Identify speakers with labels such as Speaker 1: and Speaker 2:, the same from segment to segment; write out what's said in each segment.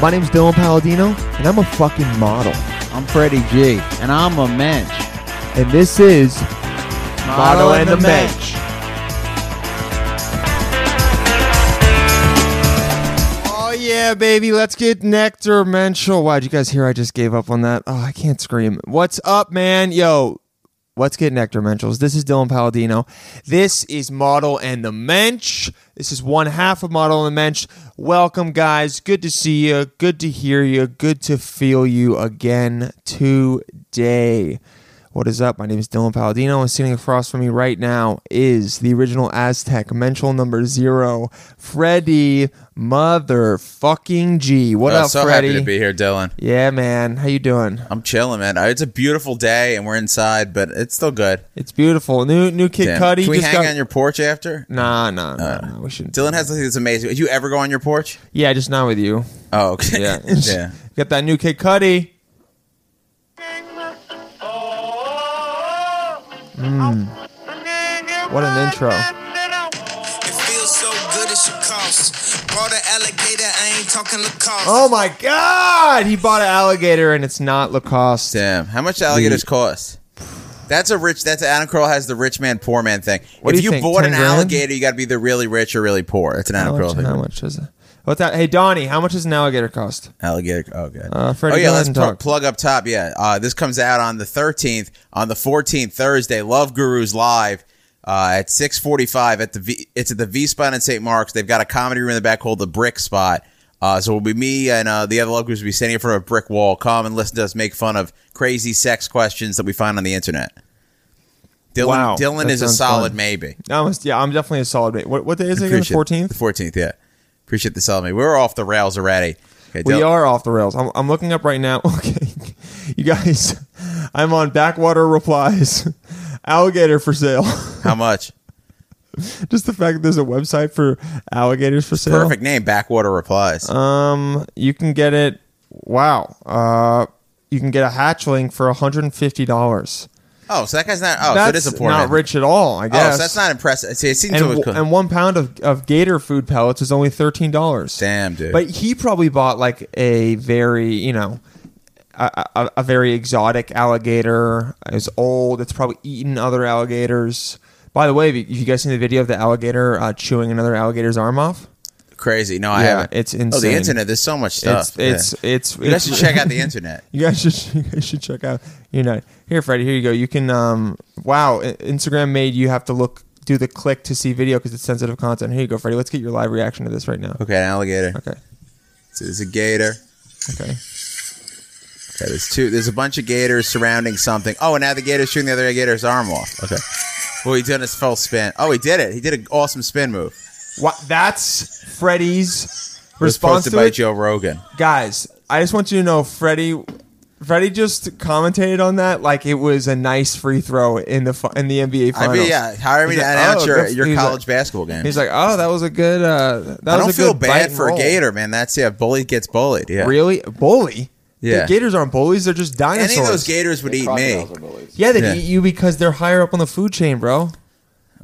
Speaker 1: My name's Dylan Palladino, and I'm a fucking model.
Speaker 2: I'm Freddie G, and I'm a mensch.
Speaker 1: And this is Model and the
Speaker 2: Mensch.
Speaker 1: Oh yeah, baby, let's get nectar mental. Why'd you guys hear I just gave up on that? Oh, I can't scream. What's up, man? Yo, let's get nectar mentals. This is Dylan Palladino. This is Model and the Mensch. This is one half of Model and the Mensch. Welcome, guys. Good to see you. Good to hear you. Good to feel you again today. What is up? My name is Dylan Palladino, and sitting across from me right now is the original Aztec mental number zero, Freddie Motherfucking G. What
Speaker 3: I'm
Speaker 1: up,
Speaker 3: Oh, so
Speaker 1: Freddie?
Speaker 3: happy to be here, Dylan.
Speaker 1: yeah, man. How you doing?
Speaker 3: I'm chilling, man. Uh, It's a beautiful day, and we're inside, but it's still good.
Speaker 1: It's beautiful. New new Kid
Speaker 3: Damn.
Speaker 1: Cudi
Speaker 3: Can we
Speaker 1: just
Speaker 3: hang
Speaker 1: got.
Speaker 3: on your porch after?
Speaker 1: nah, nah, nah, nah. We shouldn't.
Speaker 3: Dylan has something that's amazing. Did you ever go on your porch?
Speaker 1: Yeah, just not with you.
Speaker 3: Oh, okay.
Speaker 1: Yeah,
Speaker 3: yeah.
Speaker 1: Got that new Kid Cudi. Mm. What an intro.
Speaker 4: It feels so good it should cost. Brought an alligator, I ain't talking Lacoste.
Speaker 1: Oh my God! He bought an alligator, and it's not Lacoste.
Speaker 3: Damn. How much do alligators cost? That's a rich. That's Adam Kroll has the rich man, poor man thing.
Speaker 1: What do
Speaker 3: if
Speaker 1: you
Speaker 3: you,
Speaker 1: think,
Speaker 3: bought
Speaker 1: 10
Speaker 3: an
Speaker 1: grand?
Speaker 3: alligator, you got to be either really rich or really poor. That's an
Speaker 1: How
Speaker 3: Adam Kroll
Speaker 1: much,
Speaker 3: thing.
Speaker 1: how much is it? What's that? Hey, Donnie, how much is an alligator cost?
Speaker 3: Alligator. Oh, good.
Speaker 1: Uh, Freddie,
Speaker 3: oh,
Speaker 1: go
Speaker 3: yeah.
Speaker 1: ahead
Speaker 3: Let's
Speaker 1: and
Speaker 3: pl-
Speaker 1: talk.
Speaker 3: plug up top. Yeah. Uh, this comes out on the 13th. On the 14th, Thursday, Love Gurus live uh, at 6:45 at the V. It's at the V Spot in St. Mark's. They've got a comedy room in the back called the Brick Spot. Uh, so we'll be me and uh, the other love groups will be standing in front of a brick wall. Come and listen to us make fun of crazy sex questions that we find on the internet. Dylan,
Speaker 1: Wow,
Speaker 3: Dylan
Speaker 1: that
Speaker 3: is a
Speaker 1: sounds
Speaker 3: solid
Speaker 1: fun.
Speaker 3: maybe.
Speaker 1: I must, yeah, I'm definitely a solid mate. What, what day is it? again? The 14th?
Speaker 3: Appreciate- The 14th. Yeah. Appreciate the solid maybe. We're off the rails already. Okay,
Speaker 1: We
Speaker 3: Dylan-
Speaker 1: are off the rails. I'm, I'm looking up right now. Okay. You guys, I'm on backwater replies. Alligator for sale.
Speaker 3: How much?
Speaker 1: Just the fact that there's a website for alligators for sale.
Speaker 3: Perfect name, Backwater Replies.
Speaker 1: Um, you can get it. Wow. Uh, you can get a hatchling for $150.
Speaker 3: oh, so that guy's not. Oh, so it
Speaker 1: that's
Speaker 3: is a poor
Speaker 1: not
Speaker 3: man.
Speaker 1: rich at all, I
Speaker 3: Oh,
Speaker 1: guess.
Speaker 3: so that's not impressive. See, it seems
Speaker 1: and,
Speaker 3: to
Speaker 1: w- and one pound of, of gator food pellets is only thirteen dollars.
Speaker 3: Damn, dude.
Speaker 1: But he probably bought like a very, you know, a, a, a very exotic alligator. It's old. It's probably eaten other alligators. By the way, have you, have you guys seen the video of the alligator uh, chewing another alligator's arm off?
Speaker 3: crazy. No, I
Speaker 1: Yeah,
Speaker 3: haven't.
Speaker 1: it's
Speaker 3: Oh,
Speaker 1: insane.
Speaker 3: the internet. There's so much stuff.
Speaker 1: It's it's it's.
Speaker 3: Yeah. you guys should
Speaker 1: it's-
Speaker 3: check out the internet.
Speaker 1: You guys should you guys should check out. You know, here, Freddie. Here you go. You can. Um, wow, I- Instagram made you have to look do the click to see video because it's sensitive content. Here you go, Freddie. Let's get your live reaction to this right now.
Speaker 3: Okay, an alligator.
Speaker 1: Okay.
Speaker 3: So there's a gator.
Speaker 1: Okay.
Speaker 3: Okay, there's two. There's a bunch of gators surrounding something. Oh, and now the gator's shooting the other gator's arm off. Okay. Well, he did his full spin. Oh, he did it. He did an awesome spin move.
Speaker 1: What? That's Freddie's
Speaker 3: It was
Speaker 1: response
Speaker 3: posted
Speaker 1: to
Speaker 3: by
Speaker 1: it,
Speaker 3: Joe Rogan.
Speaker 1: guys. I just want you to know, Freddie. Freddie just commentated on that like it was a nice free throw in the fu- in the NBA
Speaker 3: I
Speaker 1: finals.
Speaker 3: mean, yeah. Hire me
Speaker 1: He's
Speaker 3: to
Speaker 1: like,
Speaker 3: announce
Speaker 1: oh,
Speaker 3: your,
Speaker 1: good-
Speaker 3: your
Speaker 1: he's
Speaker 3: college
Speaker 1: like-
Speaker 3: basketball game.
Speaker 1: He's like, oh, that was a good. Uh, that
Speaker 3: I
Speaker 1: was
Speaker 3: don't
Speaker 1: a
Speaker 3: feel
Speaker 1: good bite
Speaker 3: bad
Speaker 1: and
Speaker 3: for a
Speaker 1: roll.
Speaker 3: gator, man. That's yeah, bully gets bullied. Yeah.
Speaker 1: Really? Bully?
Speaker 3: Yeah.
Speaker 1: The gators aren't bullies, they're just dinosaurs.
Speaker 3: Any of those gators would eat me.
Speaker 1: yeah, they
Speaker 3: Yeah.
Speaker 1: eat you because they're higher up on the food chain, bro.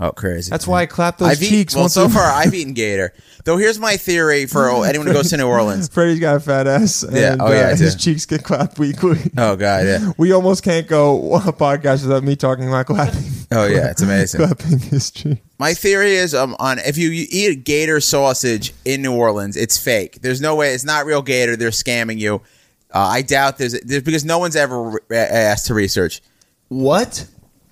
Speaker 3: Oh, crazy!
Speaker 1: That's why I clap those
Speaker 3: I've eat-
Speaker 1: cheeks
Speaker 3: well,
Speaker 1: once
Speaker 3: so
Speaker 1: a-
Speaker 3: far I've eaten gator. Though here's my theory for anyone who goes to New Orleans.
Speaker 1: Freddie's got a fat ass. And,
Speaker 3: Yeah, oh, yeah, I
Speaker 1: uh, his
Speaker 3: do.
Speaker 1: cheeks get clapped weekly.
Speaker 3: Oh God, yeah.
Speaker 1: We almost can't go on a podcast without me talking about clapping,
Speaker 3: Oh yeah, it's amazing.
Speaker 1: clapping his cheek.
Speaker 3: My theory is um on if you, you eat a gator sausage in New Orleans, it's fake. There's no way it's not real gator. They're scamming you. Uh, I doubt there's, there's because no one's ever re- asked to research.
Speaker 1: What?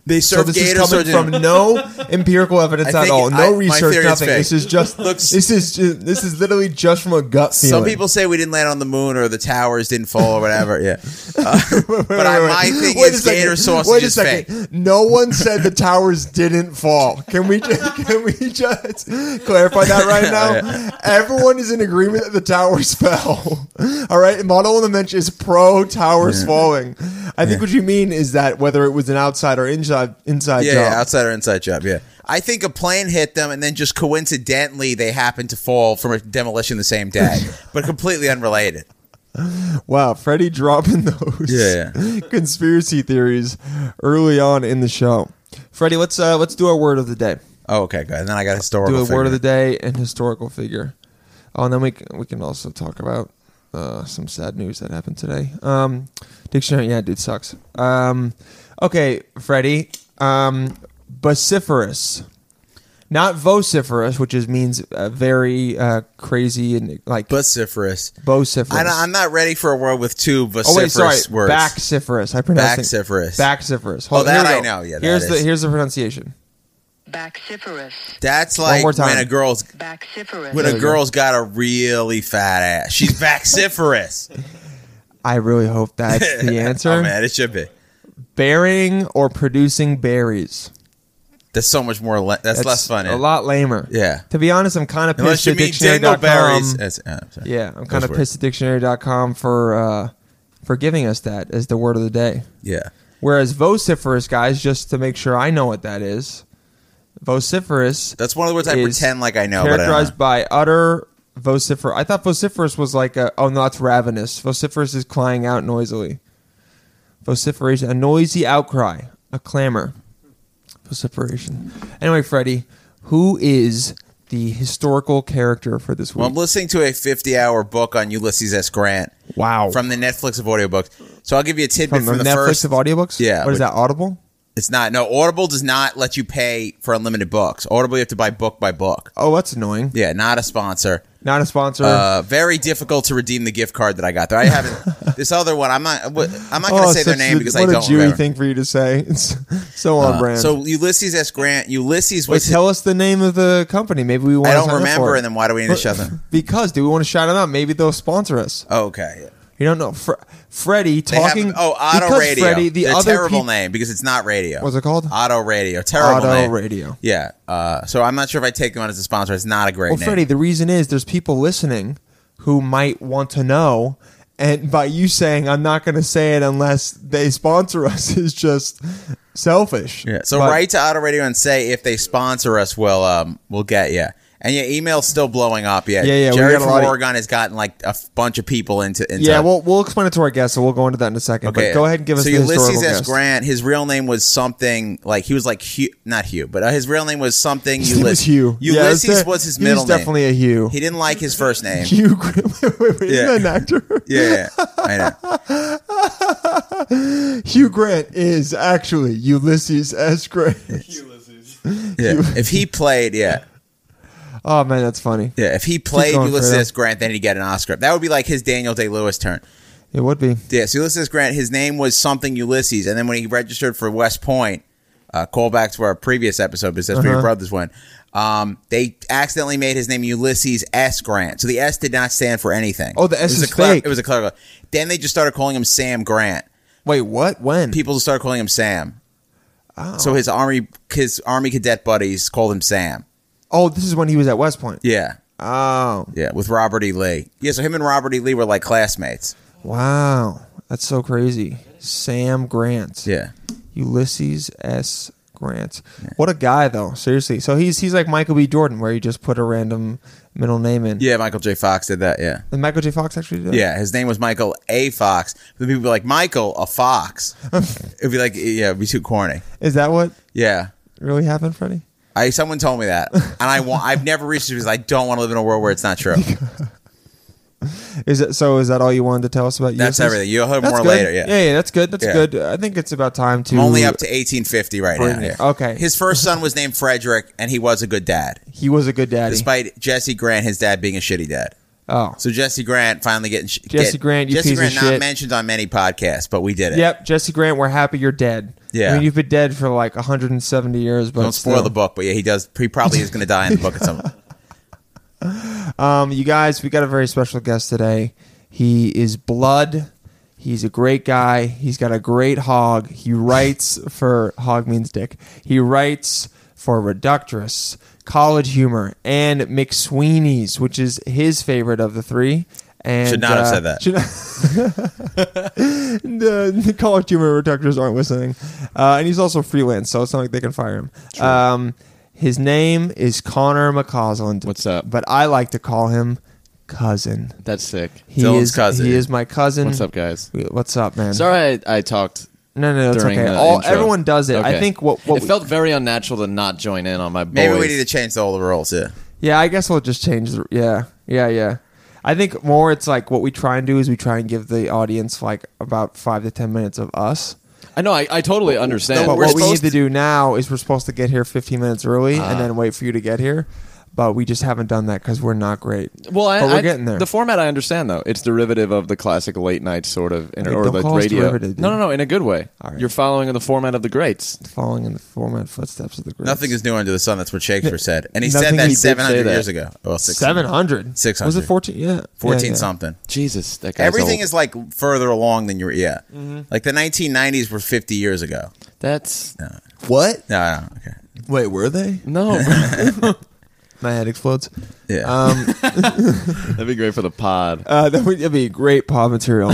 Speaker 3: They
Speaker 1: So
Speaker 3: serve
Speaker 1: this
Speaker 3: gator
Speaker 1: is coming
Speaker 3: sausage
Speaker 1: from
Speaker 3: in-
Speaker 1: no empirical evidence
Speaker 3: I
Speaker 1: at
Speaker 3: think
Speaker 1: all,
Speaker 3: I-
Speaker 1: no
Speaker 3: my
Speaker 1: research,
Speaker 3: theory is
Speaker 1: nothing.
Speaker 3: fake.
Speaker 1: This is just
Speaker 3: Looks-
Speaker 1: this is just, this is literally just from a gut feeling.
Speaker 3: Some people say we didn't land on the moon or the towers didn't fall or whatever. Yeah. Uh, but
Speaker 1: Wait,
Speaker 3: I,
Speaker 1: wait,
Speaker 3: my
Speaker 1: wait.
Speaker 3: thing
Speaker 1: Wait a
Speaker 3: is
Speaker 1: second.
Speaker 3: gator sausage
Speaker 1: Wait a
Speaker 3: is
Speaker 1: second.
Speaker 3: fake.
Speaker 1: No one said the towers didn't fall. Can we just, can we just clarify that right now? Everyone is in agreement that the towers fell. All right, model on the bench is pro towers falling. I think what you mean is that whether it was an outside or inside inside
Speaker 3: Yeah,
Speaker 1: job.
Speaker 3: yeah, outside or inside job. Yeah. I think a plane hit them and then just coincidentally they happened to fall from a demolition the same day, but completely unrelated.
Speaker 1: Wow, Freddie dropping those
Speaker 3: Yeah,
Speaker 1: conspiracy theories early on in the show. Freddie, let's uh, let's do our word of the day.
Speaker 3: Oh, okay, good. And then I got historical.
Speaker 1: do a word of the day
Speaker 3: figure.
Speaker 1: and historical figure. Oh, and then we c- we can also talk about uh, some sad news that happened today. Um, dictionary, yeah, dude sucks. Um, okay, Freddie. Um, vociferous, not vociferous, which is means uh, very uh, crazy and like
Speaker 3: Vociferous.
Speaker 1: vociferous.
Speaker 3: I, I'm not ready for a word with two vociferous
Speaker 1: Oh wait, sorry.
Speaker 3: words.
Speaker 1: Baxiferous. I pronounced
Speaker 3: Baxiferous.
Speaker 1: It. Baxiferous. Hold
Speaker 3: Oh, that
Speaker 1: here we go.
Speaker 3: I know. Yeah, that
Speaker 1: here's the
Speaker 3: is.
Speaker 1: here's the pronunciation.
Speaker 5: Baxiferous.
Speaker 3: That's like
Speaker 1: more time.
Speaker 3: when a girl's
Speaker 5: Baxiferous.
Speaker 3: when a girl's got a really fat ass. She's vociferous.
Speaker 1: I really hope that's the answer.
Speaker 3: oh man, it should be.
Speaker 1: Bearing or producing berries.
Speaker 3: That's so much more. Le- that's, less fun.
Speaker 1: A lot lamer.
Speaker 3: Yeah.
Speaker 1: To be honest, I'm kind of pissed
Speaker 3: Unless you
Speaker 1: at
Speaker 3: mean
Speaker 1: dictionary.com.
Speaker 3: dingleberries. That's- uh, I'm sorry.
Speaker 1: Yeah, I'm
Speaker 3: That was
Speaker 1: kind of
Speaker 3: weird.
Speaker 1: pissed at dictionary.com for uh, for giving us that as the word of the day.
Speaker 3: Yeah.
Speaker 1: Whereas vociferous guys, just to make sure I know what that is, vociferous
Speaker 3: That's one of the words I
Speaker 1: is
Speaker 3: pretend like I know. But uh, I don't
Speaker 1: characterized
Speaker 3: know.
Speaker 1: by utter vocifer. I thought vociferous was like a oh no, that's ravenous. Vociferous is crying out noisily. Vociferation, a noisy outcry, a clamor. Vociferation. Anyway, Freddie, who is the historical character for this
Speaker 3: Well, I'm
Speaker 1: week?
Speaker 3: listening to a 50 hour book on Ulysses S. Grant
Speaker 1: Wow.
Speaker 3: from the Netflix of audiobooks. So I'll give you a tidbit
Speaker 1: From
Speaker 3: from,
Speaker 1: the, Netflix
Speaker 3: first.
Speaker 1: of audiobooks?
Speaker 3: Yeah,
Speaker 1: What is
Speaker 3: which-
Speaker 1: that, Audible?
Speaker 3: it's not. No, Audible does not let you pay for unlimited books. Audible, you have to buy book by book.
Speaker 1: Oh, that's annoying.
Speaker 3: Yeah, not a sponsor.
Speaker 1: Not a sponsor.
Speaker 3: Uh, very difficult to redeem the gift card that I got there. I haven't. this other one, I'm not. I'm not going to
Speaker 1: Oh,
Speaker 3: say their
Speaker 1: such
Speaker 3: name
Speaker 1: a-
Speaker 3: because I
Speaker 1: what
Speaker 3: don't
Speaker 1: a Jewy
Speaker 3: remember.
Speaker 1: thing for you to say. It's so on
Speaker 3: Uh,
Speaker 1: brand.
Speaker 3: So Ulysses S. Grant. Ulysses
Speaker 1: Wait,
Speaker 3: was.
Speaker 1: tell us the name of the company. Maybe we want.
Speaker 3: I
Speaker 1: to
Speaker 3: don't
Speaker 1: sign up for
Speaker 3: remember,
Speaker 1: it.
Speaker 3: and then why do we need to shut them?
Speaker 1: Because do we want to shout them out? Maybe they'll sponsor us.
Speaker 3: Oh, okay.
Speaker 1: You don't know, Fre- Freddie
Speaker 3: They have-
Speaker 1: talking.
Speaker 3: oh, Auto
Speaker 1: because
Speaker 3: Radio.
Speaker 1: Freddie, the
Speaker 3: They're
Speaker 1: other
Speaker 3: terrible
Speaker 1: peop-
Speaker 3: name because it's not radio.
Speaker 1: What's it called?
Speaker 3: Auto Radio. Terrible
Speaker 1: Auto
Speaker 3: name.
Speaker 1: Radio.
Speaker 3: Yeah. Uh, so I'm not sure if I take them on as a sponsor. It's not a great
Speaker 1: Well,
Speaker 3: name.
Speaker 1: Freddie, the reason is there's people listening who might want to know, and by you saying I'm not going to say it unless they sponsor us is just selfish.
Speaker 3: Yeah. So
Speaker 1: But-
Speaker 3: write to Auto Radio and say if they sponsor us, we'll um we'll get you. And your email's still blowing up. Yeah.
Speaker 1: Yeah, yeah, we
Speaker 3: Jerry
Speaker 1: got a
Speaker 3: from
Speaker 1: lot of-
Speaker 3: Oregon has gotten like a f- bunch of people into into.
Speaker 1: Yeah, we'll, we'll explain it to our guests, so we'll go into that in a second. But go ahead and give us
Speaker 3: so
Speaker 1: the
Speaker 3: Ulysses
Speaker 1: historical
Speaker 3: S.
Speaker 1: guest.
Speaker 3: Grant. His real name was something like he was like Hugh, not Hugh, but uh, his real name was something.
Speaker 1: His name was
Speaker 3: Ulyss-
Speaker 1: Hugh. Yeah, it's
Speaker 3: Ulysses
Speaker 1: de-
Speaker 3: was his
Speaker 1: he
Speaker 3: middle
Speaker 1: was
Speaker 3: name.
Speaker 1: definitely a Hugh.
Speaker 3: He didn't like his first name.
Speaker 1: Hugh. Grant- Wait, wait, wait,
Speaker 3: Yeah.
Speaker 1: Isn't that an actor?
Speaker 3: Yeah, yeah, I know.
Speaker 1: Hugh Grant is actually Ulysses S. Grant.
Speaker 3: Yeah. if he played, yeah,
Speaker 1: oh man, that's funny.
Speaker 3: yeah, if he played
Speaker 1: going,
Speaker 3: Ulysses
Speaker 1: Fredo.
Speaker 3: S. Grant, then he'd get an Oscar. That would be like his Daniel Day Lewis turn.
Speaker 1: It would be.
Speaker 3: Yes, Ulysses Grant. His name was something Ulysses, and then when he registered for West Point, uh, callback to our previous episode because that's where
Speaker 1: Uh-huh.
Speaker 3: your brothers went. Um, they accidentally made his name Ulysses S. Grant, so the S did not stand for anything.
Speaker 1: Oh, the S
Speaker 3: it was
Speaker 1: is
Speaker 3: a cler-
Speaker 1: fake.
Speaker 3: It was a clerical. Then they just started calling him Sam Grant.
Speaker 1: Wait, what? When?
Speaker 3: People just started calling him Sam.
Speaker 1: Oh.
Speaker 3: So his army, his army cadet buddies called him Sam.
Speaker 1: oh, this is when he was at West Point.
Speaker 3: Yeah,
Speaker 1: Oh,
Speaker 3: yeah, with Robert E. Lee. Yeah, so him and Robert E. Lee were like classmates.
Speaker 1: wow, that's so crazy. Sam Grant.
Speaker 3: Yeah,
Speaker 1: Ulysses S. Grant. What a guy, though. Seriously. So he's he's like Michael B. Jordan, where you just put a random middle name in.
Speaker 3: yeah. Michael J. Fox did that. Yeah.
Speaker 1: And Michael J. Fox actually did. that?
Speaker 3: Yeah, his name was Michael A. Fox. But people be like, Michael, a fox. it'd be like, yeah, it'd be too corny.
Speaker 1: Is that what
Speaker 3: Yeah.
Speaker 1: really happened, Freddie?
Speaker 3: I someone told me that. And I want I've never reached it because I don't want to live in a world where it's not true.
Speaker 1: Is it so? Is that all you wanted to tell us about?
Speaker 3: That's
Speaker 1: Ulysses?
Speaker 3: everything. You'll hear
Speaker 1: That's
Speaker 3: more
Speaker 1: good.
Speaker 3: later, yeah.
Speaker 1: yeah, that's good. That's
Speaker 3: Yeah.
Speaker 1: good. I think it's about time to
Speaker 3: I'm only up to 1850 right now.
Speaker 1: Bring it. Okay.
Speaker 3: His first son was named Frederick, and he was a good dad,
Speaker 1: He was a good daddy.
Speaker 3: despite Jesse Grant, his dad being a shitty dad.
Speaker 1: oh,
Speaker 3: So Jesse Grant finally getting sh-
Speaker 1: Jesse Grant, you
Speaker 3: Jesse
Speaker 1: piece of
Speaker 3: Grant not
Speaker 1: shit.
Speaker 3: mentioned on many podcasts, but we did it.
Speaker 1: Yep, Jesse Grant, we're happy you're dead.
Speaker 3: Yeah.
Speaker 1: I mean, you've been dead for like 170 years, but
Speaker 3: Don't spoil
Speaker 1: still.
Speaker 3: the book, but yeah, he does. He probably is going to die in the book at some.
Speaker 1: Um, you guys, we got a very special guest today. He is Blood. He's a great guy. He's got a great hog. He writes for Hog Means Dick. He writes for Reductress, College Humor, and McSweeney's, which is his favorite of the three. And
Speaker 3: Should not have
Speaker 1: uh,
Speaker 3: said that.
Speaker 1: should not- the, the college humor reductors aren't listening. Uh, and he's also freelance, so it's not like they can fire him. Um, his name is Connor McCausland.
Speaker 6: What's up?
Speaker 1: But I like to call him cousin.
Speaker 6: That's sick.
Speaker 1: He
Speaker 3: Dylan's
Speaker 1: is
Speaker 3: cousin.
Speaker 1: He is my cousin.
Speaker 6: What's up, guys?
Speaker 1: What's up, man?
Speaker 6: Sorry, I, I talked.
Speaker 1: No, no, no, it's
Speaker 6: during
Speaker 1: okay.
Speaker 6: the
Speaker 1: All,
Speaker 6: intro.
Speaker 1: everyone does it. I
Speaker 6: Okay.
Speaker 1: think what, what
Speaker 6: it
Speaker 1: we-
Speaker 6: felt very unnatural to not join in on my boys.
Speaker 3: Maybe we need to change all the rules. Yeah.
Speaker 1: Yeah, I guess we'll just change. The, yeah, yeah, yeah. I think more it's like what we try and do is we try and give the audience like about five to ten minutes of us.
Speaker 6: I know. I, I totally understand.
Speaker 1: But
Speaker 3: we're
Speaker 1: what we need
Speaker 3: supposed
Speaker 1: to do now is we're supposed to get here 15 minutes early
Speaker 6: Ah.
Speaker 1: and then wait for you to get here. But we just haven't done that because we're not great.
Speaker 6: well, I,
Speaker 1: but we're
Speaker 6: I-
Speaker 1: getting there.
Speaker 6: The format I understand though. It's derivative of the classic late night sort of
Speaker 1: Okay,
Speaker 6: inter- or
Speaker 1: don't
Speaker 6: the
Speaker 1: call us
Speaker 6: radio.
Speaker 1: derivative, dude.
Speaker 6: no, no, no. In a good way.
Speaker 1: All right.
Speaker 6: You're following the format of the greats.
Speaker 1: Following in the format footsteps of the greats.
Speaker 3: Nothing is new under the sun. That's what Shakespeare said, and he
Speaker 1: Nothing
Speaker 3: said that
Speaker 1: he did
Speaker 6: say
Speaker 3: 700
Speaker 6: that.
Speaker 3: years ago. Well, 600.
Speaker 1: 700.
Speaker 3: 600.
Speaker 1: Was it 14? Yeah.
Speaker 3: 14
Speaker 1: yeah, yeah.
Speaker 3: something.
Speaker 6: Jesus, that guy's
Speaker 3: Everything
Speaker 6: old.
Speaker 3: is like further along than you were. Yeah,
Speaker 1: Mm-hmm.
Speaker 3: like the 1990s were 50 years ago.
Speaker 6: That's
Speaker 1: What?
Speaker 3: No, no, okay.
Speaker 1: Wait, were they?
Speaker 6: no.
Speaker 1: My head explodes.
Speaker 3: Yeah,
Speaker 1: Um,
Speaker 6: That'd be great for the pod.
Speaker 1: uh, that would that'd be great pod material.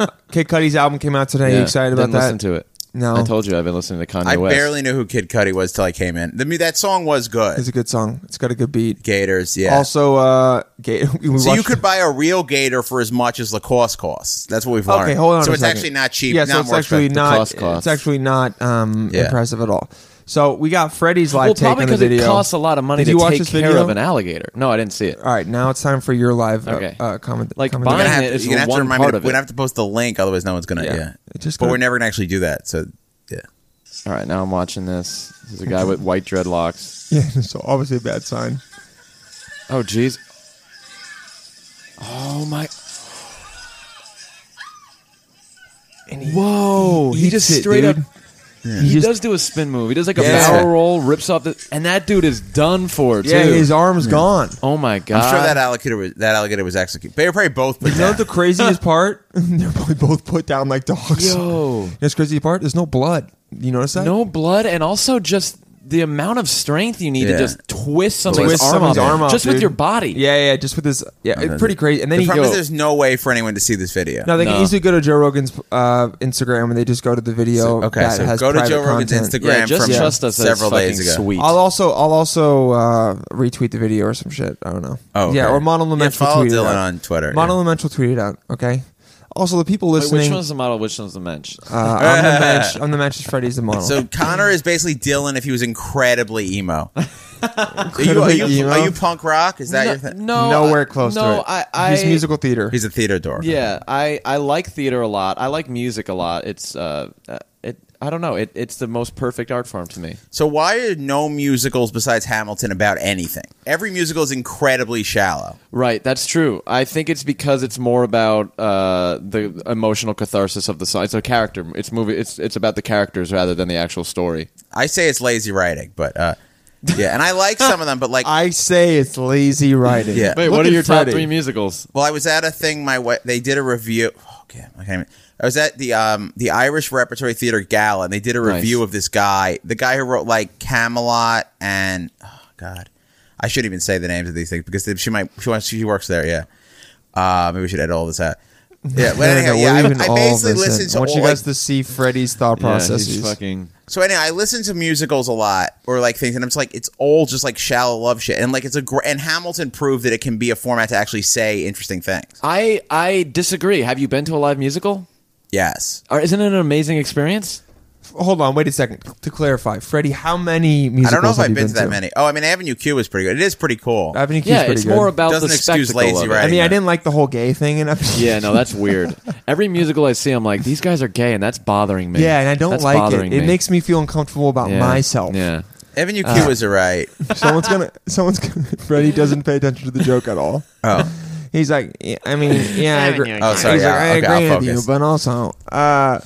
Speaker 1: Uh, Kid Cudi's album came out today. Are you excited about
Speaker 6: didn't
Speaker 1: that?
Speaker 6: Listen to it.
Speaker 1: No.
Speaker 6: I told you I've been listening to Kanye
Speaker 3: I
Speaker 6: West.
Speaker 3: barely knew who Kid Cudi was till I came in. The, mu- that song was good.
Speaker 1: It's a good song. It's got a good beat.
Speaker 3: Gators, yeah.
Speaker 1: Also, uh, ga- we
Speaker 3: so you
Speaker 1: watched-
Speaker 3: could buy a real gator for as much as Lacoste costs. That's what we've learned.
Speaker 1: Okay, hold on.
Speaker 3: So
Speaker 1: a
Speaker 3: it's
Speaker 1: second.
Speaker 3: actually not cheap.
Speaker 1: Yeah,
Speaker 3: not
Speaker 1: so it's
Speaker 3: more
Speaker 1: actually
Speaker 3: expensive.
Speaker 1: not.
Speaker 6: cost costs.
Speaker 1: It's actually not um,
Speaker 3: Yeah.
Speaker 1: impressive at all. So we got Freddie's live
Speaker 6: well,
Speaker 1: take
Speaker 6: probably
Speaker 1: on the
Speaker 6: because it
Speaker 1: video.
Speaker 6: costs a lot of money
Speaker 1: Did
Speaker 6: to
Speaker 1: you watch
Speaker 6: take
Speaker 1: this
Speaker 6: care
Speaker 1: video?
Speaker 6: of an alligator. No, I didn't see it.
Speaker 1: all right, now it's time for your live uh,
Speaker 6: Okay.
Speaker 1: uh, comment.
Speaker 6: Like
Speaker 1: comment-
Speaker 3: You're
Speaker 6: buying-
Speaker 3: gonna have
Speaker 6: it
Speaker 3: to-
Speaker 6: is
Speaker 3: you're gonna have to
Speaker 6: one
Speaker 3: remind
Speaker 6: part
Speaker 3: me.
Speaker 6: of
Speaker 3: to- We're
Speaker 6: it.
Speaker 3: gonna have to post the link, otherwise no one's gonna.
Speaker 1: Yeah.
Speaker 3: Yeah,
Speaker 1: It just
Speaker 3: but
Speaker 1: gotta-
Speaker 3: we're never gonna actually do that. So yeah,
Speaker 6: All right, now I'm watching this. This is a guy with white dreadlocks.
Speaker 1: Yeah, so obviously a bad sign.
Speaker 6: Oh, jeez. Oh my! Whoa! He,
Speaker 1: eats
Speaker 6: just
Speaker 1: it,
Speaker 6: straight
Speaker 1: dude.
Speaker 6: up.
Speaker 1: He
Speaker 6: He
Speaker 1: just-
Speaker 6: does do a spin move. He does like a
Speaker 3: Yeah.
Speaker 6: barrel roll, rips off the, and that dude is done for too.
Speaker 1: Yeah, his arm's gone.
Speaker 6: oh my god!
Speaker 3: I'm sure that alligator was that alligator was executed. They were probably both. put
Speaker 1: Uh, You know
Speaker 3: down.
Speaker 1: what the craziest part? They're probably both put down like dogs.
Speaker 6: Yo.
Speaker 1: You know what's crazy part? There's no blood. You notice that?
Speaker 6: no blood, and also just the amount of strength you need
Speaker 3: Yeah.
Speaker 6: to just twist somebody's,
Speaker 1: Twist
Speaker 6: arm,
Speaker 1: someone's
Speaker 6: off,
Speaker 1: arm off,
Speaker 6: just with
Speaker 1: dude.
Speaker 6: your body.
Speaker 1: Yeah, yeah, just with this. Yeah, it's
Speaker 3: that's-
Speaker 1: pretty crazy. And then
Speaker 3: The
Speaker 1: he
Speaker 3: problem
Speaker 1: goes.
Speaker 3: is there's no way for anyone to see this video.
Speaker 1: No, they can
Speaker 6: No.
Speaker 1: easily go to Joe Rogan's uh, Instagram and they just go to the video.
Speaker 3: So- okay,
Speaker 1: that
Speaker 3: so
Speaker 1: has
Speaker 3: go to
Speaker 1: private
Speaker 3: Joe Rogan's
Speaker 1: content.
Speaker 3: Instagram
Speaker 6: Yeah, just
Speaker 3: from
Speaker 6: trust us. that it's
Speaker 3: several days
Speaker 6: fucking
Speaker 3: ago.
Speaker 6: Sweet.
Speaker 1: I'll also I'll also uh, retweet the video or some shit. I don't know.
Speaker 3: Oh, okay.
Speaker 1: yeah, or Model
Speaker 3: Yeah,
Speaker 1: Lamentable
Speaker 3: follow
Speaker 1: tweet it
Speaker 3: Dylan
Speaker 1: out.
Speaker 3: on Twitter, yeah.
Speaker 1: Model Lamentable tweet it out. Okay. Also, the people
Speaker 6: Wait, which
Speaker 1: listening,
Speaker 6: one's the model? Which one's the mensch?
Speaker 1: uh, I'm the mensch. I'm the mensch. Freddie's the model.
Speaker 3: So Connor is basically Dylan if he was incredibly emo. are, you, are,
Speaker 1: Incredibly
Speaker 3: you,
Speaker 1: emo?
Speaker 3: are you punk rock? Is that your thing?
Speaker 6: no,
Speaker 1: nowhere
Speaker 6: I-
Speaker 1: close
Speaker 6: no,
Speaker 1: to it.
Speaker 6: I, I,
Speaker 1: He's musical theater.
Speaker 3: He's a theater dork.
Speaker 6: Yeah, I, I like theater a lot. I like music a lot. It's uh, uh, it I don't know. It it's the most perfect art form to me.
Speaker 3: So why are no musicals besides Hamilton about anything? Every musical is incredibly shallow.
Speaker 6: Right, that's true. I think it's because it's more about uh, the emotional catharsis of the song. It's a character. It's movie. It's it's about the characters rather than the actual story.
Speaker 3: I say it's lazy writing, but uh, yeah, and I like some of them, but like,
Speaker 1: I say it's lazy writing.
Speaker 3: Yeah.
Speaker 6: Wait,
Speaker 1: Look
Speaker 6: what are
Speaker 1: at
Speaker 6: your
Speaker 1: Freddie.
Speaker 6: top three musicals?
Speaker 3: well, I was at a thing. My wa- they did a review. oh, Okay, I can't. Even, I was at the um the Irish Repertory Theater Gala, and they did a
Speaker 6: Nice.
Speaker 3: review of this guy, the guy who wrote like Camelot and oh god, I shouldn't even say the names of these things because they- she might she wants she works there. Yeah, uh, maybe we should edit all this out. Yeah, but
Speaker 1: No, no,
Speaker 3: anyhow,
Speaker 1: no,
Speaker 3: yeah,
Speaker 1: we're
Speaker 3: I,
Speaker 1: leaving
Speaker 3: I
Speaker 1: all
Speaker 3: basically
Speaker 1: this in.
Speaker 3: listened to
Speaker 1: I want
Speaker 3: all,
Speaker 1: you guys
Speaker 3: like,
Speaker 1: to see Freddie's thought
Speaker 6: Yeah,
Speaker 1: processes.
Speaker 6: he's fucking.
Speaker 3: So anyway, I listen to musicals a lot, or like things, and I'm just like, it's all just like shallow love shit, and like it's a gr- and Hamilton proved that it can be a format to actually say interesting things.
Speaker 6: I I disagree. Have you been to a live musical?
Speaker 3: Yes,
Speaker 6: Or isn't it an amazing experience?
Speaker 1: Hold on, wait a second to clarify, Freddie. How many
Speaker 3: I
Speaker 1: musicals
Speaker 3: don't know if
Speaker 1: have
Speaker 3: I've
Speaker 1: you
Speaker 3: been to that
Speaker 1: to?
Speaker 3: many. Oh, I mean, Avenue Q is pretty good. It is pretty cool.
Speaker 1: Avenue Q's
Speaker 6: yeah,
Speaker 1: pretty
Speaker 6: it's
Speaker 1: good.
Speaker 6: more about
Speaker 3: Doesn't
Speaker 6: the
Speaker 3: excuse
Speaker 6: spectacle
Speaker 3: lazy
Speaker 6: of it.
Speaker 1: I
Speaker 3: writing.
Speaker 1: mean, I
Speaker 3: though.
Speaker 1: didn't like the whole gay thing, and
Speaker 6: Yeah, no, that's weird. Every musical I see, I'm like, these guys are gay, and that's bothering me.
Speaker 1: Yeah, and I don't
Speaker 6: That's
Speaker 1: like it.
Speaker 6: bothering
Speaker 1: It
Speaker 6: me.
Speaker 1: makes me feel uncomfortable about
Speaker 6: Yeah.
Speaker 1: myself.
Speaker 6: Yeah,
Speaker 3: Avenue Q
Speaker 1: uh,
Speaker 3: is alright.
Speaker 1: Someone's gonna. Someone's gonna. Freddie doesn't pay attention to the joke at all.
Speaker 3: Oh,
Speaker 1: He's like, yeah, I mean, yeah, I agree.
Speaker 3: Oh, sorry,
Speaker 1: He's like,
Speaker 3: yeah,
Speaker 1: I
Speaker 3: okay, I'll
Speaker 1: agree with you,
Speaker 3: focus.
Speaker 1: but also, uh,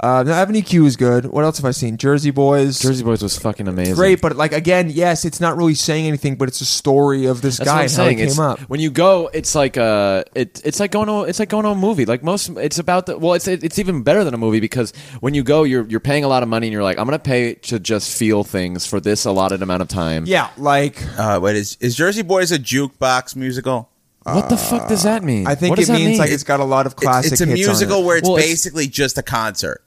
Speaker 1: uh, the Avenue Q is good. What else have I seen? Jersey Boys.
Speaker 6: Jersey Boys was fucking amazing.
Speaker 1: Great, but like again, yes, it's not really saying anything, but it's a story of this
Speaker 6: That's
Speaker 1: guy
Speaker 6: what I'm
Speaker 1: and how he
Speaker 6: saying.
Speaker 1: came
Speaker 6: It's,
Speaker 1: up.
Speaker 6: When you go, it's like uh, it, it's like going to it's like going to a movie. Like most, it's about the well, it's it's even better than a movie because when you go, you're you're paying a lot of money, and you're like, I'm gonna pay to just feel things for this allotted amount of time.
Speaker 1: Yeah, like
Speaker 3: uh, wait, is is Jersey Boys a jukebox musical?
Speaker 6: What the fuck does that mean?
Speaker 1: I think
Speaker 6: What does
Speaker 1: it
Speaker 6: that
Speaker 1: means
Speaker 6: mean?
Speaker 1: like it's got a lot of
Speaker 3: It's-
Speaker 1: classic.
Speaker 3: it's a
Speaker 1: hits on it.
Speaker 3: musical where it's
Speaker 6: Well, it's-
Speaker 3: basically just a concert.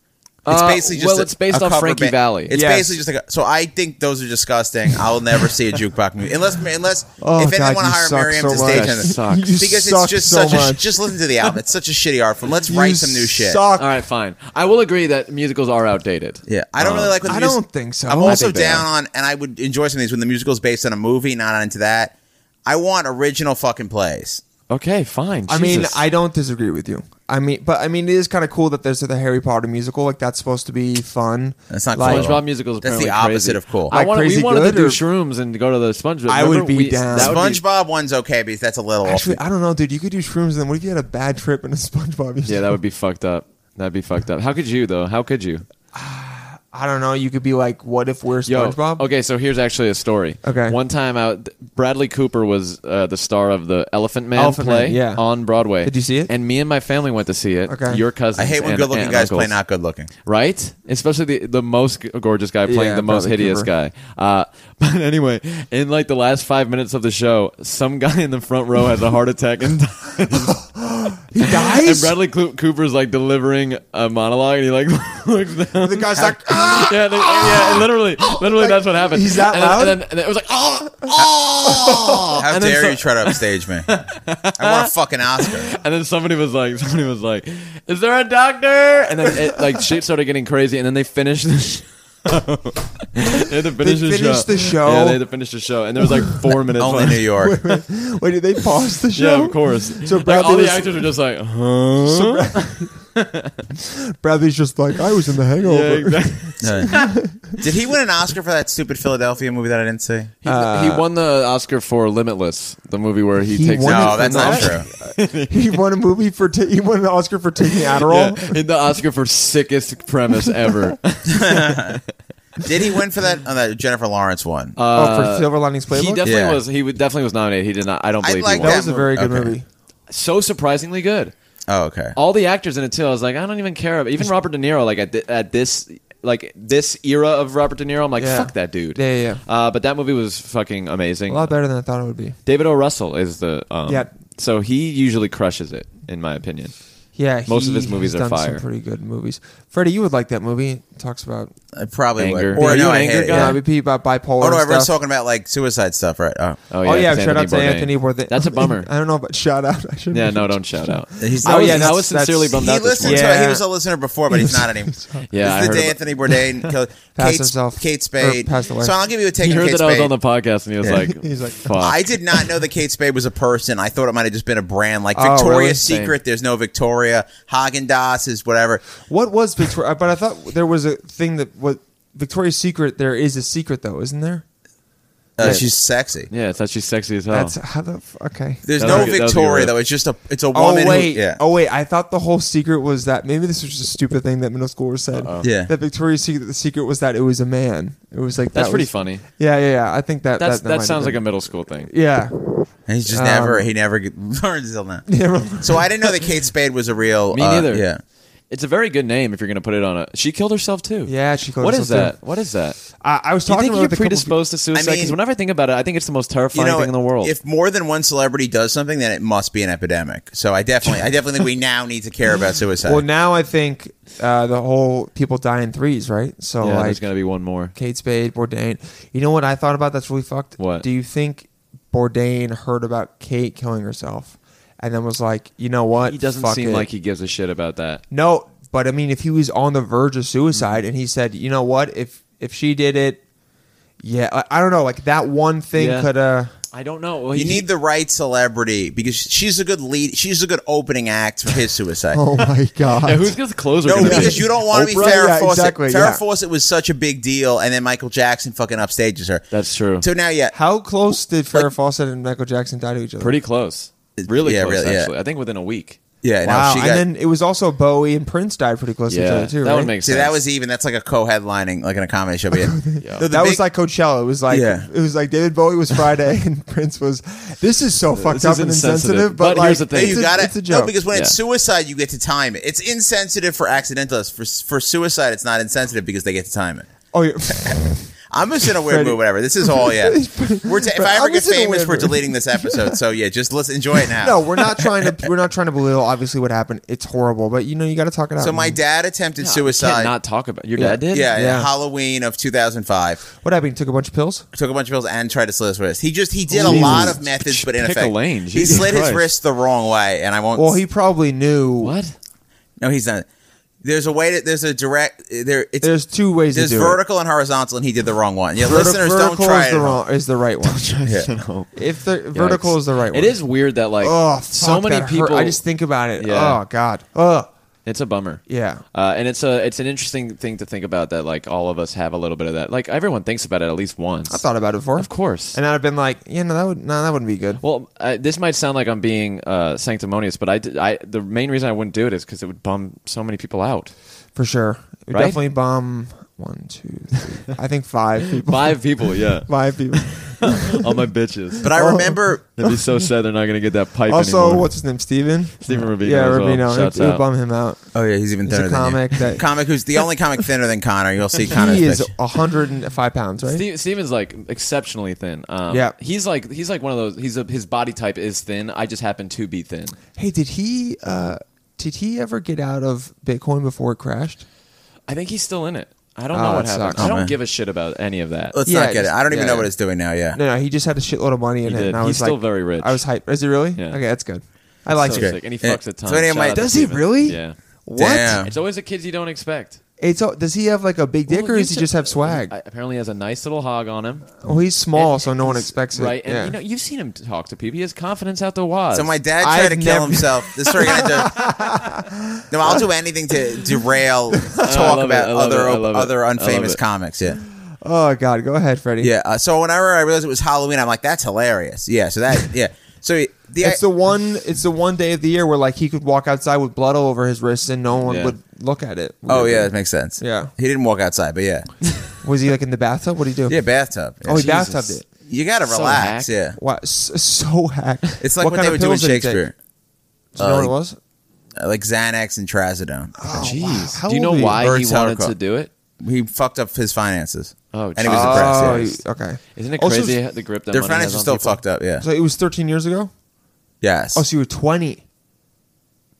Speaker 3: It's
Speaker 6: Uh,
Speaker 3: basically just
Speaker 6: well,
Speaker 3: a-
Speaker 6: it's based
Speaker 3: a
Speaker 6: off
Speaker 3: cover
Speaker 6: Frankie
Speaker 3: band.
Speaker 6: Valley.
Speaker 3: It's
Speaker 1: Yes.
Speaker 3: basically just like a, so. I think those are disgusting. I'll never see a jukebox movie unless unless
Speaker 1: Oh,
Speaker 3: if anyone
Speaker 1: God,
Speaker 3: want
Speaker 1: you
Speaker 3: to hire
Speaker 1: suck
Speaker 3: Miriam
Speaker 1: so
Speaker 3: to
Speaker 1: much.
Speaker 3: stage
Speaker 6: That
Speaker 3: it.
Speaker 6: sucks.
Speaker 1: You
Speaker 3: because
Speaker 1: suck
Speaker 3: it's just
Speaker 1: so
Speaker 3: such a
Speaker 1: much.
Speaker 3: just listen to the album. It's such a shitty art form. Let's
Speaker 1: You
Speaker 3: write some new shit.
Speaker 1: Suck.
Speaker 6: all right, fine. I will agree that musicals are outdated.
Speaker 3: Yeah, I don't
Speaker 6: Uh,
Speaker 3: really like. When the
Speaker 1: I
Speaker 3: mus-
Speaker 1: don't think so.
Speaker 3: I'm
Speaker 1: I
Speaker 3: also
Speaker 1: think they
Speaker 3: down
Speaker 1: are.
Speaker 3: on, and I would enjoy some of these when the musical's based on a movie, not into that. I want original fucking plays.
Speaker 6: Okay, fine.
Speaker 1: I mean,
Speaker 6: Jesus.
Speaker 1: I don't disagree with you. I mean, but I mean, it is kind of cool that there's the Harry Potter musical. Like that's supposed to be fun.
Speaker 3: That's not
Speaker 1: like,
Speaker 3: cool.
Speaker 6: SpongeBob musicals.
Speaker 3: That's the
Speaker 6: apparently
Speaker 3: opposite
Speaker 6: crazy.
Speaker 3: of cool.
Speaker 6: I
Speaker 1: Like
Speaker 6: wanted, we
Speaker 1: crazy
Speaker 6: wanted to
Speaker 1: good
Speaker 6: do
Speaker 1: or-
Speaker 6: shrooms and go to the SpongeBob.
Speaker 1: I would
Speaker 6: Remember
Speaker 1: be
Speaker 6: we-
Speaker 1: down.
Speaker 6: that would be-
Speaker 3: SpongeBob one's okay because that's a little
Speaker 1: Actually,
Speaker 3: off.
Speaker 1: I don't know, dude. You could do shrooms, and then what if you had a bad trip in a SpongeBob? Musical?
Speaker 6: yeah, that would be fucked up. That'd be fucked up. How could you though? How could you?
Speaker 1: I don't know. You could be like, what if we're
Speaker 6: Yo,
Speaker 1: SpongeBob?
Speaker 6: Okay, so here's actually a story.
Speaker 1: Okay.
Speaker 6: One time out, Bradley Cooper was uh, the star of the Elephant Man
Speaker 1: Elephant
Speaker 6: play
Speaker 1: Man, yeah.
Speaker 6: on Broadway.
Speaker 1: Did you see it?
Speaker 6: And me and my family went to see it.
Speaker 1: Okay.
Speaker 6: Your cousin.
Speaker 3: I hate when good-looking guys play not good-looking.
Speaker 6: right? Especially the the most g- gorgeous guy playing
Speaker 1: Yeah,
Speaker 6: the most
Speaker 1: probably
Speaker 6: hideous
Speaker 1: Cooper.
Speaker 6: guy. Uh, but anyway, in like the last five minutes of the show, some guy in the front row has a heart attack and
Speaker 1: he
Speaker 6: and
Speaker 1: dies.
Speaker 6: Bradley Clu- Cooper's like delivering a monologue and he like looks down.
Speaker 1: the guy's like, ah!
Speaker 6: Yeah, they, yeah, literally, literally,
Speaker 1: Oh, Like,
Speaker 6: that's what happened.
Speaker 1: he's that
Speaker 6: and, then-
Speaker 1: loud?
Speaker 6: and then, and then it was like, oh, oh,
Speaker 3: How
Speaker 6: and then
Speaker 3: dare
Speaker 6: so-
Speaker 3: you try to upstage me? I want a fucking Oscar.
Speaker 6: And then somebody was like, somebody was like, is there a doctor? And then it, like shit started getting crazy, and then they finished the show. they had to finish
Speaker 1: They
Speaker 6: the show.
Speaker 1: finished the show?
Speaker 6: Yeah, they had to finish the show, and there was like four minutes.
Speaker 3: Only
Speaker 6: left.
Speaker 3: New York.
Speaker 1: Wait, did they pause the show?
Speaker 6: Yeah, of course.
Speaker 1: So
Speaker 6: like, all
Speaker 1: Bradley
Speaker 6: the
Speaker 1: was-
Speaker 6: actors were just like, huh?
Speaker 1: Bradley's just like, I was in the
Speaker 6: yeah,
Speaker 1: Hangover.
Speaker 6: exactly.
Speaker 3: Did he win an Oscar for that stupid Philadelphia movie that I didn't see?
Speaker 6: He, he won the Oscar for Limitless, the movie where he,
Speaker 1: He
Speaker 6: takes.
Speaker 1: won
Speaker 3: No,
Speaker 1: it
Speaker 3: that's
Speaker 1: for that?
Speaker 3: not true.
Speaker 1: he won a movie for ta- he won an Oscar for taking
Speaker 6: Yeah,
Speaker 1: Adderall.
Speaker 6: in the Oscar for sickest premise ever.
Speaker 3: Did he win for that? Oh, that Jennifer Lawrence one.
Speaker 6: Uh,
Speaker 1: oh, for Silver Linings Playbook.
Speaker 6: he definitely
Speaker 3: Yeah.
Speaker 6: was. He would definitely was nominated. He did not. I don't
Speaker 3: I'd
Speaker 6: believe
Speaker 3: like
Speaker 6: he
Speaker 1: that
Speaker 6: won.
Speaker 1: was a very good
Speaker 3: Okay.
Speaker 1: movie.
Speaker 6: So surprisingly good.
Speaker 3: oh, okay.
Speaker 6: All the actors in it too. I was like, I don't even care. about Even Robert De Niro. Like at, thi- at this, like this era of Robert De Niro, I'm like,
Speaker 1: Yeah.
Speaker 6: fuck that dude.
Speaker 1: Yeah, yeah, yeah.
Speaker 6: Uh, but that movie was fucking
Speaker 1: A
Speaker 6: amazing.
Speaker 1: lot better than I thought it would be.
Speaker 6: David O. Russell is the. Um,
Speaker 1: Yeah.
Speaker 6: So he usually crushes it, in my opinion.
Speaker 1: Yeah,
Speaker 6: Most of
Speaker 1: he
Speaker 6: his movies
Speaker 1: has done
Speaker 6: are fire.
Speaker 1: Some pretty good movies. Freddie, you would like that movie. It talks about
Speaker 3: I probably
Speaker 6: Anger.
Speaker 3: would. Or
Speaker 6: Are you
Speaker 3: no,
Speaker 6: an
Speaker 3: I
Speaker 6: anger
Speaker 3: hate it.
Speaker 6: guy?
Speaker 3: yeah.
Speaker 1: yeah, BP about bipolar.
Speaker 3: Oh no, everyone's
Speaker 1: stuff.
Speaker 3: talking about like suicide stuff, right? Oh,
Speaker 6: Oh
Speaker 1: Oh yeah,
Speaker 6: it's
Speaker 1: shout out to
Speaker 6: Bourdain.
Speaker 1: Anthony Bourdain.
Speaker 6: That's a bummer.
Speaker 1: I don't know, but shout out. I shouldn't
Speaker 6: yeah,
Speaker 1: have-
Speaker 6: no, don't shout out.
Speaker 3: He's-
Speaker 6: I
Speaker 3: Oh,
Speaker 6: was,
Speaker 3: yeah,
Speaker 6: I
Speaker 1: that's-
Speaker 6: was sincerely
Speaker 1: that's-
Speaker 6: bummed
Speaker 3: he
Speaker 6: out. This
Speaker 3: listened
Speaker 6: morning.
Speaker 3: to
Speaker 1: Yeah.
Speaker 3: it. He was a listener before, but he's not anymore.
Speaker 6: Yeah, I
Speaker 3: this is
Speaker 6: heard
Speaker 3: the day
Speaker 6: about-
Speaker 3: Anthony Bourdain killed
Speaker 1: Passed
Speaker 3: Kate,
Speaker 1: himself,
Speaker 3: Kate
Speaker 1: or
Speaker 3: Spade.
Speaker 1: passed away.
Speaker 3: So I'll give you a take.
Speaker 6: He
Speaker 3: on
Speaker 6: heard
Speaker 3: Kate
Speaker 6: that I was
Speaker 3: Spade.
Speaker 6: on the podcast, and he was like,
Speaker 1: He's like,
Speaker 6: "Fuck."
Speaker 3: I did not know that Kate Spade was a person. I thought it might have just been a brand, like
Speaker 1: Oh,
Speaker 3: Victoria's
Speaker 1: really?
Speaker 3: Secret. There's no Victoria. Haagen Dazs is whatever.
Speaker 1: What was Victoria? But I thought there was a thing that what Victoria's Secret. There is a secret though, isn't there?
Speaker 3: Uh,
Speaker 1: Yeah.
Speaker 3: She's sexy.
Speaker 6: yeah, it's actually sexy as hell.
Speaker 1: That's how the f- okay.
Speaker 3: There's
Speaker 6: That
Speaker 3: no
Speaker 6: was a good- that was a good
Speaker 3: Victoria
Speaker 6: riff.
Speaker 3: though. It's just a. It's a
Speaker 1: Oh
Speaker 3: woman. who-
Speaker 1: wait,
Speaker 3: yeah.
Speaker 1: oh wait! I thought the whole secret was that maybe this was just a stupid thing that middle schoolers said.
Speaker 3: Yeah.
Speaker 1: that Victoria's Secret. The secret was that it was a man. It was like
Speaker 6: That's
Speaker 1: that
Speaker 6: pretty
Speaker 1: was-
Speaker 6: funny.
Speaker 1: Yeah, yeah, yeah. I think that
Speaker 6: That's,
Speaker 1: that,
Speaker 6: that, sounds like a middle school thing.
Speaker 1: a yeah.
Speaker 3: And he's just
Speaker 1: Um,
Speaker 3: never. He never get- learns till now. So I didn't know that Kate Spade was a real.
Speaker 6: Me
Speaker 3: uh,
Speaker 6: neither.
Speaker 3: Yeah.
Speaker 6: It's a very good name if you're going to put it on a. She killed herself too.
Speaker 1: Yeah, she killed
Speaker 6: What
Speaker 1: herself,
Speaker 6: is that?
Speaker 1: too.
Speaker 6: What is that?
Speaker 1: I, I was
Speaker 6: Do you
Speaker 1: talking
Speaker 6: think
Speaker 1: about
Speaker 6: you're
Speaker 1: the couple-
Speaker 6: predisposed to suicide? Because
Speaker 3: mean-
Speaker 6: whenever I think about it, I think it's the most
Speaker 3: You
Speaker 6: terrifying
Speaker 3: know,
Speaker 6: thing in the world.
Speaker 3: if more than one celebrity does something, then it must be an epidemic. So I definitely, I definitely think we now need to care about suicide.
Speaker 1: Well, now I think uh, the whole people die in threes, right? So
Speaker 6: yeah,
Speaker 1: like
Speaker 6: there's going to be one more.
Speaker 1: Kate Spade, Bourdain. You know what I thought about? That's really fucked.
Speaker 6: What?
Speaker 1: Do you think Bourdain heard about Kate killing herself, and then was like, you know what?
Speaker 6: He doesn't
Speaker 1: Fuck
Speaker 6: seem
Speaker 1: it.
Speaker 6: like he gives a shit about that.
Speaker 1: No, but I mean, if he was on the verge of
Speaker 6: Mm-hmm.
Speaker 1: suicide and he said, "You know what? If if she did it, yeah, I, I don't know. Like that one thing
Speaker 6: Yeah.
Speaker 1: could uh
Speaker 6: I don't know. Well,
Speaker 3: you
Speaker 6: he-
Speaker 3: need the right celebrity because she's a good lead. She's a good opening act for his suicide.
Speaker 1: Oh my god!
Speaker 6: Yeah, who's the closer?
Speaker 3: No,
Speaker 6: gonna be?
Speaker 3: because you don't want to be
Speaker 1: Oprah?
Speaker 3: Farrah
Speaker 1: Yeah,
Speaker 3: Fawcett.
Speaker 1: exactly,
Speaker 3: Farrah
Speaker 1: yeah.
Speaker 3: Fawcett was such a big deal, and then Michael Jackson fucking upstages her.
Speaker 6: That's true.
Speaker 3: So now, yeah,
Speaker 1: How close did Farrah Fawcett and Michael Jackson die to each other?
Speaker 6: Pretty close. Really
Speaker 3: Yeah,
Speaker 6: close,
Speaker 3: really, yeah.
Speaker 6: actually. I think within a week.
Speaker 3: yeah,
Speaker 1: wow.
Speaker 3: no, she
Speaker 1: and
Speaker 3: got.
Speaker 1: then it was also Bowie and Prince died pretty close to each
Speaker 6: Yeah,
Speaker 1: other too.
Speaker 6: that
Speaker 1: right?
Speaker 6: would make
Speaker 3: See,
Speaker 6: sense.
Speaker 3: that was even. That's like a co-headlining, like in a comedy show. But yeah. No, the
Speaker 1: that
Speaker 3: big-
Speaker 1: was like Coachella. It was like
Speaker 3: Yeah.
Speaker 1: it was like David Bowie was Friday and Prince was. This is so fucked
Speaker 6: is
Speaker 1: up and
Speaker 6: insensitive,
Speaker 1: insensitive. But,
Speaker 6: but
Speaker 1: like,
Speaker 6: here's the thing.
Speaker 1: It's,
Speaker 3: you
Speaker 1: a,
Speaker 3: got
Speaker 1: it's a
Speaker 3: it.
Speaker 1: joke.
Speaker 3: No, because when it's
Speaker 6: Yeah.
Speaker 3: suicide, you get to time it. It's insensitive for accidentalists. For for suicide, it's not insensitive because they get to time it.
Speaker 1: oh, yeah.
Speaker 3: I'm just in a weird
Speaker 1: Freddie.
Speaker 3: mood. Whatever. This is all. Yeah. We're ta- if I ever
Speaker 1: I'm
Speaker 3: get
Speaker 1: just in a
Speaker 3: famous,
Speaker 1: weird
Speaker 3: we're
Speaker 1: mood.
Speaker 3: deleting this episode. So yeah, just let's enjoy it now.
Speaker 1: no, we're not trying to we're not trying to belittle obviously what happened. It's horrible, but you know you got to talk it out.
Speaker 3: so my
Speaker 1: And-
Speaker 3: dad attempted
Speaker 6: You can't
Speaker 3: suicide.
Speaker 6: not talk about Your dad did?
Speaker 3: yeah, in
Speaker 1: Yeah.
Speaker 3: Halloween of 2005.
Speaker 1: What happened? He took a bunch of pills.
Speaker 3: took a bunch of pills and tried to slit his wrist. He just he did a
Speaker 6: Jesus.
Speaker 3: lot of methods, but in
Speaker 6: Pick a
Speaker 3: effect,
Speaker 6: lane,
Speaker 3: he
Speaker 6: Jesus
Speaker 3: slit his
Speaker 6: Christ.
Speaker 3: wrist the wrong way. And I won't.
Speaker 1: Well, he probably knew.
Speaker 6: What?
Speaker 3: no, he's not. There's a way to there's a direct there. It's
Speaker 1: There's two ways
Speaker 3: there's
Speaker 1: to do
Speaker 3: vertical and horizontal, and he did the wrong one. Yeah,
Speaker 1: it. Verti-
Speaker 3: listeners, don't
Speaker 1: vertical
Speaker 3: try
Speaker 1: is
Speaker 3: it.
Speaker 1: the
Speaker 3: at home.
Speaker 1: wrong is the right one.
Speaker 2: So,
Speaker 1: If the vertical is the right one,
Speaker 6: It is weird that like
Speaker 1: Oh, fuck,
Speaker 6: so many
Speaker 1: that hurt.
Speaker 6: people.
Speaker 1: I just think about it.
Speaker 6: Yeah.
Speaker 1: Oh God. Oh
Speaker 6: it's a bummer.
Speaker 1: yeah.
Speaker 6: Uh, and it's a it's an interesting thing to think about that like all of us have a little bit of that. Like everyone thinks about it at least once.
Speaker 1: I thought about it before,
Speaker 6: of course.
Speaker 1: and I'd have been like, yeah, no, that would no, that wouldn't be good.
Speaker 6: well, uh, this might sound like I'm being uh, sanctimonious, but I, did, I the main reason I wouldn't do it is because it would bum so many people out.
Speaker 1: For sure. It would
Speaker 6: Right?
Speaker 1: Definitely bomb one, two, three. I think five people.
Speaker 6: Five people, yeah,
Speaker 1: Five people.
Speaker 6: all my bitches.
Speaker 3: But I remember
Speaker 6: They'd be so sad they're not gonna get that pipe
Speaker 1: also,
Speaker 6: anymore.
Speaker 1: what's his name? Steven?
Speaker 6: Stephen Rubino?
Speaker 1: yeah,
Speaker 6: as well.
Speaker 1: Rubino.
Speaker 6: Shouts
Speaker 1: it, it would
Speaker 6: out.
Speaker 1: bum him out.
Speaker 3: Oh yeah, he's even
Speaker 1: He's a
Speaker 3: thinner than you.
Speaker 1: comic that-
Speaker 3: comic who's the only comic thinner than Connor. You'll see Connor's
Speaker 1: he is
Speaker 3: picture.
Speaker 1: 105 pounds, right?
Speaker 6: Ste Steven's like exceptionally thin. Um,
Speaker 1: Yeah.
Speaker 6: he's like he's like one of those. He's a, his body type is thin. I just happen to be thin.
Speaker 1: Hey, did he uh, did he ever get out of Bitcoin before it crashed?
Speaker 6: I think he's still in it. I don't
Speaker 1: Oh,
Speaker 6: know
Speaker 1: that
Speaker 6: what happened.
Speaker 1: sucks.
Speaker 6: I
Speaker 3: Oh,
Speaker 6: don't
Speaker 3: man.
Speaker 6: give a shit about any of that.
Speaker 3: Let's
Speaker 1: Yeah,
Speaker 3: not get it.
Speaker 1: just-
Speaker 3: I don't even
Speaker 1: yeah,
Speaker 3: know what
Speaker 1: yeah.
Speaker 3: it's doing now. Yeah.
Speaker 1: No, no, he just had a shitload of money in
Speaker 6: He
Speaker 1: it.
Speaker 6: did.
Speaker 1: And I
Speaker 6: He's
Speaker 1: was
Speaker 6: still
Speaker 1: like-
Speaker 6: very rich.
Speaker 1: I was hyped. Is he really?
Speaker 6: Yeah.
Speaker 1: Okay, that's good. I like
Speaker 6: so
Speaker 1: it.
Speaker 6: sick. And he
Speaker 3: Yeah.
Speaker 6: fucks a ton.
Speaker 3: So anyway,
Speaker 6: Shout out to
Speaker 1: Does he
Speaker 6: Steven.
Speaker 1: really? Oh.
Speaker 6: Yeah.
Speaker 1: What?
Speaker 3: Damn.
Speaker 6: It's always the kids you don't expect.
Speaker 1: It's all- does he have like a big dick
Speaker 6: Well,
Speaker 1: or
Speaker 6: you
Speaker 1: does he
Speaker 6: said-
Speaker 1: just have swag?
Speaker 6: I- apparently, he has a nice little hog on him.
Speaker 1: well, he's small,
Speaker 6: And-
Speaker 1: so no one
Speaker 6: he's-
Speaker 1: expects it.
Speaker 6: Right, and
Speaker 1: Yeah.
Speaker 6: you know, you've seen him talk to people. He has confidence out the waz.
Speaker 3: So my dad tried
Speaker 1: I've
Speaker 3: to kill
Speaker 1: never-
Speaker 3: himself. This story gonna do. No, I'll do anything to derail
Speaker 6: I
Speaker 3: talk
Speaker 6: love
Speaker 3: about
Speaker 6: it. I love
Speaker 3: other
Speaker 6: it. I love it.
Speaker 3: other
Speaker 6: I love
Speaker 3: unfamous
Speaker 6: it.
Speaker 3: comics. Yeah,
Speaker 1: oh God, go ahead, Freddie.
Speaker 3: yeah. Uh, so whenever I realized it was Halloween, I'm like, that's hilarious. Yeah. So that yeah. So the,
Speaker 1: It's the one. It's the one day of the year where like he could walk outside with blood all over his wrists and no one
Speaker 6: Yeah.
Speaker 1: would look at it.
Speaker 3: oh yeah, that makes sense.
Speaker 1: Yeah.
Speaker 3: He didn't walk outside, but yeah,
Speaker 1: Was he like in the bathtub? What did he do?
Speaker 3: yeah. Bathtub. Yeah.
Speaker 1: oh, he
Speaker 6: Jesus.
Speaker 1: bathtubbed it.
Speaker 3: you gotta
Speaker 6: So hack.
Speaker 3: relax. yeah.
Speaker 1: Wow, so, so hacked.
Speaker 3: It's like what,
Speaker 1: kind
Speaker 3: they
Speaker 1: of
Speaker 3: would do in
Speaker 1: pills did he take?
Speaker 3: Shakespeare,
Speaker 1: Do you know
Speaker 3: Uh,
Speaker 1: what it was?
Speaker 3: Uh, like Xanax and Trazodone.
Speaker 6: Jeez.
Speaker 1: How
Speaker 6: Oh, Do you know
Speaker 1: old are you?
Speaker 6: why
Speaker 3: Or
Speaker 6: he
Speaker 3: it's how
Speaker 6: wanted
Speaker 3: it
Speaker 6: to
Speaker 3: called.
Speaker 6: do it?
Speaker 3: He fucked up his finances.
Speaker 6: Oh,
Speaker 3: and he was
Speaker 6: Jesus.
Speaker 3: depressed.
Speaker 1: Oh,
Speaker 3: yeah.
Speaker 1: you- okay.
Speaker 6: Isn't it
Speaker 1: Also,
Speaker 6: crazy how the grip that
Speaker 3: Their
Speaker 6: money has
Speaker 3: finances
Speaker 6: on
Speaker 3: are still
Speaker 6: people?
Speaker 3: fucked up. Yeah.
Speaker 1: So it was 13 years ago.
Speaker 3: yes.
Speaker 1: Oh, so you were 20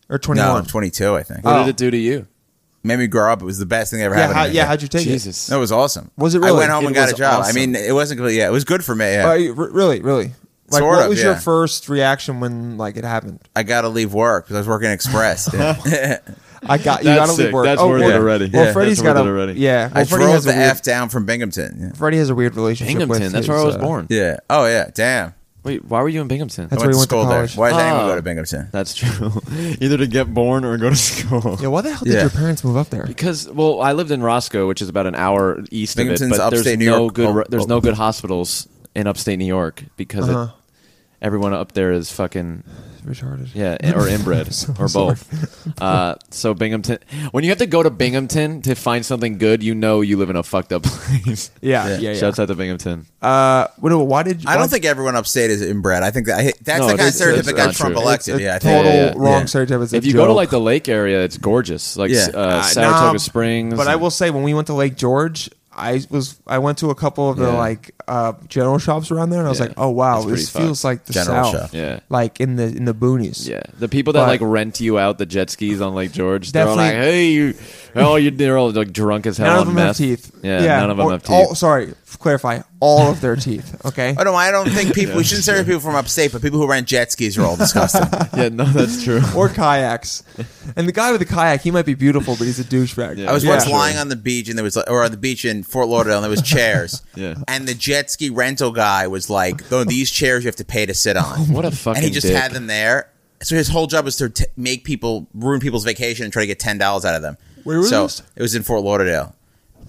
Speaker 1: or
Speaker 3: no,
Speaker 1: 21?
Speaker 3: I'm 22, I think.
Speaker 6: What
Speaker 1: Oh.
Speaker 6: did it do to you?
Speaker 3: made me grow up. It was the best thing that ever
Speaker 1: yeah,
Speaker 3: happened.
Speaker 1: how,
Speaker 3: to me.
Speaker 1: yeah. How'd you take it?
Speaker 6: Jesus.
Speaker 3: That was awesome.
Speaker 1: Was it
Speaker 3: I
Speaker 1: really?
Speaker 3: went home
Speaker 6: It
Speaker 3: and got a
Speaker 6: was
Speaker 3: job. I
Speaker 6: awesome.
Speaker 3: mean, it wasn't completely. Yeah, it was good for me. Yeah.
Speaker 1: Uh, you- re- really, really. Like,
Speaker 3: Sort
Speaker 1: what
Speaker 3: of,
Speaker 1: was your
Speaker 3: yeah.
Speaker 1: first reaction when like it happened?
Speaker 3: I got to leave work because I was working Express. Yeah.
Speaker 1: I got you.
Speaker 6: That's
Speaker 1: Got to leave
Speaker 6: sick.
Speaker 1: work.
Speaker 6: That's
Speaker 1: oh,
Speaker 6: worth
Speaker 1: well,
Speaker 6: it already.
Speaker 1: Well,
Speaker 6: Yeah,
Speaker 1: Freddie's
Speaker 6: that's
Speaker 1: got
Speaker 6: worth
Speaker 1: a
Speaker 6: it already.
Speaker 1: Yeah. Well,
Speaker 3: I
Speaker 1: Freddie
Speaker 3: drove
Speaker 1: has a
Speaker 3: the
Speaker 1: weird-
Speaker 3: f down from Binghamton.
Speaker 1: Freddie has a weird relationship
Speaker 6: Binghamton.
Speaker 1: with
Speaker 6: That's
Speaker 1: his,
Speaker 6: where I was
Speaker 1: uh,
Speaker 6: born.
Speaker 3: Yeah. yeah. Oh yeah. Damn.
Speaker 6: Wait, why were you in Binghamton?
Speaker 1: That's
Speaker 3: I went
Speaker 1: where
Speaker 3: to
Speaker 1: he went to
Speaker 3: school there.
Speaker 1: college.
Speaker 3: Why did anyone
Speaker 6: Oh.
Speaker 3: go to Binghamton?
Speaker 6: That's true. Either to get born or go to school.
Speaker 1: Yeah, why the hell did
Speaker 3: Yeah.
Speaker 1: your parents move up there?
Speaker 6: Because well, I lived in Roscoe, which is about an hour east
Speaker 3: Binghamton's
Speaker 6: of it, but there's
Speaker 3: upstate New
Speaker 6: no
Speaker 3: York.
Speaker 6: good
Speaker 3: Oh,
Speaker 6: there's
Speaker 3: oh.
Speaker 6: no good hospitals in upstate New York because it-
Speaker 1: Uh-huh.
Speaker 6: everyone up there is fucking
Speaker 1: Retarded.
Speaker 6: yeah or inbred
Speaker 1: So
Speaker 6: or
Speaker 1: sorry.
Speaker 6: both. Uh, so Binghamton, when you have to go to Binghamton to find something good, you know you live in a fucked up place.
Speaker 1: Yeah,
Speaker 3: Yeah.
Speaker 1: yeah, yeah.
Speaker 6: Shouts out to Binghamton.
Speaker 1: Uh, wait, wait, why did
Speaker 3: I
Speaker 1: why-
Speaker 3: don't think everyone upstate is inbred. I think that, I, that's
Speaker 6: No,
Speaker 3: the kind of
Speaker 6: it's-
Speaker 3: stereotype
Speaker 6: it's
Speaker 3: that got
Speaker 6: not
Speaker 3: Trump
Speaker 6: true.
Speaker 1: it's
Speaker 3: elected.
Speaker 1: a
Speaker 3: Yeah, I think.
Speaker 1: total
Speaker 6: Yeah, yeah, yeah.
Speaker 1: wrong
Speaker 3: Yeah.
Speaker 1: stereotype? It's a
Speaker 6: if you go to
Speaker 1: joke.
Speaker 6: like the lake area, it's gorgeous, like
Speaker 3: Yeah.
Speaker 6: uh,
Speaker 1: Uh,
Speaker 6: Saratoga
Speaker 1: nah,
Speaker 6: Springs.
Speaker 1: But I will say, when we went to Lake George, I was I went to a couple of the
Speaker 6: Yeah.
Speaker 1: like uh, general shops around there, and I was
Speaker 6: Yeah.
Speaker 1: like, oh wow,
Speaker 6: It's pretty
Speaker 1: this feels
Speaker 6: fucked.
Speaker 1: like the
Speaker 3: General
Speaker 1: South,
Speaker 3: shop.
Speaker 6: Yeah.
Speaker 1: like in the in the boonies.
Speaker 6: Yeah, the people that
Speaker 1: But-
Speaker 6: like rent you out the jet skis on Lake George, they're all like,
Speaker 1: Definitely-
Speaker 6: "Hey, you, oh, you, they're all like drunk as hell.
Speaker 1: None
Speaker 6: on
Speaker 1: of them
Speaker 6: meth."
Speaker 1: have teeth.
Speaker 6: Yeah, none of them
Speaker 1: or-
Speaker 6: have teeth.
Speaker 1: All, sorry, clarify. All of their teeth. Okay.
Speaker 3: Oh no, I don't think people. we shouldn't say people from upstate, but people who rent jet skis are all disgusting.
Speaker 6: yeah, no, that's true.
Speaker 1: Or kayaks, and the guy with the kayak, he might be beautiful, but he's a douchebag.
Speaker 6: Yeah.
Speaker 3: I was
Speaker 1: yeah.
Speaker 3: once lying on the beach and there was like, or on the beach in Fort Lauderdale and there was chairs.
Speaker 6: Yeah.
Speaker 3: And the jet ski rental guy was like, "No, these chairs you have to pay to sit on."
Speaker 6: What a
Speaker 3: and
Speaker 6: fucking.
Speaker 3: he just
Speaker 6: dick.
Speaker 3: had them there. So his whole job was to t- make people ruin people's vacation and try to get ten dollars out of them.
Speaker 1: Where was
Speaker 3: so
Speaker 1: this?
Speaker 3: It was in Fort Lauderdale.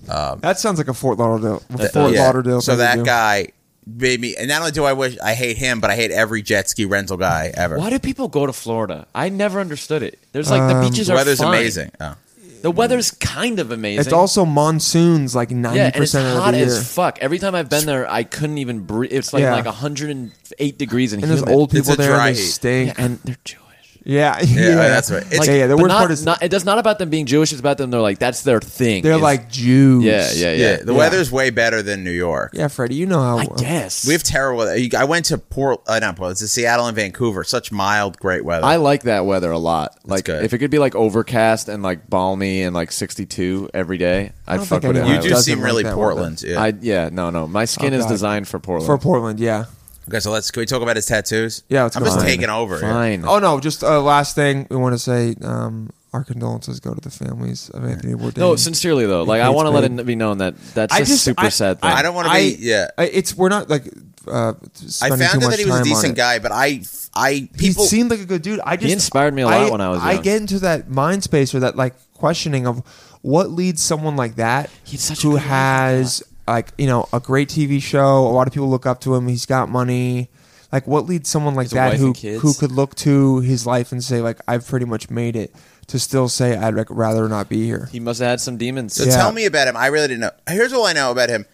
Speaker 1: That sounds like a Fort Lauderdale. a
Speaker 3: Uh,
Speaker 1: Fort
Speaker 3: yeah.
Speaker 1: Lauderdale.
Speaker 3: So
Speaker 1: thing to
Speaker 3: that
Speaker 1: do.
Speaker 3: guy made me. And not only do I wish I hate him, but I hate every jet ski rental guy ever.
Speaker 6: Why do people go to Florida? I never understood it. There's like
Speaker 1: Um,
Speaker 6: the beaches
Speaker 3: The
Speaker 6: are
Speaker 3: weather's
Speaker 6: fine.
Speaker 3: amazing. Oh.
Speaker 6: The weather's kind of amazing.
Speaker 1: It's also monsoons, like ninety
Speaker 6: yeah, and it's
Speaker 1: percent of
Speaker 6: hot
Speaker 1: the year.
Speaker 6: as fuck. Every time I've been there, I couldn't even breathe. It's like
Speaker 1: Yeah.
Speaker 6: like 108 degrees and,
Speaker 1: and there's
Speaker 6: humid.
Speaker 1: old people
Speaker 3: a
Speaker 1: there.
Speaker 3: dry
Speaker 1: And they
Speaker 3: heat.
Speaker 1: stink.
Speaker 6: yeah, and they're Jewish.
Speaker 1: Yeah, yeah,
Speaker 3: that's right. It's-
Speaker 1: yeah, yeah. The
Speaker 6: But
Speaker 1: worst
Speaker 6: not-
Speaker 1: part is
Speaker 6: not, it does not about them being Jewish. It's about them. They're like that's their thing.
Speaker 1: they're
Speaker 6: is-
Speaker 1: like Jews.
Speaker 6: yeah, yeah, yeah.
Speaker 3: Yeah, the weather's way better than New York.
Speaker 1: yeah. Freddie, you know how
Speaker 6: I guess
Speaker 3: We have terrible weather. You- I went to Port, uh, not Port, it's to Seattle and Vancouver. Such mild, great weather.
Speaker 6: I like that weather a lot. Like
Speaker 3: good.
Speaker 6: if it could be like overcast and like balmy and like 62 every day, I'd
Speaker 1: don't
Speaker 6: fuck
Speaker 1: think
Speaker 6: with it.
Speaker 1: anyone
Speaker 3: you
Speaker 1: Ohio
Speaker 3: do
Speaker 1: doesn't
Speaker 3: seem
Speaker 1: like
Speaker 3: really
Speaker 1: that weather.
Speaker 3: Portland. Yeah.
Speaker 6: I yeah no no my skin
Speaker 1: Oh,
Speaker 6: is
Speaker 1: God.
Speaker 6: designed for Portland.
Speaker 1: for Portland. Yeah,
Speaker 3: okay, so let's can we talk about his tattoos?
Speaker 1: Yeah, let's
Speaker 3: I'm
Speaker 1: go
Speaker 3: just
Speaker 1: on.
Speaker 3: taking over. here.
Speaker 6: Fine.
Speaker 1: Oh no, just uh, last thing we want to say. Um, Our condolences go to the families of Anthony Bourdain.
Speaker 6: No, sincerely though, like I
Speaker 1: It's
Speaker 6: want to let
Speaker 1: bad.
Speaker 6: it be known that that's
Speaker 1: I
Speaker 6: a
Speaker 1: just-
Speaker 6: super
Speaker 1: I-
Speaker 6: sad thing.
Speaker 3: I don't want to be. Yeah,
Speaker 1: I- it's we're not like uh,
Speaker 3: I
Speaker 1: spending
Speaker 3: found
Speaker 1: too
Speaker 3: out
Speaker 1: much
Speaker 3: that he was
Speaker 1: time on
Speaker 3: a decent
Speaker 1: it.
Speaker 3: guy, but I, I people.
Speaker 1: he seemed like a good dude. I just
Speaker 6: inspired me a lot when I was
Speaker 1: I
Speaker 6: young.
Speaker 1: get into that mind space or that like questioning of what leads someone like that
Speaker 6: He's such a
Speaker 1: who
Speaker 6: good actor.
Speaker 1: has like you know a great TV show. A lot of people look up to him. He's got money. Like what leads someone like
Speaker 6: He's a
Speaker 1: that
Speaker 6: wife
Speaker 1: who
Speaker 6: and kids.
Speaker 1: who could look to his life and say like I've pretty much made it to still say I'd rec- rather not be here.
Speaker 6: he must have had some demons.
Speaker 3: so
Speaker 1: Yeah.
Speaker 3: tell me about him. I really didn't know. Here's all I know about him.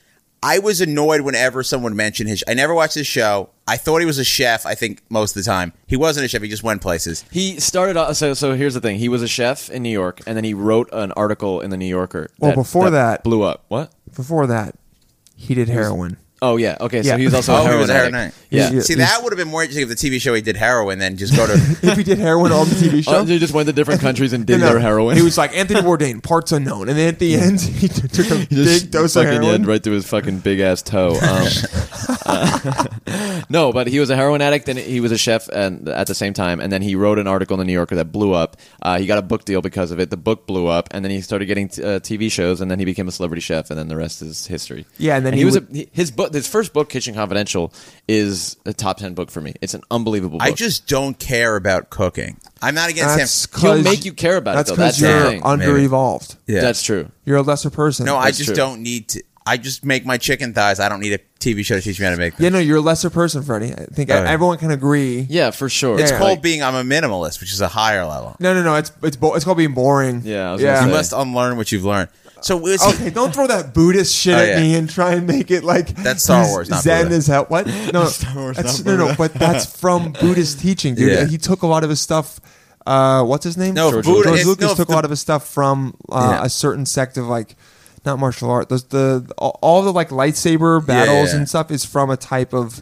Speaker 3: I was annoyed whenever someone mentioned his. I never watched his show. I thought he was a chef. I think most of the time he wasn't a chef. He just went places.
Speaker 6: He started off. So, so here's the thing. He was a chef in New York, and then he wrote an article in the New Yorker.
Speaker 1: Well, before that-
Speaker 6: blew up. What?
Speaker 1: Before that, he did heroin.
Speaker 6: Oh yeah. Okay.
Speaker 1: Yeah.
Speaker 6: So he was also
Speaker 3: Oh,
Speaker 6: a heroin
Speaker 3: he was a heroin
Speaker 6: addict.
Speaker 1: addict.
Speaker 6: Yeah.
Speaker 1: Yeah.
Speaker 3: See, that would have been more interesting if the TV show he did heroin, then just go to.
Speaker 1: if he did heroin on the TV show,
Speaker 6: Oh, they just went to different countries and did
Speaker 1: No, no.
Speaker 6: their heroin.
Speaker 1: He was like Anthony Bourdain, parts unknown, and then at the end he took a
Speaker 6: He just
Speaker 1: big dose of
Speaker 6: fucking
Speaker 1: heroin.
Speaker 6: did right through his fucking big ass toe. Um, uh, no, but he was a heroin addict and he was a chef and at the same time. And then he wrote an article in the New Yorker that blew up. Uh, he got a book deal because of it. The book blew up, and then he started getting t- uh, TV shows, and then he became a celebrity chef, and then the rest is history.
Speaker 1: Yeah, and then he
Speaker 6: was
Speaker 1: would-
Speaker 6: a, he- his book. His first book, Kitchen Confidential, is a top ten book for me. It's an unbelievable. book.
Speaker 3: I just don't care about cooking. I'm not against
Speaker 1: That's
Speaker 3: him.
Speaker 1: 'cause-
Speaker 6: He'll make you care about it,
Speaker 1: that's
Speaker 6: though.
Speaker 1: 'cause
Speaker 6: That's the
Speaker 1: you're
Speaker 6: thing,
Speaker 1: under-evolved.
Speaker 3: Yeah.
Speaker 6: that's true.
Speaker 1: You're a lesser person.
Speaker 3: No, I
Speaker 6: That's
Speaker 3: just
Speaker 6: true.
Speaker 3: don't need to. I just make my chicken thighs. I don't need a TV show to teach me how to make them.
Speaker 1: yeah, no, you're a lesser person, Freddie. I think
Speaker 3: Alright.
Speaker 1: everyone can agree.
Speaker 6: Yeah, for sure.
Speaker 1: It's
Speaker 3: It's called being I'm a minimalist, which is a higher level.
Speaker 1: No, no, no. It's it's bo- it's called being boring.
Speaker 6: Yeah, I was gonna
Speaker 3: You
Speaker 6: Yeah.
Speaker 3: must unlearn what you've learned. So was he,
Speaker 1: Okay, don't throw that Buddhist shit
Speaker 3: Oh,
Speaker 1: at
Speaker 3: yeah.
Speaker 1: me and try and make it like
Speaker 3: That's Star
Speaker 1: he's
Speaker 3: Wars, not
Speaker 1: Zen
Speaker 3: Buddha.
Speaker 1: is hell. What? No, Star
Speaker 6: Wars,
Speaker 1: that's,
Speaker 6: not
Speaker 1: no, no. But that's from Buddhist teaching, dude.
Speaker 3: Yeah.
Speaker 1: He took a lot of his stuff. Uh, what's his name?
Speaker 3: No,
Speaker 1: George,
Speaker 3: Buddha-
Speaker 1: George
Speaker 3: it's-
Speaker 1: Lucas
Speaker 3: no,
Speaker 1: took a
Speaker 3: the-
Speaker 1: lot of his stuff from uh,
Speaker 3: Yeah.
Speaker 1: a certain sect of like. Not martial art. Those the all all the like lightsaber battles
Speaker 3: yeah.
Speaker 1: and stuff is from a type of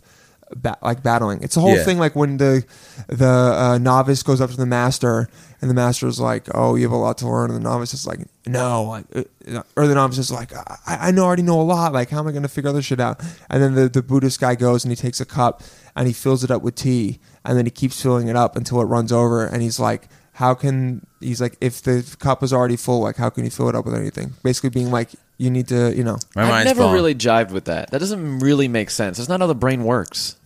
Speaker 1: ba- like battling. It's a whole
Speaker 3: Yeah.
Speaker 1: thing like when the the uh, novice goes up to the master and the master's like, "Oh, you have a lot to learn," and the novice is like, "No," like, uh, or the novice is like, I-, "I know, I already know a lot. Like, how am I going to figure this shit out?" And then the the Buddhist guy goes and he takes a cup and he fills it up with tea and then he keeps filling it up until it runs over and he's like. How can he's like if the cup is already full, like how can you fill it up with anything? Basically, being like you need to, you know,
Speaker 3: my
Speaker 6: I
Speaker 3: mind's
Speaker 6: never
Speaker 3: blown.
Speaker 6: really jived with that. That doesn't really make sense. That's not how the brain works.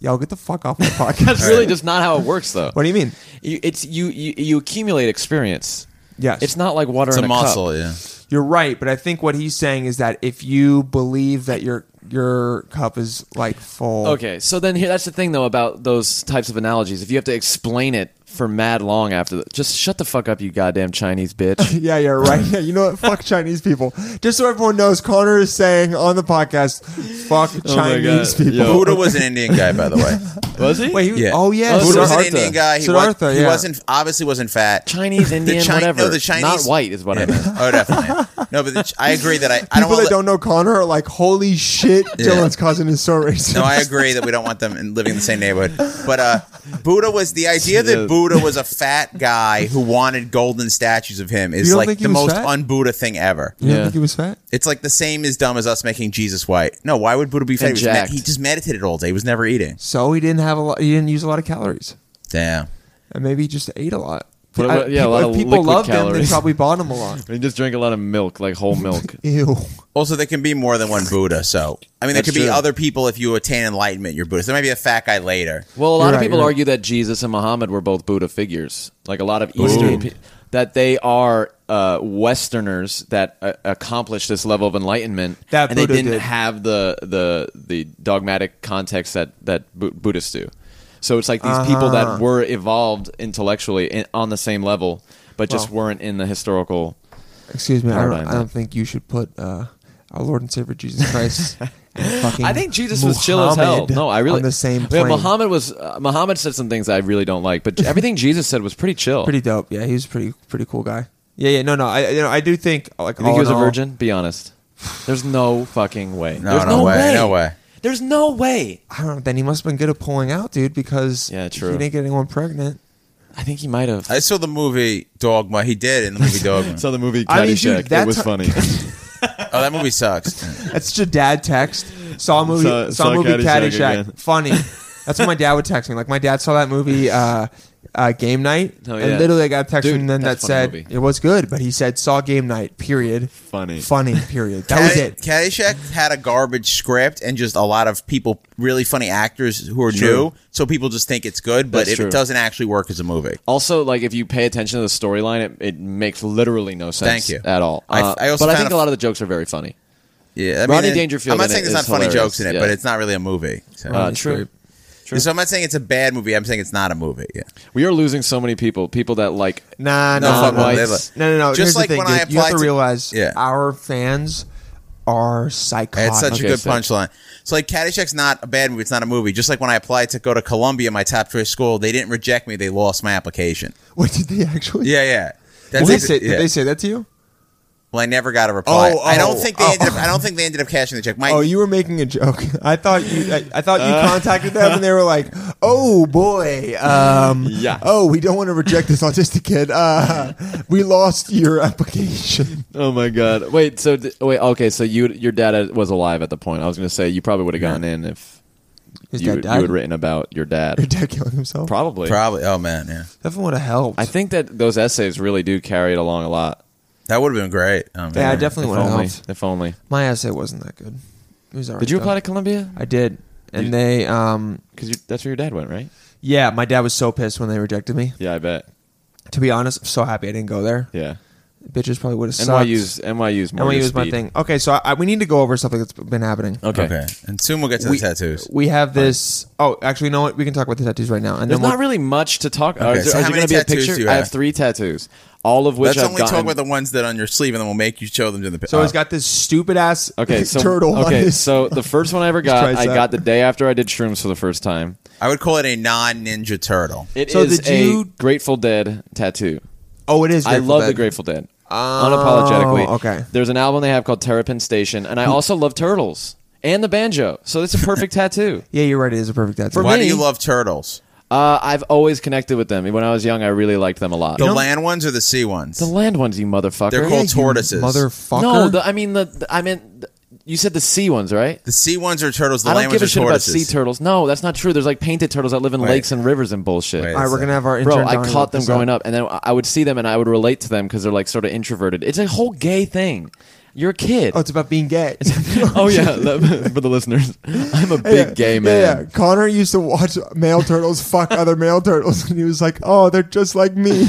Speaker 1: y'all get the fuck off my podcast.
Speaker 6: That's really just not how it works, though.
Speaker 1: what do you mean?
Speaker 6: You, it's you, you you accumulate experience.
Speaker 1: Yes,
Speaker 6: It's not like water
Speaker 3: It's
Speaker 6: in
Speaker 3: a
Speaker 6: a
Speaker 3: muscle,
Speaker 6: Cup.
Speaker 3: yeah.
Speaker 1: You're right, but I think what he's saying is that if you believe that your your cup is like full,
Speaker 6: Okay, so then here that's the thing though about those types of analogies. If you have to explain it for mad long after, the, just shut the fuck up, you goddamn Chinese bitch.
Speaker 1: Yeah, yeah, right. Yeah, you know what? Fuck Chinese people. Just so everyone knows, Connor is saying on the podcast, "Fuck Chinese
Speaker 6: Oh God.
Speaker 1: people."
Speaker 6: Yo.
Speaker 3: Buddha was an Indian guy, by the way.
Speaker 6: Was he?
Speaker 1: Wait, he,
Speaker 3: Yeah.
Speaker 1: oh yeah,
Speaker 6: Oh,
Speaker 3: Buddha was an
Speaker 6: Siddhartha.
Speaker 3: Indian guy. He,
Speaker 1: Siddhartha,
Speaker 3: was,
Speaker 1: yeah.
Speaker 3: not obviously wasn't fat.
Speaker 6: Chinese, Indian,
Speaker 3: Chi-
Speaker 6: whatever.
Speaker 3: No, the Chinese,
Speaker 6: Not white is what I
Speaker 3: Yeah.
Speaker 6: meant.
Speaker 3: Oh, definitely. No, but the, Ch- I agree that I, I don't.
Speaker 1: people
Speaker 3: wanna
Speaker 1: that don't know Connor are like, "Holy shit,
Speaker 3: Yeah.
Speaker 1: Dylan's cousin is so racist."
Speaker 3: let- No, I agree that we don't want them in living in the same neighborhood. But uh, Buddha was the idea that
Speaker 6: Yeah.
Speaker 3: Buddha was a fat guy who wanted golden statues of him
Speaker 1: You
Speaker 3: is
Speaker 1: don't
Speaker 3: like
Speaker 1: think he
Speaker 3: the
Speaker 1: was
Speaker 3: most
Speaker 1: fat?
Speaker 3: un-Buddha thing ever.
Speaker 1: you don't
Speaker 6: Yeah.
Speaker 1: think he was fat?
Speaker 3: It's like the same as dumb as us making Jesus white. No, why would Buddha be fat? He,
Speaker 6: And
Speaker 3: was med-
Speaker 6: jacked.
Speaker 3: he just meditated all day. He was never eating.
Speaker 1: So he didn't have a lot. He didn't use a lot of calories,
Speaker 3: Damn.
Speaker 1: and maybe he just ate a lot.
Speaker 6: But,
Speaker 1: I-
Speaker 6: uh, yeah, a
Speaker 1: people-
Speaker 6: lot
Speaker 1: if
Speaker 6: of
Speaker 1: people
Speaker 6: liquid
Speaker 1: loved him, they
Speaker 6: calories.
Speaker 1: probably bought him a lot.
Speaker 6: And just drink a lot of milk, like whole milk.
Speaker 1: Ew.
Speaker 3: Also, there can be more than one Buddha. So, I mean, there
Speaker 6: That's
Speaker 3: could be
Speaker 6: true.
Speaker 3: other people if you attain enlightenment. You're Buddhist. There might be a fat guy later.
Speaker 6: Well, a lot
Speaker 1: You're
Speaker 6: of
Speaker 1: right,
Speaker 6: people
Speaker 1: you're right.
Speaker 6: argue that Jesus and Muhammad were both Buddha figures. Like a lot of Eastern, pe- that they are uh, Westerners that uh, accomplished this level of enlightenment,
Speaker 1: That
Speaker 6: and
Speaker 1: Buddha
Speaker 6: they didn't
Speaker 1: did.
Speaker 6: have the the the dogmatic context that that Bu- Buddhists do. So it's like these people that
Speaker 1: Uh-huh.
Speaker 6: were evolved intellectually in, on the same level, but just
Speaker 1: Well.
Speaker 6: weren't in the historical.
Speaker 1: Excuse me, I don't,
Speaker 6: Paradigm.
Speaker 1: I don't think you should put uh, our Lord and Savior Jesus Christ. and fucking
Speaker 6: I think Jesus was chill as hell.
Speaker 1: Muhammad
Speaker 6: No, I really
Speaker 1: on the same
Speaker 6: Yeah,
Speaker 1: plane.
Speaker 6: Muhammad was uh, Muhammad said some things I really don't like, but everything Jesus said was pretty chill.
Speaker 1: pretty dope. Yeah, he was a pretty pretty cool guy. Yeah, yeah, no, no, I you know I do think like
Speaker 6: You think
Speaker 1: all
Speaker 6: he was
Speaker 1: in
Speaker 6: a
Speaker 1: all-
Speaker 6: virgin? Be honest. There's no fucking way.
Speaker 3: No,
Speaker 6: There's
Speaker 3: no way, no way.
Speaker 6: There's no way.
Speaker 1: I don't know. Then he must have been good at pulling out, dude, because
Speaker 6: Yeah,
Speaker 1: he
Speaker 6: true.
Speaker 1: didn't get anyone pregnant.
Speaker 6: I think he might have.
Speaker 3: I saw the movie Dogma. He did in the movie Dogma.
Speaker 6: the movie
Speaker 1: I mean, dude, Caddyshack. It that's was how- funny.
Speaker 3: oh, that movie sucks.
Speaker 1: That's just a dad text. Saw a movie,
Speaker 6: Saw-
Speaker 1: saw, a
Speaker 6: saw
Speaker 1: movie
Speaker 6: Caddyshack
Speaker 1: Caddyshack,
Speaker 6: again.
Speaker 1: funny. That's what my dad would text me. Like my dad saw that movie uh, uh, Game Night,
Speaker 6: Oh, yeah.
Speaker 1: and literally I got a text
Speaker 6: Dude,
Speaker 1: from them that
Speaker 6: that's a funny
Speaker 1: said
Speaker 6: movie.
Speaker 1: it was good, but he said saw Game Night. Period.
Speaker 6: Funny.
Speaker 1: Funny. Period. That was
Speaker 3: Cad-
Speaker 1: it.
Speaker 3: Caddyshack had a garbage script and just a lot of people, really funny actors who are new, so people just think it's good, but
Speaker 6: That's
Speaker 3: it
Speaker 6: true.
Speaker 3: doesn't actually work as a movie.
Speaker 6: Also, like if you pay attention to the storyline, it, it makes literally no sense
Speaker 3: Thank you.
Speaker 6: at all.
Speaker 3: I-
Speaker 6: Uh,
Speaker 3: I also
Speaker 6: but I
Speaker 3: found
Speaker 6: think
Speaker 3: a-
Speaker 6: a lot of the jokes are very funny.
Speaker 3: Yeah, I
Speaker 6: Rodney
Speaker 3: it-
Speaker 6: Dangerfield
Speaker 3: I'm not
Speaker 6: in
Speaker 3: saying
Speaker 6: it
Speaker 3: there's not
Speaker 6: is
Speaker 3: funny
Speaker 6: hilarious.
Speaker 3: jokes in it,
Speaker 6: Yeah.
Speaker 3: but it's not really a movie. So.
Speaker 6: Uh, true.
Speaker 3: So I'm not saying it's a bad movie. I'm saying it's not a movie. Yeah.
Speaker 6: We are losing so many people. People that like
Speaker 1: Nah,
Speaker 3: No,
Speaker 1: nah,
Speaker 3: fuck
Speaker 1: nah.
Speaker 6: them. They
Speaker 1: no,
Speaker 6: look-
Speaker 1: no, no.
Speaker 3: Just
Speaker 1: Here's
Speaker 3: like
Speaker 1: the thing,
Speaker 3: when I
Speaker 1: dude. You have
Speaker 3: applied
Speaker 1: to
Speaker 3: to-
Speaker 1: realize
Speaker 3: Yeah.
Speaker 1: our fans are psychotic.
Speaker 3: It's such
Speaker 6: Okay,
Speaker 3: a good
Speaker 6: so-
Speaker 3: punchline. So like Caddyshack's not a bad movie. It's not a movie. Just like when I applied to go to Columbia, my top choice school, they didn't reject me. They lost my application.
Speaker 1: What did they actually?
Speaker 3: Yeah, yeah.
Speaker 1: Did
Speaker 3: That's
Speaker 1: they,
Speaker 3: exa-
Speaker 1: say,
Speaker 3: yeah.
Speaker 1: did they say that to you?
Speaker 3: Well, I never got a reply.
Speaker 1: Oh,
Speaker 3: I don't
Speaker 1: oh,
Speaker 3: think they
Speaker 1: oh.
Speaker 3: ended up. I don't think they ended up cashing the check. My,
Speaker 1: Oh, you were making a joke. I thought you. I, I thought you contacted them, and they were like, "Oh boy, um,
Speaker 6: Yeah.
Speaker 1: Oh, we don't want to reject this autistic kid. Uh, we lost your application.
Speaker 6: Oh my god! Wait, so th- wait, okay, so you your dad was alive at the point. I was going to say you probably would have gotten in if
Speaker 1: His
Speaker 6: you,
Speaker 1: dad
Speaker 6: you
Speaker 1: died.
Speaker 6: had written about your
Speaker 1: Your
Speaker 6: dad.
Speaker 1: dad killing himself.
Speaker 6: Probably.
Speaker 3: probably. Oh man, yeah.
Speaker 1: Definitely would have helped.
Speaker 6: I think that those essays really do carry it along a lot.
Speaker 3: That would have been great. Oh, man.
Speaker 1: yeah, I definitely
Speaker 6: If
Speaker 1: would have
Speaker 6: only,
Speaker 1: helped.
Speaker 6: if only.
Speaker 1: My essay wasn't that good. It was alright,
Speaker 6: Did you
Speaker 1: though.
Speaker 6: apply to Columbia?
Speaker 1: I did, and they. Um,
Speaker 6: Because that's where your dad went, right?
Speaker 1: yeah, my dad was so pissed when they rejected me.
Speaker 6: Yeah, I bet.
Speaker 1: To be honest, I'm so happy I didn't go there.
Speaker 6: Yeah.
Speaker 1: Bitches probably would have sucked.
Speaker 6: NYU's NYU's more
Speaker 1: NYU
Speaker 6: your
Speaker 1: is my
Speaker 6: speed. Oh,
Speaker 1: thing. Okay, so I, we need to go over something that's been happening.
Speaker 6: Okay.
Speaker 3: Okay. And soon we'll get to
Speaker 1: we,
Speaker 3: the tattoos.
Speaker 1: We have this. Oh, actually, you know what? We can talk about the tattoos right now. And
Speaker 6: There's
Speaker 1: then we'll-
Speaker 6: not really much to talk.
Speaker 3: Okay,
Speaker 6: Okay, is
Speaker 3: so
Speaker 6: there,
Speaker 3: how
Speaker 6: is there
Speaker 3: many
Speaker 6: going to be a
Speaker 3: tattoos
Speaker 6: picture?
Speaker 3: do you
Speaker 6: I
Speaker 3: have?
Speaker 6: have three tattoos, all of which
Speaker 3: Let's
Speaker 6: I've
Speaker 3: only
Speaker 6: gotten.
Speaker 3: talk about the ones that are on your sleeve, and then we'll make you show them to the. pi-
Speaker 1: so
Speaker 3: oh.
Speaker 1: he's got this stupid ass
Speaker 6: okay, so
Speaker 1: turtle. on
Speaker 6: Okay,
Speaker 1: his-
Speaker 6: so the first one I ever got,
Speaker 1: His
Speaker 6: I
Speaker 1: tricep.
Speaker 6: got the day after I did shrooms for the first time.
Speaker 3: I would call it a non-ninja turtle.
Speaker 6: It is
Speaker 1: So did you-
Speaker 6: a Grateful Dead tattoo.
Speaker 1: oh, it is.
Speaker 6: I
Speaker 1: Grateful
Speaker 6: love
Speaker 1: Dead.
Speaker 6: the Grateful Dead. Unapologetically.
Speaker 3: Oh,
Speaker 1: okay.
Speaker 6: There's an album they have called Terrapin Station, and I also love turtles and the banjo. So it's a perfect tattoo.
Speaker 1: Yeah, you're right. It is a perfect tattoo.
Speaker 6: For
Speaker 3: Why do
Speaker 6: me-
Speaker 3: you love turtles?
Speaker 6: Uh, I've always connected with them. When I was young, I really liked them a lot.
Speaker 3: The
Speaker 6: The,
Speaker 3: land ones or the sea ones?
Speaker 6: land ones, you motherfucker.
Speaker 3: They're
Speaker 1: yeah,
Speaker 3: called
Speaker 1: you
Speaker 3: tortoises.
Speaker 1: motherfucker.
Speaker 6: No, the, I mean the, the- I meant you said the sea ones, right?
Speaker 3: the sea ones are turtles. The
Speaker 6: I
Speaker 3: land
Speaker 6: don't give
Speaker 3: ones
Speaker 6: a
Speaker 3: are
Speaker 6: shit
Speaker 3: tortoises.
Speaker 6: about sea turtles. No, that's not true. There's like painted turtles that live in
Speaker 3: Wait.
Speaker 6: lakes and rivers and bullshit.
Speaker 3: Wait.
Speaker 1: All right, we're gonna have our intern
Speaker 6: Bro, I
Speaker 1: Donnie look
Speaker 6: caught them
Speaker 1: this uh,
Speaker 6: growing up, and then I would see them and I would relate to them because they're like sort of introverted. It's a whole gay thing. You're a kid.
Speaker 1: Oh, it's about being gay.
Speaker 6: oh yeah, for the listeners, I'm a big
Speaker 1: Yeah,
Speaker 6: gay
Speaker 1: yeah,
Speaker 6: man.
Speaker 1: yeah. Connor used to watch male turtles fuck other male turtles, and he was like, "Oh, they're just like me."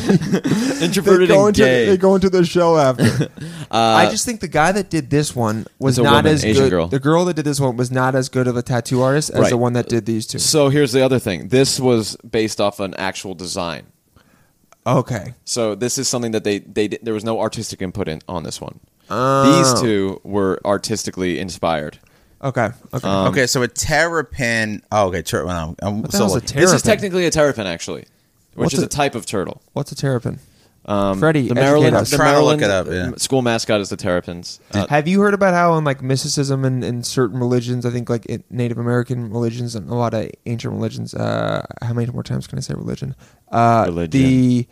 Speaker 6: Introverted and
Speaker 1: into
Speaker 6: gay. Uh,
Speaker 1: they go into the show after. I just think the guy that did this one was
Speaker 6: It's a
Speaker 1: not
Speaker 6: woman,
Speaker 1: as
Speaker 6: Asian
Speaker 1: good.
Speaker 6: girl.
Speaker 1: The girl that did this one was not as good of a tattoo artist as
Speaker 6: Right.
Speaker 1: the one that did these two.
Speaker 6: so here's the other thing. This was based off an actual design.
Speaker 1: Okay,
Speaker 6: So this is something that they they did, there was no artistic input in on this one.
Speaker 1: Oh.
Speaker 6: These two were artistically inspired.
Speaker 1: okay, okay.
Speaker 6: Uh, Um,
Speaker 3: okay, so a terrapin. Oh, okay, turtle. I'm, I'm
Speaker 1: the hell's
Speaker 3: so-
Speaker 1: a
Speaker 6: This
Speaker 1: Terrapin.
Speaker 6: is technically a terrapin, actually, which
Speaker 1: What's
Speaker 6: is
Speaker 1: a-
Speaker 6: a type of turtle.
Speaker 1: What's a terrapin? Um, Freddie,
Speaker 6: The
Speaker 1: educate
Speaker 6: Maryland,
Speaker 1: us.
Speaker 6: the
Speaker 3: Trying to look
Speaker 6: Maryland
Speaker 3: it up, yeah.
Speaker 6: m- school mascot is the terrapins. Uh,
Speaker 1: Have you heard about how in like mysticism and, and certain religions, I think like in Native American religions and a lot of ancient religions, uh, how many more times can I say religion? Uh,
Speaker 6: Religion.
Speaker 1: The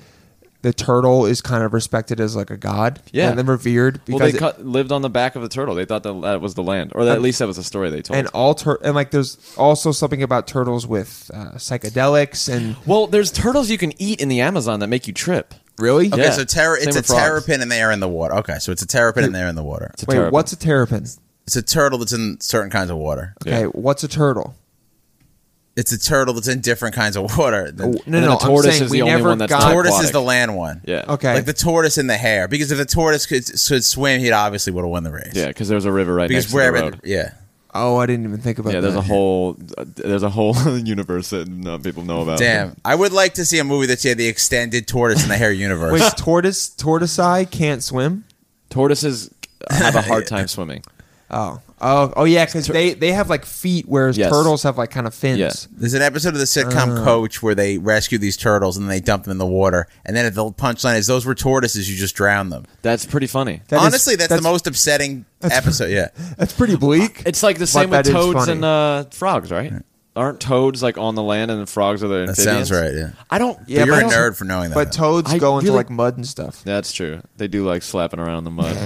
Speaker 1: the turtle is kind of respected as like a god,
Speaker 6: Yeah.
Speaker 1: and then revered
Speaker 6: well,
Speaker 1: because
Speaker 6: they
Speaker 1: it-
Speaker 6: cut, lived on the back of the turtle. They thought that, that was the land, or at least that was the story they told.
Speaker 1: and all tur- and like there's also something about turtles with uh, psychedelics and
Speaker 6: well, there's turtles you can eat in the Amazon that make you trip.
Speaker 1: really
Speaker 3: Okay,
Speaker 6: Yeah.
Speaker 3: so terra-
Speaker 6: Same
Speaker 3: it's a
Speaker 6: with frogs.
Speaker 3: terrapin and they are in the water. Okay, so it's a terrapin and they're in the water.
Speaker 6: It's a
Speaker 1: Wait,
Speaker 6: terrapin.
Speaker 1: what's a terrapin?
Speaker 3: It's a turtle that's in certain kinds of water.
Speaker 1: Okay,
Speaker 6: Yeah.
Speaker 1: what's a turtle?
Speaker 3: It's a turtle that's in different kinds of water. The
Speaker 1: No, no,
Speaker 6: then
Speaker 1: no.
Speaker 6: the tortoise
Speaker 1: I'm saying
Speaker 6: is
Speaker 1: we
Speaker 6: the only
Speaker 1: never
Speaker 6: one that's
Speaker 1: got
Speaker 6: not
Speaker 3: tortoise is
Speaker 6: Oh, aquatic.
Speaker 3: the land one.
Speaker 6: Yeah.
Speaker 1: Okay.
Speaker 3: Like the tortoise and the hare. Because if the tortoise could, could swim, he'd obviously would have won the race.
Speaker 6: Yeah, because there's a river right
Speaker 3: Because
Speaker 6: next
Speaker 3: wherever.
Speaker 6: to the road.
Speaker 3: yeah.
Speaker 1: Oh, I didn't even think about
Speaker 6: yeah,
Speaker 1: that.
Speaker 6: there's a whole uh, there's a whole universe that not people know about.
Speaker 3: Damn. I would like to see a movie that's yeah, the extended tortoise and the hare universe.
Speaker 1: Wait, tortoise tortoisei can't swim?
Speaker 6: tortoises have a hard time swimming.
Speaker 1: Oh, oh, oh yeah, because they they have like feet, whereas
Speaker 6: Yes.
Speaker 1: turtles have like kind of fins.
Speaker 6: Yes.
Speaker 3: There's an episode of the sitcom Coach where they rescue these turtles and they dump them in the water. And then the punchline is those were tortoises, you just drown them.
Speaker 6: That's pretty funny.
Speaker 1: That is-
Speaker 3: Honestly, that's, the most upsetting episode. Yeah.
Speaker 1: That's pretty bleak.
Speaker 6: Uh, It's like the same
Speaker 1: that
Speaker 6: with
Speaker 1: is
Speaker 6: toads
Speaker 1: funny.
Speaker 6: and uh, frogs, right? Aren't toads like on the land and frogs are the
Speaker 3: That
Speaker 6: amphibians?
Speaker 3: sounds right. Yeah.
Speaker 6: I don't.
Speaker 1: Yeah,
Speaker 6: Yeah,
Speaker 3: But you're a
Speaker 1: but I don't-
Speaker 3: nerd for knowing that.
Speaker 1: but toads
Speaker 6: I
Speaker 1: go into
Speaker 6: really-
Speaker 1: like mud and stuff.
Speaker 6: that's true. They do like slapping around in the mud.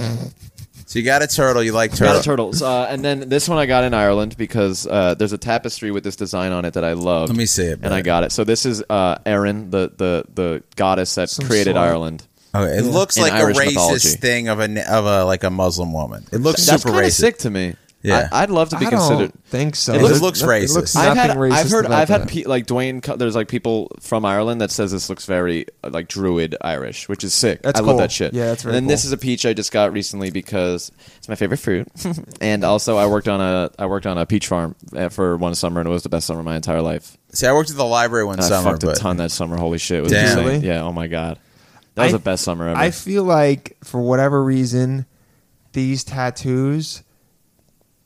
Speaker 3: So you got a turtle. You like
Speaker 6: Got
Speaker 3: turtle.
Speaker 6: it, turtles. Uh, and then this one I got in Ireland because uh, there's a tapestry with this design on it that I love.
Speaker 3: Let me see it,
Speaker 6: And I
Speaker 3: bud.
Speaker 6: got it. So this is uh, Erin, the, the the goddess that
Speaker 1: Some
Speaker 6: created
Speaker 1: slut.
Speaker 6: Ireland.
Speaker 3: Okay, it looks
Speaker 6: In
Speaker 3: like
Speaker 6: Irish
Speaker 3: a racist
Speaker 6: mythology.
Speaker 3: thing of a of a like a Muslim woman. It looks
Speaker 6: That's
Speaker 3: super
Speaker 6: kind of
Speaker 3: racist.
Speaker 6: sick to me.
Speaker 3: Yeah.
Speaker 6: I, I'd love to be
Speaker 1: I
Speaker 6: considered.
Speaker 1: don't think so.
Speaker 6: It looks-
Speaker 3: looks
Speaker 1: no- It
Speaker 3: racist.
Speaker 1: looks
Speaker 6: I've
Speaker 1: nothing
Speaker 6: had,
Speaker 1: racist.
Speaker 6: I've heard,
Speaker 1: about
Speaker 6: I've had
Speaker 1: that.
Speaker 6: pe- like Dwayne. Co- There's like people from Ireland that says this looks very uh, like Druid Irish, which is sick.
Speaker 1: That's
Speaker 6: I
Speaker 1: cool.
Speaker 6: love that shit.
Speaker 1: Yeah, that's very
Speaker 6: And then this
Speaker 1: cool.
Speaker 6: is a peach I just got recently because it's my favorite fruit, and also I worked on a I worked on a peach farm uh, for one summer, and it was the best summer of my entire life.
Speaker 3: See, I worked at the library one
Speaker 6: And I
Speaker 3: summer,
Speaker 6: fucked a
Speaker 3: but
Speaker 6: ton that summer. Holy shit, it was
Speaker 3: Damn.
Speaker 6: insane.
Speaker 1: Really?
Speaker 6: Yeah. Oh my god, that was
Speaker 1: I-
Speaker 6: the best summer ever.
Speaker 1: I feel like for whatever reason, these tattoos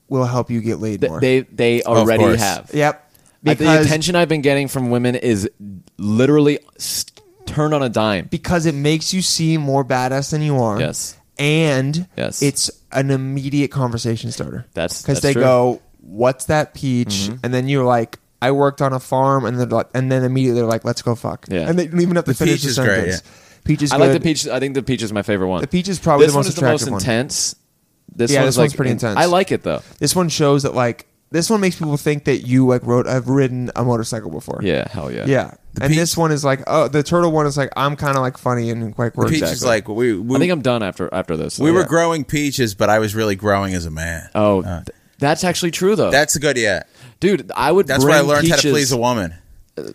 Speaker 1: will help you get laid
Speaker 6: Th-
Speaker 1: more. Oh,
Speaker 6: they they already
Speaker 3: course.
Speaker 6: have.
Speaker 1: yep.
Speaker 6: I- the
Speaker 1: Because
Speaker 6: attention I've been getting from women is literally s turned on a dime.
Speaker 1: because it makes you seem more badass than you are.
Speaker 6: Yes.
Speaker 1: And
Speaker 6: Yes.
Speaker 1: it's an immediate conversation starter.
Speaker 6: That's-
Speaker 1: because
Speaker 6: that's
Speaker 1: they
Speaker 6: true. Mm-hmm.
Speaker 1: go, "What's that peach?" And then you're like, "I worked on a farm," and they're like, and then immediately they're like, "Let's go fuck."
Speaker 6: Yeah.
Speaker 1: And they don't even have to
Speaker 3: The
Speaker 1: finish
Speaker 3: peach
Speaker 1: the
Speaker 3: is great,
Speaker 1: sentence. Peach is
Speaker 6: I
Speaker 1: good.
Speaker 6: like the peach. I think the peach is my favorite one.
Speaker 1: The peach is probably
Speaker 6: this
Speaker 1: the most
Speaker 6: one is
Speaker 1: attractive
Speaker 6: the
Speaker 1: one.
Speaker 6: most intense. This
Speaker 1: Yeah,
Speaker 6: one's
Speaker 1: this one's
Speaker 6: like-
Speaker 1: pretty intense.
Speaker 6: I like it though.
Speaker 1: This one shows that like this one makes people think that you like rode have ridden a motorcycle before.
Speaker 6: Yeah, hell yeah.
Speaker 1: Yeah.
Speaker 3: The
Speaker 1: and
Speaker 3: peach-
Speaker 1: this one is like, oh, the turtle one is like, I'm kind of like funny and quite
Speaker 3: peach
Speaker 1: quirky.
Speaker 3: is like we we,
Speaker 6: I think I'm done after after this. so
Speaker 3: we were
Speaker 6: yeah.
Speaker 3: growing peaches, but I was really growing as a man.
Speaker 6: Oh,
Speaker 3: Uh,
Speaker 6: th- that's actually true though.
Speaker 3: that's a good yeah.
Speaker 6: dude, I would.
Speaker 3: That's
Speaker 6: bring
Speaker 3: where I learned
Speaker 6: peaches.
Speaker 3: how to please a woman.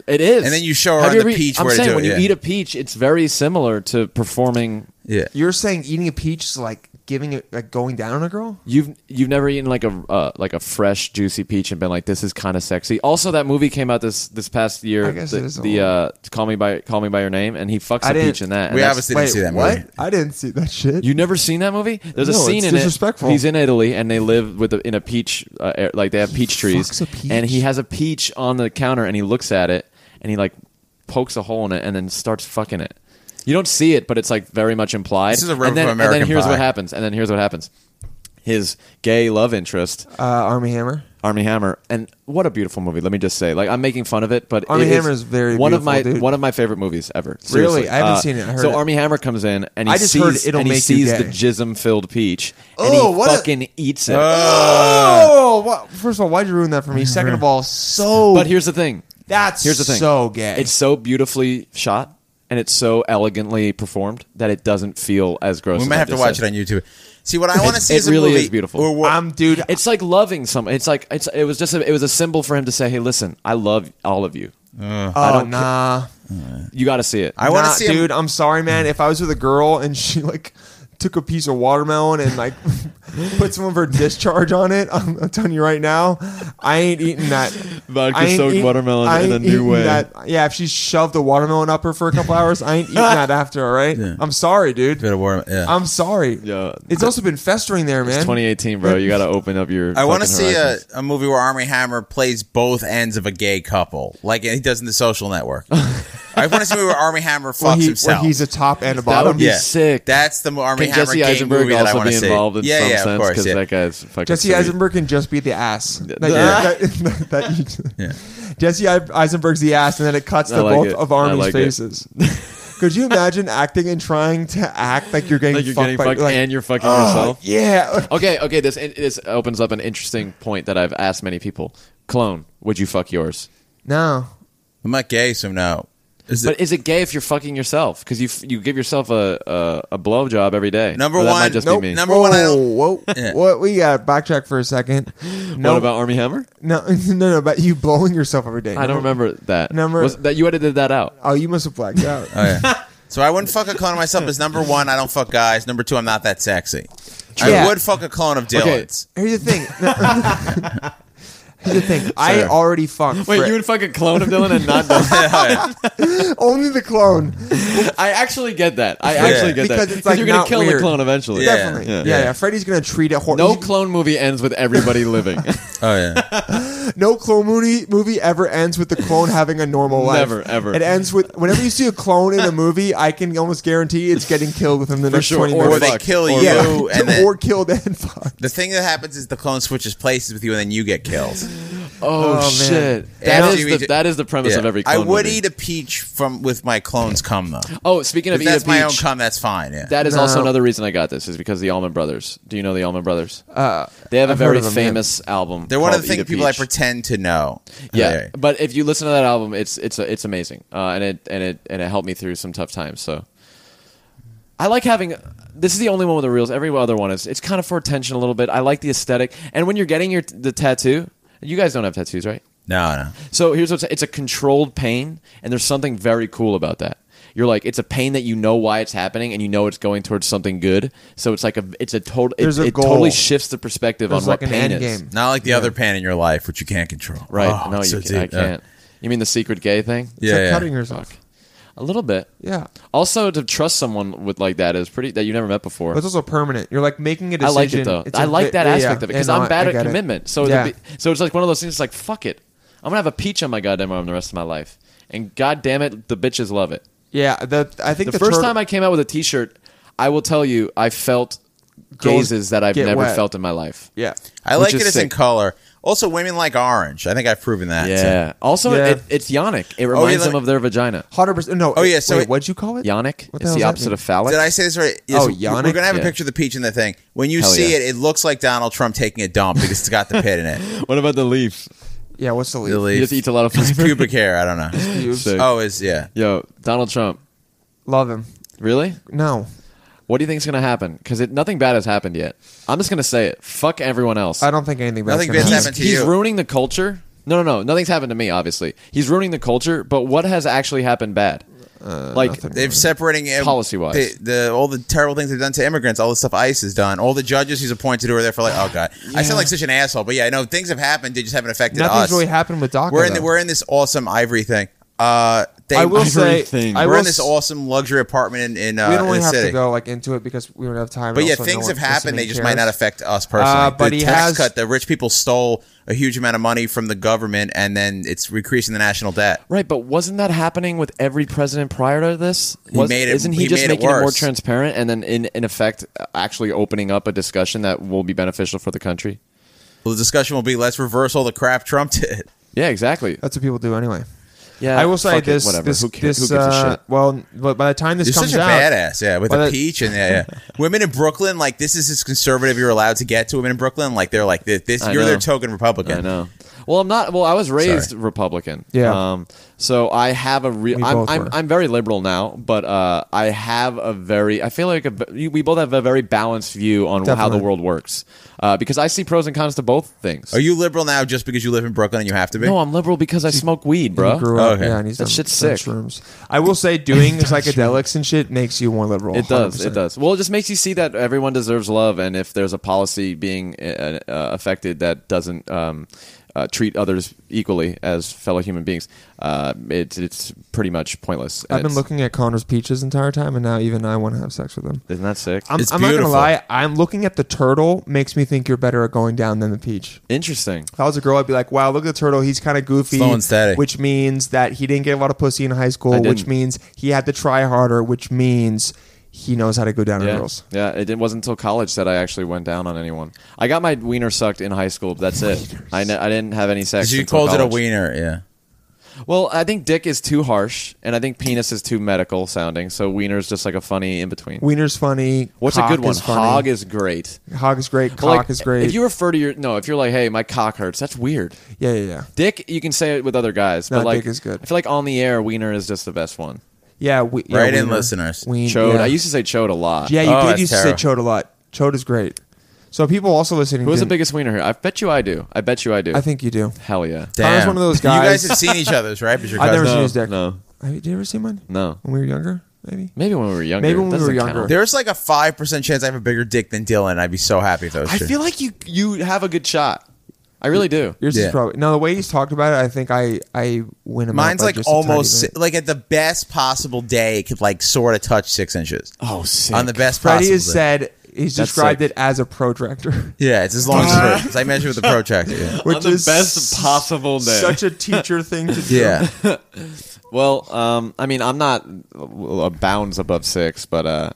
Speaker 6: It is,
Speaker 3: And then you show her
Speaker 6: Have
Speaker 3: on
Speaker 6: you
Speaker 3: the
Speaker 6: ever- e-
Speaker 3: peach
Speaker 6: I'm
Speaker 3: where to
Speaker 6: saying
Speaker 3: do
Speaker 6: when
Speaker 3: it,
Speaker 6: you
Speaker 3: yeah.
Speaker 6: eat a peach, it's very similar to performing.
Speaker 3: Yeah,
Speaker 1: You're saying eating a peach is like giving it, like going down on a girl?
Speaker 6: You've you've never eaten like a uh, like a fresh juicy peach and been like this is kind of sexy. Also, that movie came out this this past year.
Speaker 1: I guess
Speaker 6: the
Speaker 1: it is a
Speaker 6: the
Speaker 1: little-
Speaker 6: uh, Call Me by Call Me by Your Name, and he fucks
Speaker 1: I
Speaker 6: a
Speaker 1: didn't-
Speaker 6: peach in that. and
Speaker 3: We
Speaker 6: that's-
Speaker 3: obviously didn't see that
Speaker 1: what?
Speaker 3: movie.
Speaker 1: I didn't see that shit.
Speaker 6: You never seen that movie? There's
Speaker 1: No,
Speaker 6: a scene
Speaker 1: it's
Speaker 6: in
Speaker 1: disrespectful.
Speaker 6: it. He's in Italy and they live with a, in a peach, uh, air- like they have peach trees,
Speaker 1: fucks a peach?
Speaker 6: and he has a peach on the counter and he looks at it and he like pokes a hole in it and then starts fucking it. You don't see it, but it's like very much implied.
Speaker 3: This is a rip
Speaker 6: and then,
Speaker 3: from
Speaker 6: And
Speaker 3: American
Speaker 6: then here's
Speaker 3: Pie.
Speaker 6: what happens. And then here's what happens. His gay love interest,
Speaker 1: uh, Army Hammer.
Speaker 6: Army Hammer, and what a beauful movie. Let me just say, like I'm making fun of it, but
Speaker 1: Armie
Speaker 6: it
Speaker 1: Hammer is very
Speaker 6: one of my
Speaker 1: beautiful, dude.
Speaker 6: one of my favorite movies ever.
Speaker 1: Really?
Speaker 6: Seriously.
Speaker 1: I haven't
Speaker 6: Uh,
Speaker 1: seen it. I heard
Speaker 6: so
Speaker 1: it.
Speaker 6: Army Hammer comes in and he
Speaker 1: I just
Speaker 6: sees
Speaker 1: heard it'll
Speaker 6: and he
Speaker 1: make you
Speaker 6: sees the
Speaker 1: gay.
Speaker 6: jism filled peach and
Speaker 1: Oh,
Speaker 6: he
Speaker 1: what a-
Speaker 6: fucking eats it.
Speaker 1: oh, what? first of all, why'd you ruin that for me? Second of all, so
Speaker 6: but here's the thing.
Speaker 1: that's
Speaker 6: Here's the thing.
Speaker 1: so gay.
Speaker 6: It's so beautifully shot and it's so elegantly performed that it doesn't feel as gross.
Speaker 3: we
Speaker 6: as
Speaker 3: might
Speaker 6: I
Speaker 3: have to
Speaker 6: just
Speaker 3: watch
Speaker 6: said.
Speaker 3: it on YouTube. See what I want to see
Speaker 6: it
Speaker 3: is a
Speaker 6: really
Speaker 3: movie
Speaker 6: is beautiful.
Speaker 3: Or what,
Speaker 1: I'm dude.
Speaker 6: It's like loving someone. It's like it's. It was just. A, it was a symbol for him to say, "Hey, listen, I love all of you.
Speaker 1: oh nah.
Speaker 6: You got to see it."
Speaker 3: I want to
Speaker 1: Nah,
Speaker 3: see
Speaker 1: dude.
Speaker 3: A,
Speaker 1: i I'm sorry, man. If I was with a girl and she like took a piece of watermelon and like put some of her discharge on it, I'm, I'm telling you right now, I ain't eating that.
Speaker 6: Vodka
Speaker 1: I ain't
Speaker 6: soaked
Speaker 1: eat-
Speaker 6: watermelon
Speaker 1: I
Speaker 6: in a
Speaker 1: ain't
Speaker 6: new
Speaker 1: eating
Speaker 6: way.
Speaker 1: that- yeah, if she shoved a watermelon up her for a couple hours, I ain't eating that after. All right, I'm sorry, dude.
Speaker 3: bit of warm, yeah.
Speaker 1: I'm sorry.
Speaker 6: Yeah.
Speaker 1: it's also been festering there, man.
Speaker 6: It's 2018, bro. You got to open up your.
Speaker 3: I want to
Speaker 6: fucking
Speaker 3: see a,
Speaker 6: horizons.
Speaker 3: a movie where Army Hammer plays both ends of a gay couple, like he does in The Social Network. I want to see a movie where Army Hammer fucks
Speaker 1: Where, he- where
Speaker 3: himself.
Speaker 1: he's a top and a
Speaker 6: That
Speaker 1: bottom.
Speaker 6: would be sick.
Speaker 3: That's the mo- Army
Speaker 6: Can
Speaker 3: Hammer
Speaker 6: Jesse
Speaker 3: gay
Speaker 6: Eisenberg
Speaker 3: movie that I
Speaker 6: also
Speaker 3: want
Speaker 6: be
Speaker 3: to see.
Speaker 6: involved in
Speaker 3: yeah,
Speaker 6: some
Speaker 3: yeah, of
Speaker 6: sense
Speaker 3: course.
Speaker 6: because
Speaker 3: yeah.
Speaker 6: that guy's fucking.
Speaker 1: Jesse
Speaker 6: sweet.
Speaker 1: Eisenberg can just be the ass. That,
Speaker 6: Yeah.
Speaker 1: that- that you- Jesse Ei- Eisenberg's the ass, and then it cuts
Speaker 6: I
Speaker 1: to
Speaker 6: like
Speaker 1: both
Speaker 6: it.
Speaker 1: of
Speaker 6: I
Speaker 1: Army's
Speaker 6: like it.
Speaker 1: faces. Could you imagine acting and trying to act like you're getting
Speaker 6: Like you're
Speaker 1: fucked
Speaker 6: getting
Speaker 1: by,
Speaker 6: fucked
Speaker 1: like,
Speaker 6: and you're fucking
Speaker 1: "Oh,
Speaker 6: yourself.
Speaker 1: Yeah.
Speaker 6: Okay, okay. This this opens up an interesting point that I've asked many people. Clone, would you fuck yours?
Speaker 1: No.
Speaker 3: I'm not gay, so no. Is it-
Speaker 6: But is it gay if you're fucking yourself? Because you f- you give yourself a a, a blowjob every day.
Speaker 3: Number
Speaker 6: Or that
Speaker 3: one,
Speaker 6: might just
Speaker 3: nope,
Speaker 6: be me.
Speaker 3: number one, I
Speaker 1: Whoa,
Speaker 3: don't-
Speaker 1: whoa.
Speaker 3: Yeah.
Speaker 1: What we got? Backtrack for a second.
Speaker 6: What
Speaker 1: No,
Speaker 6: about Army Hammer?
Speaker 1: no, no, no. About you blowing yourself every day.
Speaker 6: I don't remember that.
Speaker 1: Number-
Speaker 6: Was- that you edited that out.
Speaker 1: Oh, you must have blacked out.
Speaker 3: Oh, yeah. so I wouldn't fuck a clone of myself. Is number one, I don't fuck guys. Number two, I'm not that sexy.
Speaker 1: Yeah.
Speaker 3: I would fuck a clone of Dylan's.
Speaker 1: Here's the thing. Here's the thing. I
Speaker 3: Sure.
Speaker 1: already fucked.
Speaker 6: Wait,
Speaker 1: Fred.
Speaker 6: you would fuck a clone of Dylan and not Dylan?
Speaker 3: Yeah.
Speaker 1: only the clone.
Speaker 6: I actually get that. I actually get
Speaker 1: Because
Speaker 6: that.
Speaker 1: it's, like,
Speaker 6: you're gonna
Speaker 1: not
Speaker 6: kill the
Speaker 1: weird.
Speaker 6: clone eventually.
Speaker 3: Yeah.
Speaker 1: Definitely. Yeah, yeah.
Speaker 6: yeah.
Speaker 1: Freddy's gonna treat it. Hor-
Speaker 6: No clone movie ends with everybody living.
Speaker 3: Oh yeah.
Speaker 1: No clone movie movie ever ends with the clone having a normal life.
Speaker 6: Never, ever.
Speaker 1: It ends with whenever you see a clone in a movie, I can almost guarantee it's getting killed within the next
Speaker 6: sure,
Speaker 1: twenty
Speaker 6: or
Speaker 1: minutes.
Speaker 3: Or they
Speaker 6: fucked.
Speaker 3: kill
Speaker 6: Or
Speaker 3: you,
Speaker 1: yeah,
Speaker 3: and then
Speaker 1: or killed and fucked.
Speaker 3: the thing that happens is the clone switches places with you, and then you get killed.
Speaker 6: Oh,
Speaker 1: man.
Speaker 6: shit!
Speaker 3: After
Speaker 6: That
Speaker 3: you
Speaker 6: is
Speaker 3: eat
Speaker 6: the,
Speaker 3: it-
Speaker 6: that is the premise
Speaker 3: Yeah.
Speaker 6: of every.
Speaker 3: I
Speaker 6: clone
Speaker 3: would
Speaker 6: movie.
Speaker 3: eat a peach from with my clones cum though.
Speaker 6: Oh, speaking of
Speaker 3: If
Speaker 6: eat a
Speaker 3: that's
Speaker 6: peach,
Speaker 3: my own cum, that's fine. Yeah.
Speaker 6: that is
Speaker 1: No.
Speaker 6: also another reason I got this is because of the Allman Brothers. Do you know the Allman Brothers? Uh, they have a
Speaker 1: I've heard
Speaker 6: very
Speaker 1: of them, yeah.
Speaker 6: famous album.
Speaker 3: They're one of
Speaker 6: called
Speaker 3: the
Speaker 6: Eat
Speaker 3: thing
Speaker 6: a
Speaker 3: people I
Speaker 6: Peach.
Speaker 3: pretend to know.
Speaker 6: Yeah,
Speaker 3: Okay.
Speaker 6: but if you listen to that album, it's it's it's amazing, uh, and it and it and it helped me through some tough times. So I like having. This is the only one with the reels. Every other one is it's kind of for attention a little bit. I like the aesthetic, and when you're getting your the tattoo, you guys don't have tattoos, right?
Speaker 3: No, no.
Speaker 6: So here's what's it's a controlled pain, and there's something very cool about that. You're like it's a pain that you know why it's happening, and you know it's going towards something good. So it's like a it's a total it,
Speaker 1: There's a
Speaker 6: it
Speaker 1: goal.
Speaker 6: totally shifts the perspective
Speaker 1: There's
Speaker 6: on what
Speaker 1: like an
Speaker 6: pain
Speaker 1: end
Speaker 6: is.
Speaker 1: game.
Speaker 3: Not like the other pan in your life, which you can't control.
Speaker 6: Right?
Speaker 3: Oh,
Speaker 6: no,
Speaker 3: it's
Speaker 6: you
Speaker 3: so
Speaker 6: can, I
Speaker 3: deep. Yeah.
Speaker 6: can't. You mean the secret gay thing?
Speaker 1: It's like
Speaker 3: Yeah, yeah.
Speaker 1: cutting yourself.
Speaker 6: Fuck. A little bit.
Speaker 1: Yeah.
Speaker 6: Also, to trust someone with like that is pretty that you never met before.
Speaker 1: But it's also permanent. You're like making a
Speaker 6: I
Speaker 1: decision.
Speaker 6: like it though.
Speaker 1: It's
Speaker 6: I
Speaker 1: a
Speaker 6: like
Speaker 1: vi-
Speaker 6: that
Speaker 1: yeah,
Speaker 6: aspect of it
Speaker 1: yeah,
Speaker 6: because
Speaker 1: no, I-
Speaker 6: I'm bad
Speaker 1: I
Speaker 6: at
Speaker 1: get it.
Speaker 6: commitment. So
Speaker 1: Yeah.
Speaker 6: the, so it's like one of those things. It's like fuck it, I'm gonna have a peach on my goddamn arm the rest of my life, and goddamn it, the bitches love it.
Speaker 1: yeah, the, I think
Speaker 6: The,
Speaker 1: the
Speaker 6: first
Speaker 1: turtle-
Speaker 6: time I came out with a T-shirt, I will tell you, I felt
Speaker 1: Girls
Speaker 6: gazes that I've
Speaker 1: get
Speaker 6: never
Speaker 1: wet.
Speaker 6: felt in my life.
Speaker 1: yeah,
Speaker 3: I
Speaker 6: Which
Speaker 3: like
Speaker 6: is
Speaker 3: it as in
Speaker 6: sick.
Speaker 3: color. Also, women like orange. I think I've proven that.
Speaker 6: Yeah. Also,
Speaker 1: Yeah. Oh,
Speaker 6: It, it's yonic. It reminds
Speaker 3: like-
Speaker 6: them of their vagina.
Speaker 1: hundred percent. No.
Speaker 3: Oh, yeah, so
Speaker 1: wait,
Speaker 3: it-
Speaker 1: what'd you call it?
Speaker 6: Yonic.
Speaker 1: What the hell
Speaker 6: it's the
Speaker 1: does that
Speaker 6: opposite
Speaker 1: mean?
Speaker 6: of phallic.
Speaker 3: Did I say this right? Yes,
Speaker 1: Oh,
Speaker 3: we're-
Speaker 1: Yannick?
Speaker 3: We're gonna have
Speaker 6: Yeah.
Speaker 3: a picture of the peach in the thing. When you
Speaker 6: Hell
Speaker 3: see
Speaker 6: yeah.
Speaker 3: it, it looks like Donald Trump taking a dump because it's got the pit in it.
Speaker 6: what about the leaf?
Speaker 1: Yeah, what's the leaf?
Speaker 3: The
Speaker 6: He
Speaker 3: leaf.
Speaker 6: just eats a lot of
Speaker 3: His
Speaker 6: flavor.
Speaker 3: pubic hair. I don't know.
Speaker 1: Pubes.
Speaker 6: Sick.
Speaker 3: Oh, is yeah.
Speaker 6: Yo, Donald Trump.
Speaker 1: Love him.
Speaker 6: Really?
Speaker 1: No,
Speaker 6: What do you think is going to happen? Because nothing bad has happened yet. I'm just going to say it. Fuck everyone else.
Speaker 1: I don't think anything. bad's
Speaker 3: Nothing
Speaker 1: gonna
Speaker 3: bad's
Speaker 1: happen.
Speaker 6: he's,
Speaker 3: happened to
Speaker 6: he's
Speaker 3: you.
Speaker 6: ruining the culture. No, no, no. Nothing's happened to me. Obviously, he's ruining the culture. But what has actually happened bad?
Speaker 3: Uh,
Speaker 6: like
Speaker 3: They've separating uh,
Speaker 6: Policy-wise.
Speaker 3: the, the all the terrible things they've done to immigrants, all the stuff ICE has done, all the judges he's appointed who are there for like, oh god, I sound like such an asshole, but yeah, I know things have happened, they just haven't affected
Speaker 1: Nothing's
Speaker 3: us.
Speaker 1: really happened with DACA.
Speaker 3: we're in the,
Speaker 1: though.
Speaker 3: we're in this awesome ivory thing. Uh, they,
Speaker 1: I will
Speaker 6: Ivory
Speaker 1: say,
Speaker 6: thing.
Speaker 1: I
Speaker 3: we're
Speaker 1: will
Speaker 3: in this
Speaker 1: s-
Speaker 3: awesome luxury apartment in, in, uh,
Speaker 1: we
Speaker 3: in
Speaker 1: don't really
Speaker 3: the
Speaker 1: have
Speaker 3: city.
Speaker 1: to go like into it because we don't have time.
Speaker 3: But
Speaker 1: and
Speaker 3: yeah,
Speaker 1: also no
Speaker 3: things
Speaker 1: one
Speaker 3: have happened.
Speaker 1: listening
Speaker 3: They just
Speaker 1: cares.
Speaker 3: might not affect us personally.
Speaker 1: Uh, but
Speaker 3: the
Speaker 1: he
Speaker 3: tax
Speaker 1: has-
Speaker 3: cut, the rich people stole a huge amount of money from the government, and then it's increasing the national debt.
Speaker 6: right, but wasn't that happening with every president prior to this?
Speaker 3: He
Speaker 6: Was,
Speaker 3: made it-
Speaker 6: isn't he,
Speaker 3: he
Speaker 6: just
Speaker 3: made it
Speaker 6: making more
Speaker 3: worse.
Speaker 6: transparent and then, in in effect, actually opening up a discussion that will be beneficial for the country?
Speaker 3: Well, the discussion will be: let's reverse all the crap Trump did.
Speaker 6: Yeah, exactly.
Speaker 3: Uh,
Speaker 1: That's what people do anyway.
Speaker 6: Yeah,
Speaker 1: I will say
Speaker 6: Uh, fuck it,
Speaker 1: this.
Speaker 6: Whatever.
Speaker 1: This,
Speaker 6: who cares?
Speaker 1: This,
Speaker 6: who gives
Speaker 1: uh,
Speaker 6: a shit?
Speaker 1: Well, but by the time this
Speaker 3: You're
Speaker 1: comes
Speaker 3: such a
Speaker 1: out,
Speaker 3: badass, yeah, with
Speaker 1: Well,
Speaker 3: a
Speaker 1: that-
Speaker 3: peach and yeah, yeah. women in Brooklyn, like this is as conservative you're allowed to get to women in Brooklyn. Like they're like this, this
Speaker 6: I
Speaker 3: you're their
Speaker 6: know.
Speaker 3: token Republican.
Speaker 6: I know. Well, I'm not. Well, I was raised Republican.
Speaker 1: Yeah.
Speaker 6: Um, so I have a real.
Speaker 1: We
Speaker 6: I'm,
Speaker 1: both
Speaker 6: I'm,
Speaker 1: were.
Speaker 6: I'm very liberal now, but uh, I have a very. I feel like a, ve- we both have a very balanced view on how the
Speaker 1: Definitely.
Speaker 6: world works, uh, because I see pros and cons to both things.
Speaker 3: Are you liberal now just because you live in Brooklyn and you have to be?
Speaker 6: no, I'm liberal because I smoke weed,
Speaker 1: he
Speaker 6: bro.
Speaker 1: grew up.
Speaker 3: Oh, Okay.
Speaker 1: Yeah, and he's
Speaker 6: That
Speaker 1: done,
Speaker 6: shit's
Speaker 1: done
Speaker 6: sick.
Speaker 1: Shrooms. I will say, doing psychedelics and shit makes you more liberal.
Speaker 6: It does.
Speaker 1: 100%.
Speaker 6: It does. Well, it just makes you see that everyone deserves love, and if there's a policy being uh, uh, affected that doesn't um, uh, treat others equally as fellow human beings, uh, it's it's pretty much pointless. And
Speaker 1: I've been
Speaker 6: it's-
Speaker 1: looking at Connor's peaches the entire time, and now even I want to have sex with him.
Speaker 6: Isn't that sick?
Speaker 1: I'm,
Speaker 3: It's
Speaker 1: I'm not gonna
Speaker 3: beautiful.
Speaker 1: lie. I'm looking at the turtle. Makes me think you're better at going down than the peach.
Speaker 6: Interesting.
Speaker 1: If I was a girl, I'd be like, "Wow, look at the turtle. He's kind of goofy,
Speaker 3: Slow and steady.
Speaker 1: which means that he didn't get a lot of pussy in high
Speaker 6: I
Speaker 1: school, which
Speaker 6: didn't.
Speaker 1: means he had to try harder, which means he knows how to go down on
Speaker 6: Yeah,
Speaker 1: girls."
Speaker 6: yeah. It, it wasn't until college that I actually went down on anyone. I got my wiener sucked in high school. But that's it. I n- I didn't have any sex.
Speaker 3: 'Cause you
Speaker 6: until
Speaker 3: called it a
Speaker 6: college.
Speaker 3: wiener, yeah.
Speaker 6: Well, I think dick is too harsh, and I think penis is too medical sounding. So wiener's just like a funny in between.
Speaker 1: Wiener's funny.
Speaker 6: What's
Speaker 1: cock
Speaker 6: a good one?
Speaker 1: Is funny.
Speaker 6: Hog is great.
Speaker 1: Hog is great.
Speaker 6: But,
Speaker 1: Cock
Speaker 6: like,
Speaker 1: is great.
Speaker 6: If you refer to your no, if you're like, hey, my cock hurts, that's weird.
Speaker 1: yeah, yeah, yeah.
Speaker 6: Dick, you can say it with other guys,
Speaker 1: No,
Speaker 6: but like,
Speaker 1: dick is good.
Speaker 6: I feel like on the air, wiener is just the best one.
Speaker 1: Yeah, we, yeah,
Speaker 3: Write in,
Speaker 1: wiener.
Speaker 3: listeners.
Speaker 1: Wien-
Speaker 6: Chode.
Speaker 1: yeah.
Speaker 6: I used to say chode a lot.
Speaker 1: Yeah, you
Speaker 3: Oh,
Speaker 1: did
Speaker 3: that's
Speaker 1: used to say chode a
Speaker 3: terrible.
Speaker 1: lot. Chode is great. So people also listening.
Speaker 6: Who is the
Speaker 1: didn't-
Speaker 6: biggest wiener here? I bet you I do. I bet you I do.
Speaker 1: I think you do.
Speaker 6: Hell yeah.
Speaker 1: Connor's
Speaker 3: Damn.
Speaker 1: one of those
Speaker 3: You
Speaker 1: guys-
Speaker 3: guys have seen each other's, right? Because you're
Speaker 1: I've never
Speaker 3: cousins.
Speaker 1: seen his dick.
Speaker 6: No.
Speaker 1: Have you, did you ever see mine?
Speaker 6: No.
Speaker 1: When we were younger, maybe.
Speaker 6: Maybe when we were younger.
Speaker 1: Maybe when we
Speaker 6: Doesn't
Speaker 1: were
Speaker 6: count.
Speaker 1: younger.
Speaker 3: There's like a five percent chance I have a bigger dick than Dylan. I'd be so happy if that was
Speaker 6: I
Speaker 3: true.
Speaker 6: feel like you you have a good shot. I really do.
Speaker 1: Yours
Speaker 3: Yeah.
Speaker 1: is probably no. The way he's talked about it, I think I I win him. out
Speaker 3: Mine's
Speaker 1: by
Speaker 3: like
Speaker 1: just a tiny
Speaker 3: almost
Speaker 1: bit.
Speaker 3: si- like at the best possible day, it could like sort of touch six inches
Speaker 6: Oh, sick.
Speaker 3: on the best
Speaker 1: Freddie
Speaker 3: possible.
Speaker 1: has
Speaker 3: day.
Speaker 1: said he's
Speaker 6: That's
Speaker 1: described
Speaker 6: sick.
Speaker 1: it as a protractor,
Speaker 3: yeah, it's as long as
Speaker 6: Uh-huh.
Speaker 3: it hurts. I measure with the protractor. Yeah.
Speaker 1: which
Speaker 6: the
Speaker 1: is
Speaker 6: best possible day.
Speaker 1: Such a teacher thing to do.
Speaker 3: Yeah.
Speaker 6: well, um, I mean, I'm not uh, bounds above six, but uh,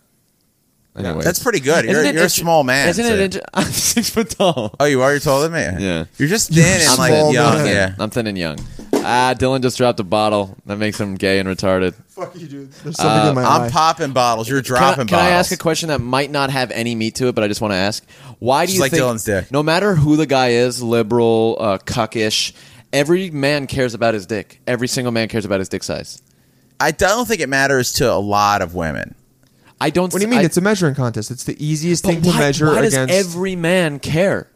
Speaker 6: Anyway,
Speaker 3: That's pretty good. You're, you're a small man.
Speaker 6: Isn't
Speaker 3: so-
Speaker 6: it? int- I'm six foot tall.
Speaker 3: Oh, you are. You're taller than me.
Speaker 6: Yeah.
Speaker 3: You're just thin and like
Speaker 1: small
Speaker 3: young.
Speaker 1: man.
Speaker 3: Yeah.
Speaker 6: I'm thin and young. Ah, Dylan just dropped a bottle. That makes him gay and retarded.
Speaker 1: Fuck you, dude. There's something
Speaker 6: Uh,
Speaker 1: in my
Speaker 3: I'm
Speaker 1: eye.
Speaker 3: popping bottles. You're
Speaker 6: Can I,
Speaker 3: dropping
Speaker 6: can I ask
Speaker 3: bottles.
Speaker 6: a question that might not have any meat to it, but I just want to ask? Why do
Speaker 3: Just
Speaker 6: you
Speaker 3: like
Speaker 6: think
Speaker 3: Dylan's dick.
Speaker 6: no matter who the guy is, liberal, uh, cuckish, every man cares about his dick. Every single man cares about his dick size.
Speaker 3: I don't think it matters to a lot of women.
Speaker 6: I don't.
Speaker 1: what do you mean?
Speaker 6: I-
Speaker 1: it's a measuring contest. It's the easiest
Speaker 6: but
Speaker 1: thing
Speaker 6: why,
Speaker 1: to measure
Speaker 6: Why does
Speaker 1: against.
Speaker 6: every man care?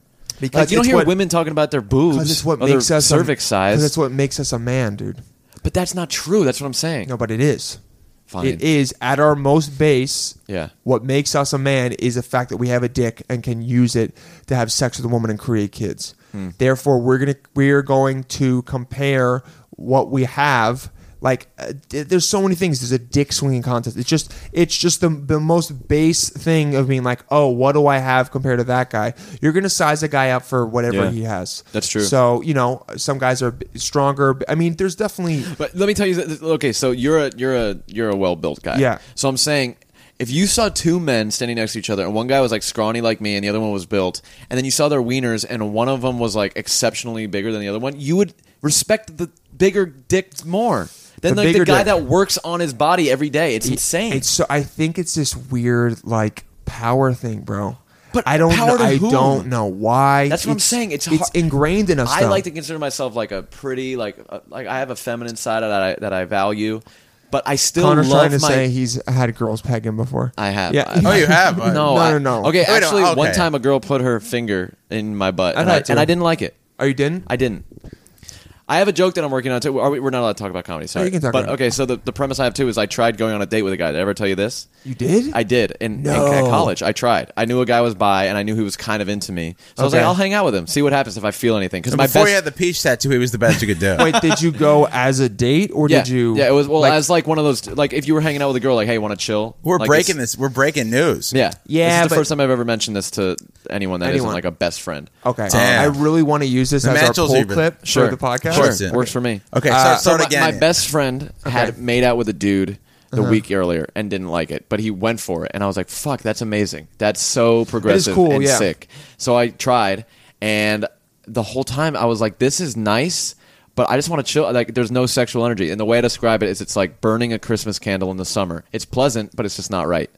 Speaker 1: Because
Speaker 6: Like, you don't
Speaker 1: it's
Speaker 6: hear
Speaker 1: what-
Speaker 6: women talking about their boobs
Speaker 1: Because it's what
Speaker 6: or their
Speaker 1: makes us
Speaker 6: cervix
Speaker 1: a,
Speaker 6: size,
Speaker 1: 'cause It's what makes us a man, dude.
Speaker 6: but that's not true. That's what I'm saying.
Speaker 1: No, but it is.
Speaker 6: Fine.
Speaker 1: It is at our most base.
Speaker 6: Yeah.
Speaker 1: What makes us a man is the fact that we have a dick and can use it to have sex with a woman and create kids.
Speaker 6: Hmm.
Speaker 1: Therefore, we're gonna we're going to compare what we have. Like, uh, th- there's so many things. There's a dick swinging contest. It's just it's just the the most base thing of being like, oh, what do I have compared to that guy? You're gonna size a guy up for whatever
Speaker 6: Yeah.
Speaker 1: he has.
Speaker 6: That's true.
Speaker 1: So you know, some guys are b- stronger. I mean, there's definitely
Speaker 6: But let me tell you. th- th- Okay, so you're a you're a you're a well built guy.
Speaker 1: Yeah.
Speaker 6: So I'm saying, if you saw two men standing next to each other, and one guy was like scrawny like me, and the other one was built, and then you saw their wieners, and one of them was like exceptionally bigger than the other one, you would respect the bigger dick more than
Speaker 1: The
Speaker 6: like the
Speaker 1: bigger
Speaker 6: guy
Speaker 1: dick.
Speaker 6: that works on his body every day. It's insane.
Speaker 1: It's so I think it's this weird like power thing, bro.
Speaker 6: But
Speaker 1: I don't
Speaker 6: power
Speaker 1: know,
Speaker 6: to
Speaker 1: I
Speaker 6: whom?
Speaker 1: don't know why.
Speaker 6: That's what I'm saying. It's
Speaker 1: it's
Speaker 6: har-
Speaker 1: ingrained in us.
Speaker 6: I
Speaker 1: though.
Speaker 6: like to consider myself like a pretty like uh, like I have a feminine side that I that I value, but I still
Speaker 1: Connor's
Speaker 6: love
Speaker 1: trying to
Speaker 6: my.
Speaker 1: say he's had girls peg him before.
Speaker 6: I have.
Speaker 1: Yeah.
Speaker 6: I-
Speaker 3: Oh, you have? Uh,
Speaker 6: No,
Speaker 1: No,
Speaker 6: I-
Speaker 1: no, no.
Speaker 6: Okay,
Speaker 3: Wait, no,
Speaker 6: actually, one
Speaker 3: okay.
Speaker 6: time a girl put her finger in my butt, and
Speaker 1: had
Speaker 6: I,
Speaker 1: to.
Speaker 6: and I didn't like it.
Speaker 1: Oh, you didn't?
Speaker 6: I didn't. I have a joke that I'm working on too. Are we, we're not allowed to talk about comedy. Sorry,
Speaker 1: you can talk
Speaker 6: but
Speaker 1: about it.
Speaker 6: okay. So the, the premise I have too is I tried going on a date with a guy. Did I ever tell you this?
Speaker 1: You did?
Speaker 6: I did in,
Speaker 1: No.
Speaker 6: in college. I tried. I knew a guy was bi, and I knew he was kind of into me. So I was like,
Speaker 1: Okay.
Speaker 6: I'll hang out with him, see what happens if I feel anything. Because
Speaker 3: So
Speaker 6: my
Speaker 3: before
Speaker 6: best
Speaker 3: you had the peach tattoo, he was the best you could do.
Speaker 1: Wait, did you go as a date or
Speaker 6: yeah,
Speaker 1: did you?
Speaker 6: yeah, it was well
Speaker 1: like-
Speaker 6: as like one of those like if you were hanging out with a girl like hey want to chill
Speaker 3: We're
Speaker 6: Like,
Speaker 3: breaking
Speaker 6: it's-
Speaker 3: this. We're breaking news.
Speaker 6: yeah
Speaker 1: Yeah,
Speaker 6: this is the
Speaker 1: but-
Speaker 6: first time I've ever mentioned this to anyone that not
Speaker 1: Anyone.
Speaker 6: like a best friend
Speaker 1: Okay,
Speaker 3: Damn.
Speaker 1: I really want to use this
Speaker 3: The
Speaker 1: as our
Speaker 3: Manchel's
Speaker 1: pull
Speaker 3: even-
Speaker 1: clip
Speaker 6: Sure.
Speaker 1: for the podcast.
Speaker 6: Sure,
Speaker 3: Sure. Works in.
Speaker 6: works for me.
Speaker 3: Okay,
Speaker 1: Uh,
Speaker 3: start, start
Speaker 6: my,
Speaker 3: again.
Speaker 6: my best friend had
Speaker 1: Okay. Uh-huh.
Speaker 6: made out with a dude the week earlier and didn't like it, but he went for it, and I was like, "Fuck, that's amazing. That's so progressive
Speaker 1: cool,
Speaker 6: and
Speaker 1: yeah.
Speaker 6: sick." So I tried, and the whole time I was like, "This is nice." But I just want to chill. Like, there's no sexual energy, and the way I describe it is, it's like burning a Christmas candle in the summer. It's pleasant, but it's just not right.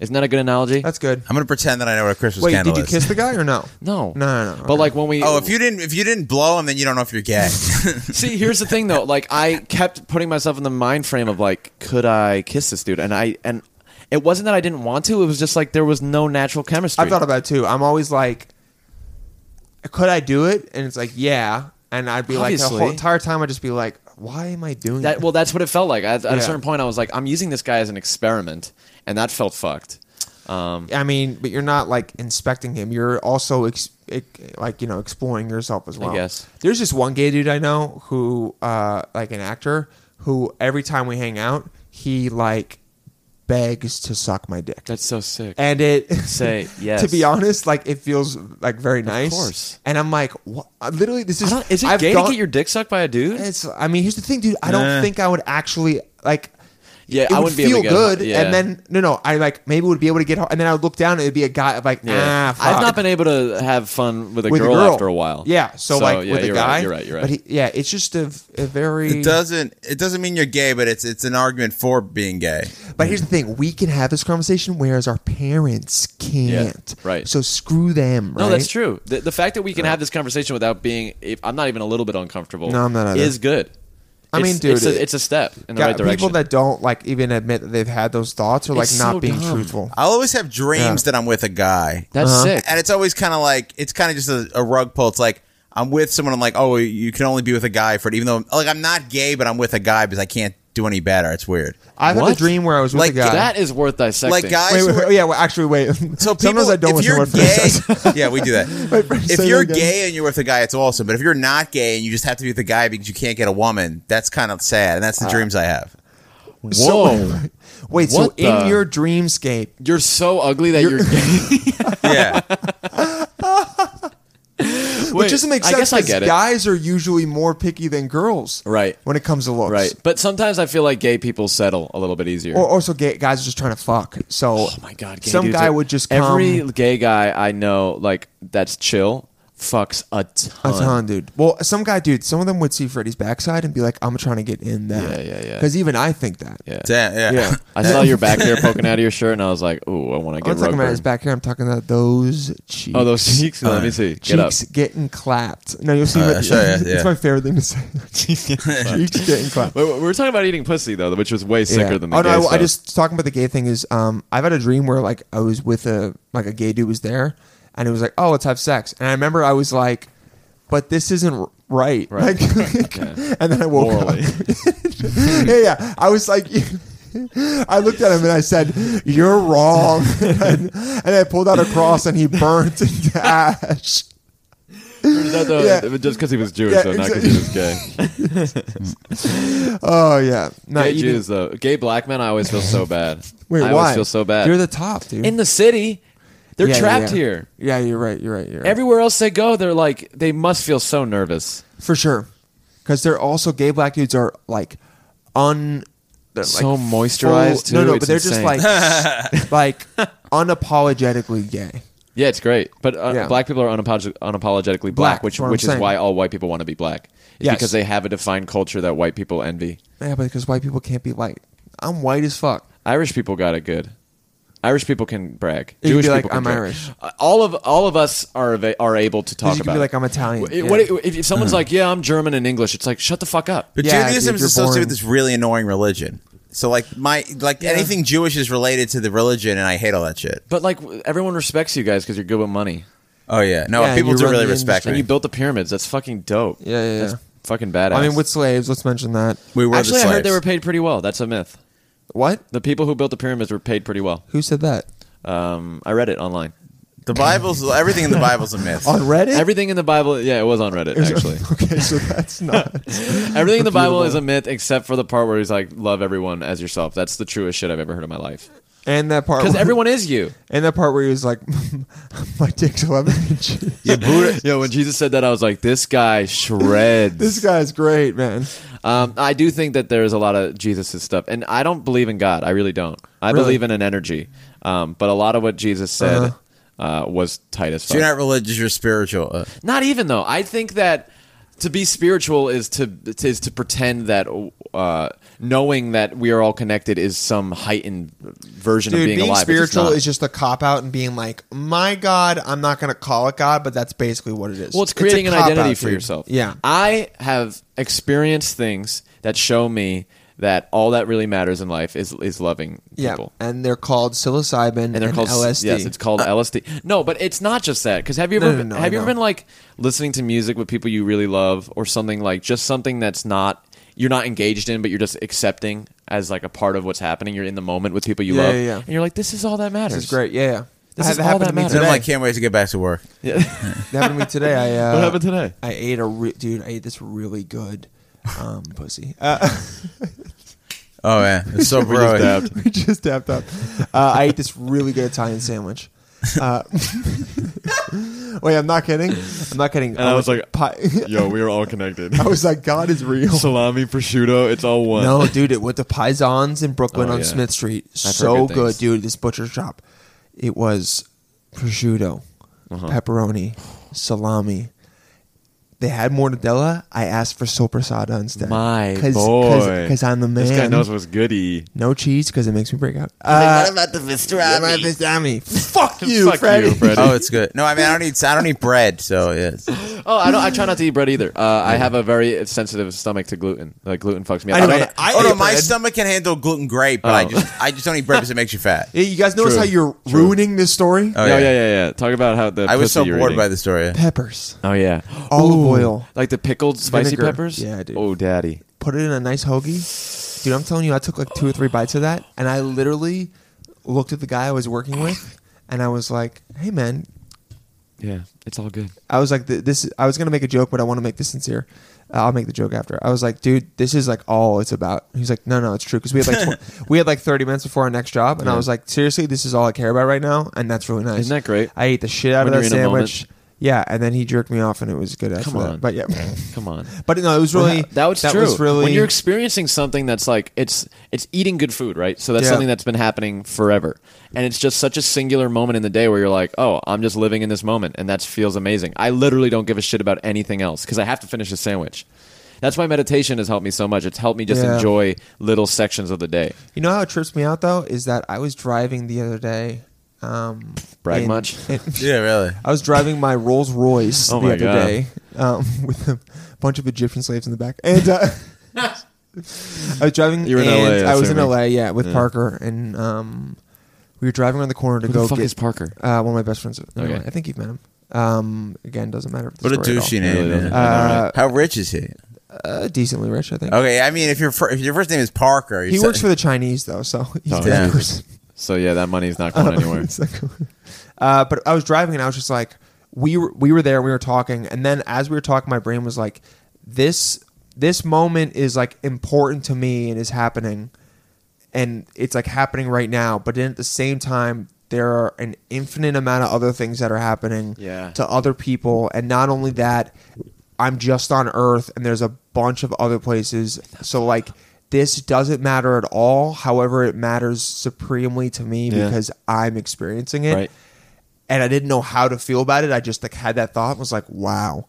Speaker 6: Isn't that a good analogy?
Speaker 1: That's good.
Speaker 3: I'm going to pretend that I know what a Christmas
Speaker 1: Wait,
Speaker 3: candle
Speaker 1: did you
Speaker 3: is.
Speaker 1: kiss the guy or no?
Speaker 6: no,
Speaker 1: No, no, no,
Speaker 6: But
Speaker 1: okay.
Speaker 6: like when we
Speaker 3: Oh, if you didn't, if you didn't blow him, then you don't know if you're gay.
Speaker 6: See, here's the thing though. Like I kept putting myself in the mind frame of like, could I kiss this dude? And I and it wasn't that I didn't want to. It was just like there was no natural chemistry.
Speaker 1: I've thought about it too. I'm always like, could I do it? And it's like, yeah. And I'd be like, the
Speaker 6: Obviously.
Speaker 1: whole entire time, I'd just be like, why am I doing
Speaker 6: that. Well, that's what it felt like. At, at
Speaker 1: Yeah.
Speaker 6: a certain point, I was like, I'm using this guy as an experiment, and that felt fucked. Um,
Speaker 1: I mean, but you're not like inspecting him. You're also ex- ex- like you know exploring yourself as well.
Speaker 6: guess.
Speaker 1: there's this one gay dude I know who uh, like an actor who every time we hang out, he like begs to suck my dick.
Speaker 6: that's so sick.
Speaker 1: and it
Speaker 6: Say yes.
Speaker 1: to be honest, like it feels like very nice.
Speaker 6: course.
Speaker 1: And I'm like, what? literally, this
Speaker 6: I
Speaker 1: is.
Speaker 6: don't- is it
Speaker 1: I've
Speaker 6: gay
Speaker 1: gone-
Speaker 6: to get your dick sucked by a dude?
Speaker 1: It's. I mean, here's the thing, dude. I don't
Speaker 3: Nah.
Speaker 1: think I would actually like.
Speaker 6: Yeah,
Speaker 1: it
Speaker 6: I
Speaker 1: would
Speaker 6: wouldn't be
Speaker 1: feel
Speaker 6: able to get
Speaker 1: good,
Speaker 6: hard- yeah.
Speaker 1: and then no, no, I like maybe would be able to get, hard, and then I would look down, and it'd be a guy of like, ah, fuck.
Speaker 6: I've not been able to have fun with a,
Speaker 1: with
Speaker 6: girl,
Speaker 1: a girl
Speaker 6: after a while.
Speaker 1: Yeah, so, like
Speaker 6: yeah,
Speaker 1: with a
Speaker 6: you're
Speaker 1: guy,
Speaker 6: right, you're right. You're right.
Speaker 1: But he, yeah, it's just a, a very.
Speaker 6: Mm.
Speaker 3: it doesn't. It doesn't mean you're gay, but it's it's an argument for being gay.
Speaker 1: But here's the thing: we can have this conversation, whereas our parents can't.
Speaker 6: right.
Speaker 1: So screw them. Right?
Speaker 6: No, that's true. The, the fact that we can have this conversation without being, if, I'm not even a little bit uncomfortable.
Speaker 1: No, I'm not either.
Speaker 6: Is good.
Speaker 1: I mean,
Speaker 6: It's-
Speaker 1: dude,
Speaker 6: it's
Speaker 1: it-
Speaker 6: a, it's a step in the
Speaker 1: God,
Speaker 6: right direction.
Speaker 1: People that don't like even admit that they've had those thoughts are like
Speaker 6: It's
Speaker 1: not
Speaker 6: so
Speaker 1: being
Speaker 6: dumb.
Speaker 1: truthful.
Speaker 3: I'll always have dreams
Speaker 1: Yeah.
Speaker 3: that I'm with a guy,
Speaker 6: That's
Speaker 1: Uh-huh.
Speaker 6: sick.
Speaker 3: and it's always kind of like it's kind of just a, a rug pull. It's like I'm with someone. I'm like, oh, you can only be with a guy for it, even though like I'm not gay, but I'm with a guy because I can't do any better. It's weird.
Speaker 1: I've had a
Speaker 6: What?
Speaker 1: dream where I was with
Speaker 3: Like
Speaker 1: a guy.
Speaker 6: that is worth dissecting.
Speaker 3: Like guys,
Speaker 1: Wait,
Speaker 3: who
Speaker 1: wait,
Speaker 3: are-
Speaker 1: wait, yeah. Well, actually, wait.
Speaker 3: So people,
Speaker 1: sometimes I don't
Speaker 3: if
Speaker 1: want
Speaker 3: you're
Speaker 1: someone for sex.
Speaker 3: gay, yeah, we do that.
Speaker 1: friend
Speaker 3: if
Speaker 1: said
Speaker 3: you're
Speaker 1: that again.
Speaker 3: gay and you're with a guy, it's awesome. But if you're not gay and you just have to be with a guy because you can't get a woman, that's kind of sad. And
Speaker 1: Uh.
Speaker 3: that's the dreams I have.
Speaker 6: whoa,
Speaker 1: Wait, so
Speaker 6: What the-
Speaker 1: in your dreamscape,
Speaker 6: you're so ugly that you're. gay.
Speaker 3: Yeah,
Speaker 6: Wait,
Speaker 1: which doesn't make
Speaker 6: I
Speaker 1: sense.
Speaker 6: guess I
Speaker 1: 'cause
Speaker 6: get it.
Speaker 1: Guys are usually more picky than girls,
Speaker 6: Right.
Speaker 1: When it comes to looks,
Speaker 6: right? But sometimes I feel like gay people settle a little bit easier.
Speaker 1: Or also, gay guys are just trying to fuck. So,
Speaker 6: Oh my god! Gay
Speaker 1: some
Speaker 6: dudes
Speaker 1: guy
Speaker 6: are-
Speaker 1: would just
Speaker 6: every
Speaker 1: come
Speaker 6: gay guy I know, like that's chill, fucks a
Speaker 1: a
Speaker 6: ton.
Speaker 1: ton, dude. Well, some guy, dude. Some of them would see Freddie's backside and be like, "I'm trying to get in that."
Speaker 6: Yeah, yeah, yeah.
Speaker 1: Because even I think that.
Speaker 6: Yeah.
Speaker 3: Damn, yeah.
Speaker 1: Yeah.
Speaker 6: I saw your back hair poking out of your shirt, and I was like, "Ooh, I want to
Speaker 1: I'm
Speaker 6: get
Speaker 1: not talking about his
Speaker 6: rugged."
Speaker 1: back hair. I'm talking about those cheeks. Uh,
Speaker 6: Oh, those cheeks. Let me see. Get up.
Speaker 1: cheeks getting clapped. No, you'll see.
Speaker 3: Oh,
Speaker 1: what-
Speaker 3: yeah, sure, yeah, yeah.
Speaker 1: It's my favorite thing to say. cheeks getting clapped.
Speaker 6: Wait, wait, we were talking about eating pussy though, which was way sicker than the
Speaker 1: oh,
Speaker 6: gay
Speaker 1: no, I- I,
Speaker 6: stuff.
Speaker 1: just talking about the gay thing is um, I've had a dream where like I was with a like a gay dude was there and it was like oh let's have sex and I remember I was like but this isn't r- right,
Speaker 6: Right.
Speaker 1: Like, and then I woke
Speaker 6: Morally.
Speaker 1: up yeah yeah I was like. I looked at him and I said, "You're wrong," and, and I pulled out a cross and he burnt into ash.
Speaker 6: Is that the-
Speaker 1: Yeah.
Speaker 6: just because he was Jewish,
Speaker 1: Yeah,
Speaker 6: though, not because
Speaker 1: exactly.
Speaker 6: he was gay.
Speaker 1: Oh yeah, not
Speaker 6: gay
Speaker 1: eating-
Speaker 6: Jews though, gay black men, I always feel so bad.
Speaker 1: Wait,
Speaker 6: I
Speaker 1: why?
Speaker 6: always feel so bad.
Speaker 1: You're the top, dude.
Speaker 6: in the city. They're
Speaker 1: Yeah, yeah,
Speaker 6: trapped
Speaker 1: yeah.
Speaker 6: here.
Speaker 1: Yeah, you're right. You're right. You're right.
Speaker 6: Everywhere else they go, they're like they must feel so nervous.
Speaker 1: For sure. Because they're also gay black dudes are like un. they're,
Speaker 6: So
Speaker 1: like,
Speaker 6: moisturized,
Speaker 1: full- No,
Speaker 6: too.
Speaker 1: no,
Speaker 6: It's
Speaker 1: but they're
Speaker 6: insane.
Speaker 1: just like like unapologetically gay.
Speaker 6: Yeah, it's great, but uh,
Speaker 1: Yeah.
Speaker 6: black people are unapolog- unapologetically
Speaker 1: Black,
Speaker 6: black, which
Speaker 1: that's what I'm
Speaker 6: which is
Speaker 1: saying.
Speaker 6: why all white people want to be black. It's
Speaker 1: Yes.
Speaker 6: because they have a defined culture that white people envy.
Speaker 1: Yeah, but because white people can't be white. I'm white as fuck.
Speaker 6: Irish people got it good. Irish people can brag.
Speaker 1: You can
Speaker 6: Jewish
Speaker 1: be like,
Speaker 6: people can
Speaker 1: "I'm
Speaker 6: brag.
Speaker 1: Irish."
Speaker 6: Uh, All of all of us are av- are able to talk
Speaker 1: Because you
Speaker 6: about.
Speaker 1: can be
Speaker 6: it.
Speaker 1: like, I'm Italian.
Speaker 6: Wh-
Speaker 1: Yeah.
Speaker 6: what- if, if someone's like, "Yeah, I'm German and English," it's like, "Shut the fuck up."
Speaker 3: But
Speaker 1: Yeah, dude,
Speaker 3: Judaism is
Speaker 1: you're
Speaker 3: associated
Speaker 1: boring.
Speaker 3: with this really annoying religion. So like my like anything Jewish is related to the religion, and I hate all that shit.
Speaker 6: But like, w- everyone respects you guys because you're good with money
Speaker 3: Oh yeah, no,
Speaker 1: Yeah,
Speaker 3: people
Speaker 1: you
Speaker 3: do
Speaker 1: run
Speaker 3: really
Speaker 1: the
Speaker 3: respect
Speaker 1: industry.
Speaker 6: and
Speaker 3: me.
Speaker 6: you built the pyramids. That's fucking dope.
Speaker 1: Yeah, yeah, yeah.
Speaker 6: That's fucking badass.
Speaker 1: I mean, with slaves, let's mention that.
Speaker 3: we were
Speaker 6: actually,
Speaker 3: the
Speaker 6: I
Speaker 3: slaves.
Speaker 6: heard they were paid pretty well. That's a myth.
Speaker 1: What?
Speaker 6: The people who built the pyramids were paid pretty well.
Speaker 1: Who said that?
Speaker 6: Um, I read it online.
Speaker 3: the Bible's everything in the Bible's a myth.
Speaker 1: On Reddit?
Speaker 6: Everything in the Bible, yeah, it was on Reddit actually.
Speaker 1: okay, so that's not.
Speaker 6: Everything in the Bible is a myth except for the part where he's like, "Love everyone as yourself." That's the truest shit I've ever heard in my life.
Speaker 1: and that part.
Speaker 6: Because
Speaker 1: Where,
Speaker 6: everyone is you.
Speaker 1: and that part where he was like, "My dick's 11 inches."
Speaker 6: Yeah, when Jesus said that, I was like, "This guy shreds."
Speaker 1: This guy's great, man.
Speaker 6: Um, I do think that there's a lot of Jesus' stuff, and I don't believe in God. I really don't. I
Speaker 1: Really?
Speaker 6: believe in an energy, um, but a lot of what Jesus said uh was tight as
Speaker 3: If you're
Speaker 6: fuck.
Speaker 3: not religious, you're spiritual. Uh,
Speaker 6: Not even though. I think that to be spiritual is to is to pretend that uh, knowing that we are all connected is some heightened version of
Speaker 1: Dude,
Speaker 6: being,
Speaker 1: being,
Speaker 6: alive. which it's
Speaker 1: spiritual
Speaker 6: not.
Speaker 1: is just a cop out and being like, "My God, I'm not going to call it God, but that's basically what it is."
Speaker 6: Well, it's
Speaker 1: a
Speaker 6: creating an
Speaker 1: cop-out,
Speaker 6: identity for
Speaker 1: dude.
Speaker 6: yourself.
Speaker 1: Yeah,
Speaker 6: I have experienced things that show me that all that really matters in life is is loving
Speaker 1: yeah,
Speaker 6: people.
Speaker 1: and they're called psilocybin and
Speaker 6: and they're called
Speaker 1: LSD.
Speaker 6: Yes, it's called LSD. No, but it's not just that. Because have you
Speaker 1: Uh, No,
Speaker 6: ever
Speaker 1: no, no,
Speaker 6: have
Speaker 1: I
Speaker 6: you ever
Speaker 1: know.
Speaker 6: been like listening to music with people you really love or something like just something that's not you're not engaged in, but you're just accepting as like a part of what's happening. You're in the moment with people you
Speaker 1: Yeah,
Speaker 6: love,
Speaker 1: yeah, yeah.
Speaker 6: and you're like, this is all that matters.
Speaker 1: This is great. Yeah, yeah.
Speaker 6: This
Speaker 1: I-
Speaker 6: is
Speaker 1: that
Speaker 6: all
Speaker 1: happened
Speaker 6: that
Speaker 1: to me
Speaker 6: matters.
Speaker 3: then
Speaker 1: today.
Speaker 3: I can't wait to get back to work.
Speaker 6: Yeah.
Speaker 1: That happened to me today. I uh,
Speaker 6: what happened today?
Speaker 1: I ate a re- dude. I ate this really good um, pussy. Uh,
Speaker 3: Oh man, it's so Oh, bro.
Speaker 1: we just tapped up. Uh, I ate this really good Italian sandwich. Uh, wait, I'm not kidding. I'm not kidding.
Speaker 6: And I was like,
Speaker 1: pie-
Speaker 6: Yo, we are all connected.
Speaker 1: I was like, God is real.
Speaker 6: Salami, prosciutto, it's all one.
Speaker 1: No, dude, it went to Pisons in Brooklyn
Speaker 6: Oh,
Speaker 1: on
Speaker 6: yeah.
Speaker 1: Smith Street.
Speaker 6: heard
Speaker 1: so
Speaker 6: good
Speaker 1: good,
Speaker 6: things.
Speaker 1: dude. This butcher shop. It was prosciutto,
Speaker 6: Uh-huh.
Speaker 1: pepperoni, salami. They had mortadella. I asked for sopressata instead.
Speaker 6: My boy.
Speaker 1: because I'm the man.
Speaker 6: This guy knows what's goody.
Speaker 1: no cheese because it makes me break out. Uh, what about the pastrami? Fuck you,
Speaker 6: Fuck you,
Speaker 1: Freddie.
Speaker 6: Freddie.
Speaker 3: Oh, it's good. No, I mean I don't eat I don't eat bread, so yeah. it's-
Speaker 6: Oh, I don't. I try not to eat bread either. Uh, I have a very sensitive stomach to gluten. Like gluten fucks me up.
Speaker 1: Anyway,
Speaker 6: I don't,
Speaker 1: I
Speaker 3: oh no,
Speaker 1: ate
Speaker 3: my
Speaker 1: bread.
Speaker 3: stomach can handle gluten great, but I
Speaker 6: Oh.
Speaker 3: just I just don't eat bread because it makes you fat.
Speaker 1: Hey, You guys notice
Speaker 6: True.
Speaker 1: how you're ruining this story?
Speaker 3: Oh,
Speaker 6: no,
Speaker 3: yeah.
Speaker 6: yeah. yeah, yeah, Talk about how the
Speaker 3: I was so
Speaker 6: pussy you're
Speaker 3: bored
Speaker 6: eating.
Speaker 3: by the story.
Speaker 1: Peppers,
Speaker 6: Oh yeah,
Speaker 1: olive
Speaker 6: Ooh,
Speaker 1: oil.
Speaker 6: like the pickled spicy
Speaker 1: Vinegar.
Speaker 6: peppers.
Speaker 1: Yeah, dude.
Speaker 6: Oh, daddy.
Speaker 1: put it in a nice hoagie. Dude, I'm telling you, I took like two or three bites of that, and I literally looked at the guy I was working with, and I was like, "Hey, man,"
Speaker 6: Yeah, it's all good.
Speaker 1: I was like, th- "This." I was gonna make a joke, but I want to make this sincere. Uh, I'll make the joke after. I was like, "Dude, this is like all it's about." He's like, "No, no, it's true." Because we had like tw- we had like 30 minutes before our next job, and I was like, "Seriously, this is all I care about right now," and that's really nice.
Speaker 6: Isn't that great?
Speaker 1: I ate the shit out
Speaker 6: When
Speaker 1: of
Speaker 6: you're
Speaker 1: that
Speaker 6: in a moment.
Speaker 1: sandwich. Yeah, and then he jerked me off, and it was good after
Speaker 6: Come
Speaker 1: that.
Speaker 6: on.
Speaker 1: But yeah,
Speaker 6: Come on.
Speaker 1: but no, it was really
Speaker 6: that was true.
Speaker 1: really
Speaker 6: when you're experiencing something that's like it's it's eating good food, right? So that's
Speaker 1: Yeah.
Speaker 6: something that's been happening forever, and it's just such a singular moment in the day where you're like, oh, I'm just living in this moment, and that feels amazing. I literally don't give a shit about anything else because I have to finish a sandwich. That's why meditation has helped me so much. It's helped me just
Speaker 1: Yeah.
Speaker 6: enjoy little sections of the day.
Speaker 1: You know how it trips me out though is that I was driving the other day. Um,
Speaker 6: Brag
Speaker 1: in-
Speaker 6: much?
Speaker 1: in-
Speaker 3: Yeah, really.
Speaker 1: I was driving my Rolls Royce
Speaker 6: Oh
Speaker 1: the
Speaker 6: my
Speaker 1: other
Speaker 6: God.
Speaker 1: day um, with a bunch of Egyptian slaves in the back, and uh, I was driving.
Speaker 6: You were in
Speaker 1: and
Speaker 6: LA,
Speaker 1: I was in
Speaker 6: assuming.
Speaker 1: LA, yeah, with Parker, and um, we were driving around the corner to
Speaker 6: Who
Speaker 1: go
Speaker 6: the fuck
Speaker 1: get
Speaker 6: is Parker?
Speaker 1: uh, one of my best friends.
Speaker 6: Okay.
Speaker 1: I think you've met him. Um, again, doesn't matter. if the
Speaker 3: What a
Speaker 1: story at all.
Speaker 3: douchey
Speaker 6: Really
Speaker 3: name.
Speaker 6: doesn't
Speaker 3: man.
Speaker 1: matter. Uh,
Speaker 3: How rich is he?
Speaker 1: Uh, decently rich, I think.
Speaker 6: Oh,
Speaker 3: Okay, I mean, if your fir- if your first name is Parker,
Speaker 1: He works for the Chinese though, so he's
Speaker 6: Oh,
Speaker 1: a
Speaker 3: yeah.
Speaker 1: good person.
Speaker 6: So yeah, that money's not
Speaker 1: Oh,
Speaker 6: going anywhere.
Speaker 1: It's like- uh, but I was driving and I was just like, we were, we were there, we were talking, and then as we were talking, my brain was like, this this moment is like important to me and is happening, and it's like happening right now. But then at the same time, there are an infinite amount of other things that are happening
Speaker 6: Yeah.
Speaker 1: to other people, and not only that, I'm just on Earth, and there's a bunch of other places. So like. This doesn't matter at all. However, it matters supremely to me
Speaker 6: Yeah.
Speaker 1: because I'm experiencing it
Speaker 6: Right.
Speaker 1: and I didn't know how to feel about it. I just like had that thought and was like, wow,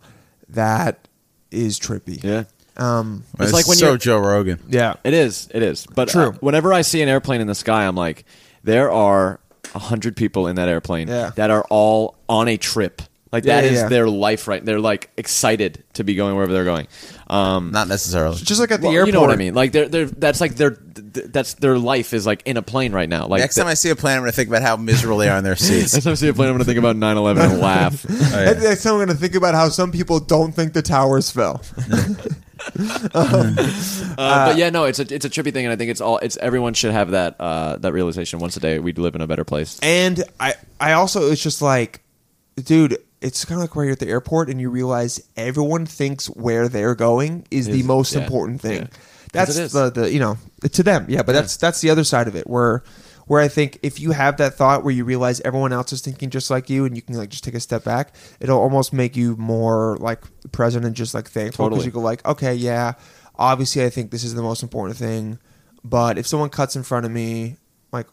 Speaker 1: that is trippy.
Speaker 6: Yeah.
Speaker 1: Um,
Speaker 3: It's like when so
Speaker 6: you're-
Speaker 3: Joe Rogan.
Speaker 1: yeah.
Speaker 6: It is. It is. But
Speaker 1: True.
Speaker 6: uh, whenever I see an airplane in the sky, I'm like, there are a hundred people in that airplane
Speaker 1: Yeah.
Speaker 6: that are all on a trip. Like
Speaker 1: Yeah,
Speaker 6: that is
Speaker 1: yeah, yeah.
Speaker 6: their life, right? They're like excited to be going wherever they're going. Um,
Speaker 3: Not necessarily.
Speaker 1: Just like at the
Speaker 6: well,
Speaker 1: airport.
Speaker 6: you know what I mean? Like they're, they're that's like their th- th- that's their life is like in a plane right now. Like
Speaker 3: Next time I see a plane, I'm going to think about how miserable they are in their seats.
Speaker 6: next time I see a plane, I'm gonna think about 9/11 and laugh. Uh,
Speaker 3: Oh, yeah.
Speaker 1: And next time I'm going to think about how some people don't think the towers fell.
Speaker 6: Uh, but yeah, no, it's a it's a trippy thing, and I think it's all it's everyone should have that uh, that realization once a day. We'd live in a better place.
Speaker 1: And I, I also, it's just like, dude, it's kind of like where you're at the airport and you realize everyone thinks where they're going is, the
Speaker 6: Is-
Speaker 1: most
Speaker 6: yeah,
Speaker 1: important thing.
Speaker 6: yeah. Yes, it
Speaker 1: That's
Speaker 6: is.
Speaker 1: the, the, you know, to them. Yeah. But that's, that's the other side of it where, where I think if you have that thought where you realize everyone else is thinking just like you and you can like just take a step back, it'll almost make you more like present and just like thankful because
Speaker 6: Totally.
Speaker 1: you go like, okay, yeah, obviously I think this is the most important thing, but if someone cuts in front of me, like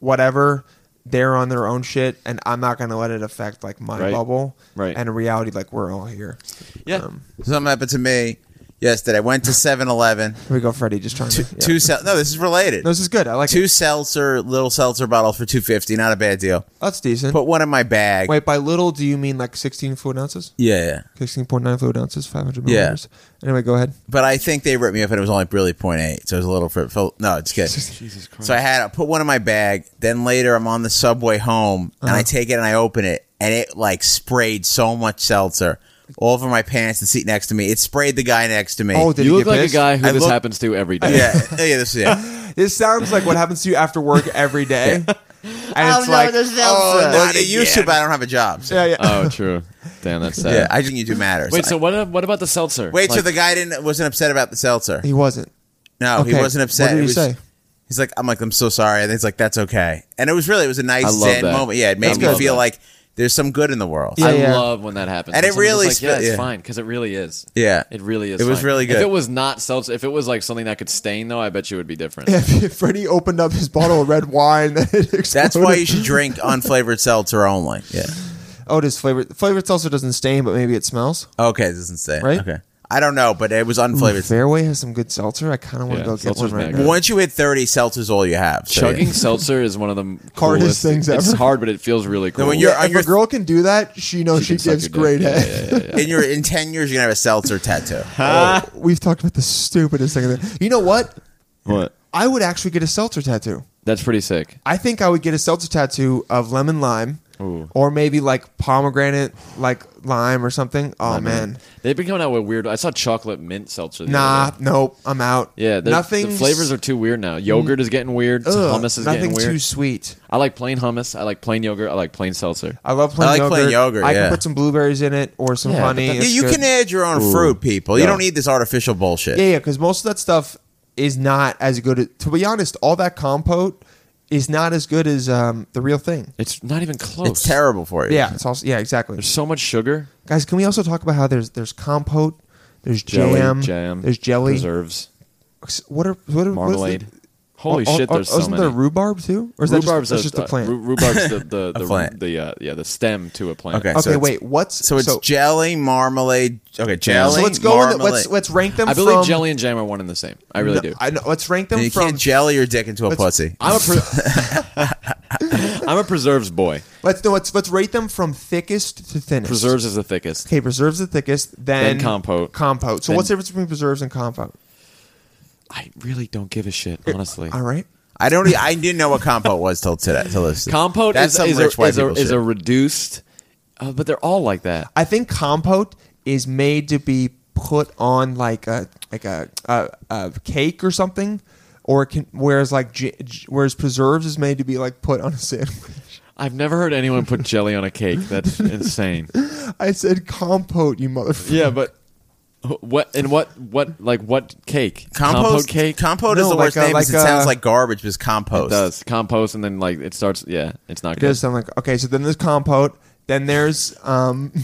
Speaker 1: whatever, they're on their own shit and I'm not going to let it affect like my
Speaker 6: Right.
Speaker 1: bubble
Speaker 6: Right.
Speaker 1: and in reality like we're all here. Um,
Speaker 6: Yeah.
Speaker 3: Something happened to me yesterday. I went to 7 Eleven.
Speaker 1: Here we go, Freddie, just trying to. yeah.
Speaker 3: Two cel- No, this is related.
Speaker 1: No, this is good. I like
Speaker 3: Two
Speaker 1: it.
Speaker 3: seltzer, little seltzer bottles for 250 Not a bad deal.
Speaker 1: That's decent.
Speaker 3: Put one in my bag.
Speaker 1: Wait, by little do you mean like 16 fluid ounces?
Speaker 3: Yeah, yeah.
Speaker 1: 16.9 fluid ounces, 500
Speaker 3: Yeah.
Speaker 1: milliliters. Anyway, go ahead.
Speaker 3: But I think they ripped me up and it was only really 0.8. So it was a little. fr- felt- No, it's good.
Speaker 6: Jesus Christ.
Speaker 3: So I had I put one in my bag. Then later, I'm on the subway home, and I take it and I open it, and it like sprayed so much seltzer all over my pants. The seat next to me, it sprayed the guy next to me.
Speaker 1: Oh, did
Speaker 6: you
Speaker 1: he
Speaker 6: look
Speaker 1: get
Speaker 6: like
Speaker 1: pissed?
Speaker 6: a guy who
Speaker 3: I
Speaker 6: this
Speaker 3: look-
Speaker 6: happens to every day.
Speaker 3: yeah, yeah, this, yeah.
Speaker 1: This sounds like what happens to you after work every day. And it's like,
Speaker 3: Oh,
Speaker 1: not
Speaker 3: not it used to, but I don't have a job. So.
Speaker 1: yeah,
Speaker 3: Yeah,
Speaker 1: yeah.
Speaker 6: Oh, true. Damn, that's sad.
Speaker 3: I think you do matter.
Speaker 6: Wait, so what? What about the seltzer?
Speaker 3: wait, so
Speaker 6: Like,
Speaker 3: the guy didn't wasn't upset about the seltzer.
Speaker 1: He wasn't.
Speaker 3: No, oh, he
Speaker 1: Okay.
Speaker 3: wasn't
Speaker 1: What
Speaker 3: upset.
Speaker 1: did
Speaker 3: It
Speaker 1: he
Speaker 3: was-
Speaker 1: say?
Speaker 3: He's like, I'm like, I'm so sorry. And he's like, that's okay. And it was really, it was a
Speaker 6: I
Speaker 3: nice
Speaker 6: love
Speaker 3: zen
Speaker 6: that.
Speaker 3: moment. Yeah, it made
Speaker 6: That's
Speaker 3: me
Speaker 6: good.
Speaker 3: feel
Speaker 6: Love
Speaker 3: like there's some good in the world.
Speaker 1: Yeah,
Speaker 6: I
Speaker 1: yeah.
Speaker 6: love when that happens.
Speaker 3: And it
Speaker 6: When someone's
Speaker 3: really
Speaker 6: just like, yeah,
Speaker 3: spe-
Speaker 6: it's
Speaker 3: yeah.
Speaker 6: fine because it really is.
Speaker 3: Yeah.
Speaker 6: It really is.
Speaker 3: It was
Speaker 6: fine.
Speaker 3: really
Speaker 6: If
Speaker 3: good.
Speaker 6: it was not seltzer, if it was like something that could stain though, I bet you it would be different.
Speaker 1: If Freddie opened up his bottle of red wine, then it exploded.
Speaker 3: That's why you should drink unflavored seltzer only. Yeah.
Speaker 1: Oh, it is flavored. Flavored seltzer doesn't stain, but maybe it smells.
Speaker 3: Okay, it doesn't say.
Speaker 1: Right?
Speaker 3: Okay. I don't know, but it was unflavored.
Speaker 1: Fairway has some good seltzer. I kind of want
Speaker 6: Yeah,
Speaker 1: to go get one
Speaker 6: seltzer's
Speaker 1: right
Speaker 6: mad
Speaker 1: now.
Speaker 6: good.
Speaker 3: Once you hit 30, seltzer's all you have. So,
Speaker 6: Chugging
Speaker 3: yeah.
Speaker 6: seltzer is one of the
Speaker 1: Hardest
Speaker 6: coolest
Speaker 1: things
Speaker 6: It's
Speaker 1: ever.
Speaker 6: hard, but it feels really cool.
Speaker 3: when you're-
Speaker 1: Yeah,
Speaker 3: on
Speaker 1: if a girl can do that, she knows she,
Speaker 6: can suck
Speaker 1: gives
Speaker 6: your
Speaker 1: great
Speaker 6: dick. Yeah,
Speaker 1: head.
Speaker 3: In your in 10 years, you're going to have a seltzer tattoo.
Speaker 1: Oh, We've talked about the stupidest thing. there. You know what?
Speaker 6: what?
Speaker 1: I would actually get a seltzer tattoo.
Speaker 6: That's pretty sick.
Speaker 1: I think I would get a seltzer tattoo of lemon lime,
Speaker 6: Ooh.
Speaker 1: or maybe like pomegranate, like lime or something. Oh man,
Speaker 6: They've been coming out with weird. I saw chocolate mint seltzer. The
Speaker 1: nah,
Speaker 6: Other day.
Speaker 1: nope, I'm out.
Speaker 6: Yeah, the,
Speaker 1: nothing.
Speaker 6: the flavors are too weird now. Yogurt is getting weird.
Speaker 1: ugh,
Speaker 6: hummus is
Speaker 1: nothing
Speaker 6: getting weird.
Speaker 1: too sweet.
Speaker 6: I like plain hummus. I like plain yogurt. I like plain seltzer.
Speaker 1: I love plain
Speaker 3: I like
Speaker 1: yogurt.
Speaker 3: plain yogurt,
Speaker 1: I
Speaker 3: yeah.
Speaker 1: can put some blueberries in it or some
Speaker 6: Yeah, but
Speaker 1: honey.
Speaker 6: that-
Speaker 3: Yeah,
Speaker 1: It's
Speaker 3: you
Speaker 1: good.
Speaker 3: can add your own fruit, people. You
Speaker 6: Yeah.
Speaker 3: don't need this artificial bullshit.
Speaker 1: Yeah, yeah, because most of that stuff is not as good. As, to be honest, all that compote is not as good as um, the real thing.
Speaker 6: It's not even close.
Speaker 3: It's terrible for you.
Speaker 1: Yeah, it's also yeah, exactly.
Speaker 6: There's so much sugar.
Speaker 1: Guys, can we also talk about how there's there's compote, there's
Speaker 6: Jelly,
Speaker 1: jam,
Speaker 6: jam.
Speaker 1: there's jelly,
Speaker 6: Preserves.
Speaker 1: what are what are
Speaker 6: Marmalade.
Speaker 1: What is the,
Speaker 6: Holy
Speaker 1: oh, oh,
Speaker 6: shit,
Speaker 1: oh,
Speaker 6: there's so
Speaker 1: isn't
Speaker 6: many.
Speaker 1: there rhubarb too, or is
Speaker 6: Rhubarb's
Speaker 1: that just, that's just
Speaker 6: a,
Speaker 1: a plant?
Speaker 6: ru- rhubarb's the the, the,
Speaker 3: plant.
Speaker 6: the uh, yeah the stem to a plant.
Speaker 3: Okay.
Speaker 1: okay,
Speaker 3: so it's-
Speaker 1: wait, what's
Speaker 3: So it's jelly, marmalade. Okay, jelly.
Speaker 1: so let's go. In the,
Speaker 3: marmalade.
Speaker 1: let's let's rank them.
Speaker 6: I believe
Speaker 1: from,
Speaker 6: jelly and jam are one and the same. I really
Speaker 1: No,
Speaker 6: do.
Speaker 1: I know, let's rank them
Speaker 3: you
Speaker 1: from.
Speaker 3: can't jelly your dick into a
Speaker 1: Let's-
Speaker 3: pussy.
Speaker 6: I'm a pre- I'm a preserves boy.
Speaker 1: let's no, let's let's rate them from thickest to thinnest.
Speaker 6: Preserves is the thickest.
Speaker 1: Okay, preserves the thickest, then,
Speaker 6: Then compote.
Speaker 1: Compote. So
Speaker 6: Then-
Speaker 1: what's the difference between preserves and compote?
Speaker 6: I really don't give a shit, honestly.
Speaker 1: All right.
Speaker 3: I don't. e- I didn't know what compote was till today. Till this.
Speaker 6: Compote
Speaker 3: That's
Speaker 6: is,
Speaker 3: some
Speaker 6: is,
Speaker 3: rich
Speaker 6: a,
Speaker 3: white
Speaker 6: is, a,
Speaker 3: people
Speaker 6: is a
Speaker 3: shit.
Speaker 6: reduced, uh, but they're all like that.
Speaker 1: I think compote is made to be put on like a like a a, a cake or something, or it can, whereas like j- j- whereas preserves is made to be like put on a sandwich.
Speaker 6: I've never heard anyone put jelly on a cake. That's insane.
Speaker 1: I said compote, you motherfucker.
Speaker 6: Yeah, but what and what what like what cake?
Speaker 3: Compost
Speaker 6: Compote cake.
Speaker 3: Compote
Speaker 1: No,
Speaker 3: is the
Speaker 1: like
Speaker 3: worst
Speaker 1: a-
Speaker 3: name. 'cause
Speaker 1: like
Speaker 3: it sounds
Speaker 1: a-
Speaker 3: like garbage. But it's compost.
Speaker 6: It does compost and then like it starts. Yeah, it's not
Speaker 1: It
Speaker 6: good.
Speaker 1: does sound like okay. So then there's compote. Then there's um.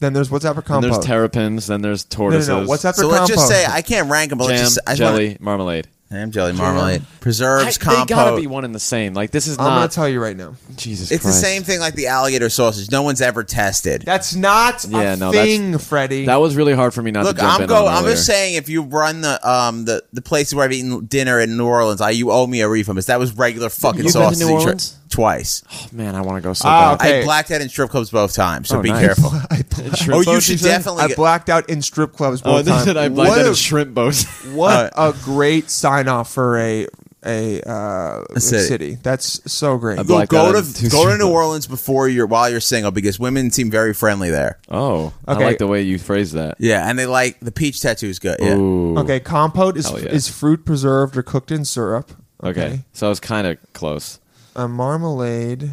Speaker 1: Then there's what's after
Speaker 6: Then
Speaker 1: compote.
Speaker 6: there's terrapins. Then there's
Speaker 1: no,
Speaker 6: tortoises.
Speaker 1: no, no. What's after
Speaker 3: So let's
Speaker 1: compote?
Speaker 3: just say I can't rank them. But
Speaker 6: Jam,
Speaker 3: let's just, I just
Speaker 6: jelly, marmalade.
Speaker 3: Want, jam, jelly, marmalade, preserves,
Speaker 6: I- they gotta
Speaker 3: compote.
Speaker 6: be one and the same. Like this is
Speaker 1: I'm gonna
Speaker 6: not
Speaker 1: tell you right now.
Speaker 6: Jesus.
Speaker 3: it's the
Speaker 6: Christ.
Speaker 3: same thing like the alligator sausage. No one's ever tested.
Speaker 1: That's not
Speaker 6: Yeah,
Speaker 1: a
Speaker 6: no, that's-
Speaker 1: thing, Freddie.
Speaker 6: That was really hard for me not
Speaker 3: Look,
Speaker 6: to jump
Speaker 3: I'm
Speaker 6: in
Speaker 3: go.
Speaker 6: on
Speaker 3: I'm
Speaker 6: earlier.
Speaker 3: just saying, if you run the um the the places where I've eaten dinner in New Orleans, I you owe me a refund. Because that was regular fucking
Speaker 6: You've been to
Speaker 3: sausage
Speaker 6: New
Speaker 3: and shri-
Speaker 6: Orleans?
Speaker 3: twice.
Speaker 6: Oh, man, I want to go so
Speaker 1: Ah,
Speaker 6: bad.
Speaker 1: okay.
Speaker 3: I blacked out in strip clubs both times. So
Speaker 6: Oh,
Speaker 3: be
Speaker 6: nice.
Speaker 3: careful.
Speaker 6: Shrimp
Speaker 3: Oh, you
Speaker 6: boat,
Speaker 3: should
Speaker 6: said?
Speaker 3: definitely
Speaker 1: I blacked out in strip clubs.
Speaker 6: Oh,
Speaker 1: both
Speaker 6: they
Speaker 1: times.
Speaker 6: said I blacked
Speaker 1: What
Speaker 6: out
Speaker 1: a
Speaker 6: in shrimp boats.
Speaker 1: What a great sign off for a a, uh, city.
Speaker 3: city.
Speaker 1: That's so great.
Speaker 6: A
Speaker 3: Go-
Speaker 6: blacked out
Speaker 3: go
Speaker 6: in two
Speaker 3: to go to
Speaker 6: strip
Speaker 3: New
Speaker 6: clubs.
Speaker 3: Orleans before you're while you're single because women seem very friendly there.
Speaker 6: oh,
Speaker 1: Okay.
Speaker 6: I like the way you phrased that.
Speaker 3: Yeah, and they like the peach tattoo's good. Yeah.
Speaker 6: Ooh.
Speaker 1: okay, compote is
Speaker 6: Hell yeah.
Speaker 1: is fruit preserved or cooked in syrup.
Speaker 6: Okay. So I was kind of close.
Speaker 1: A marmalade.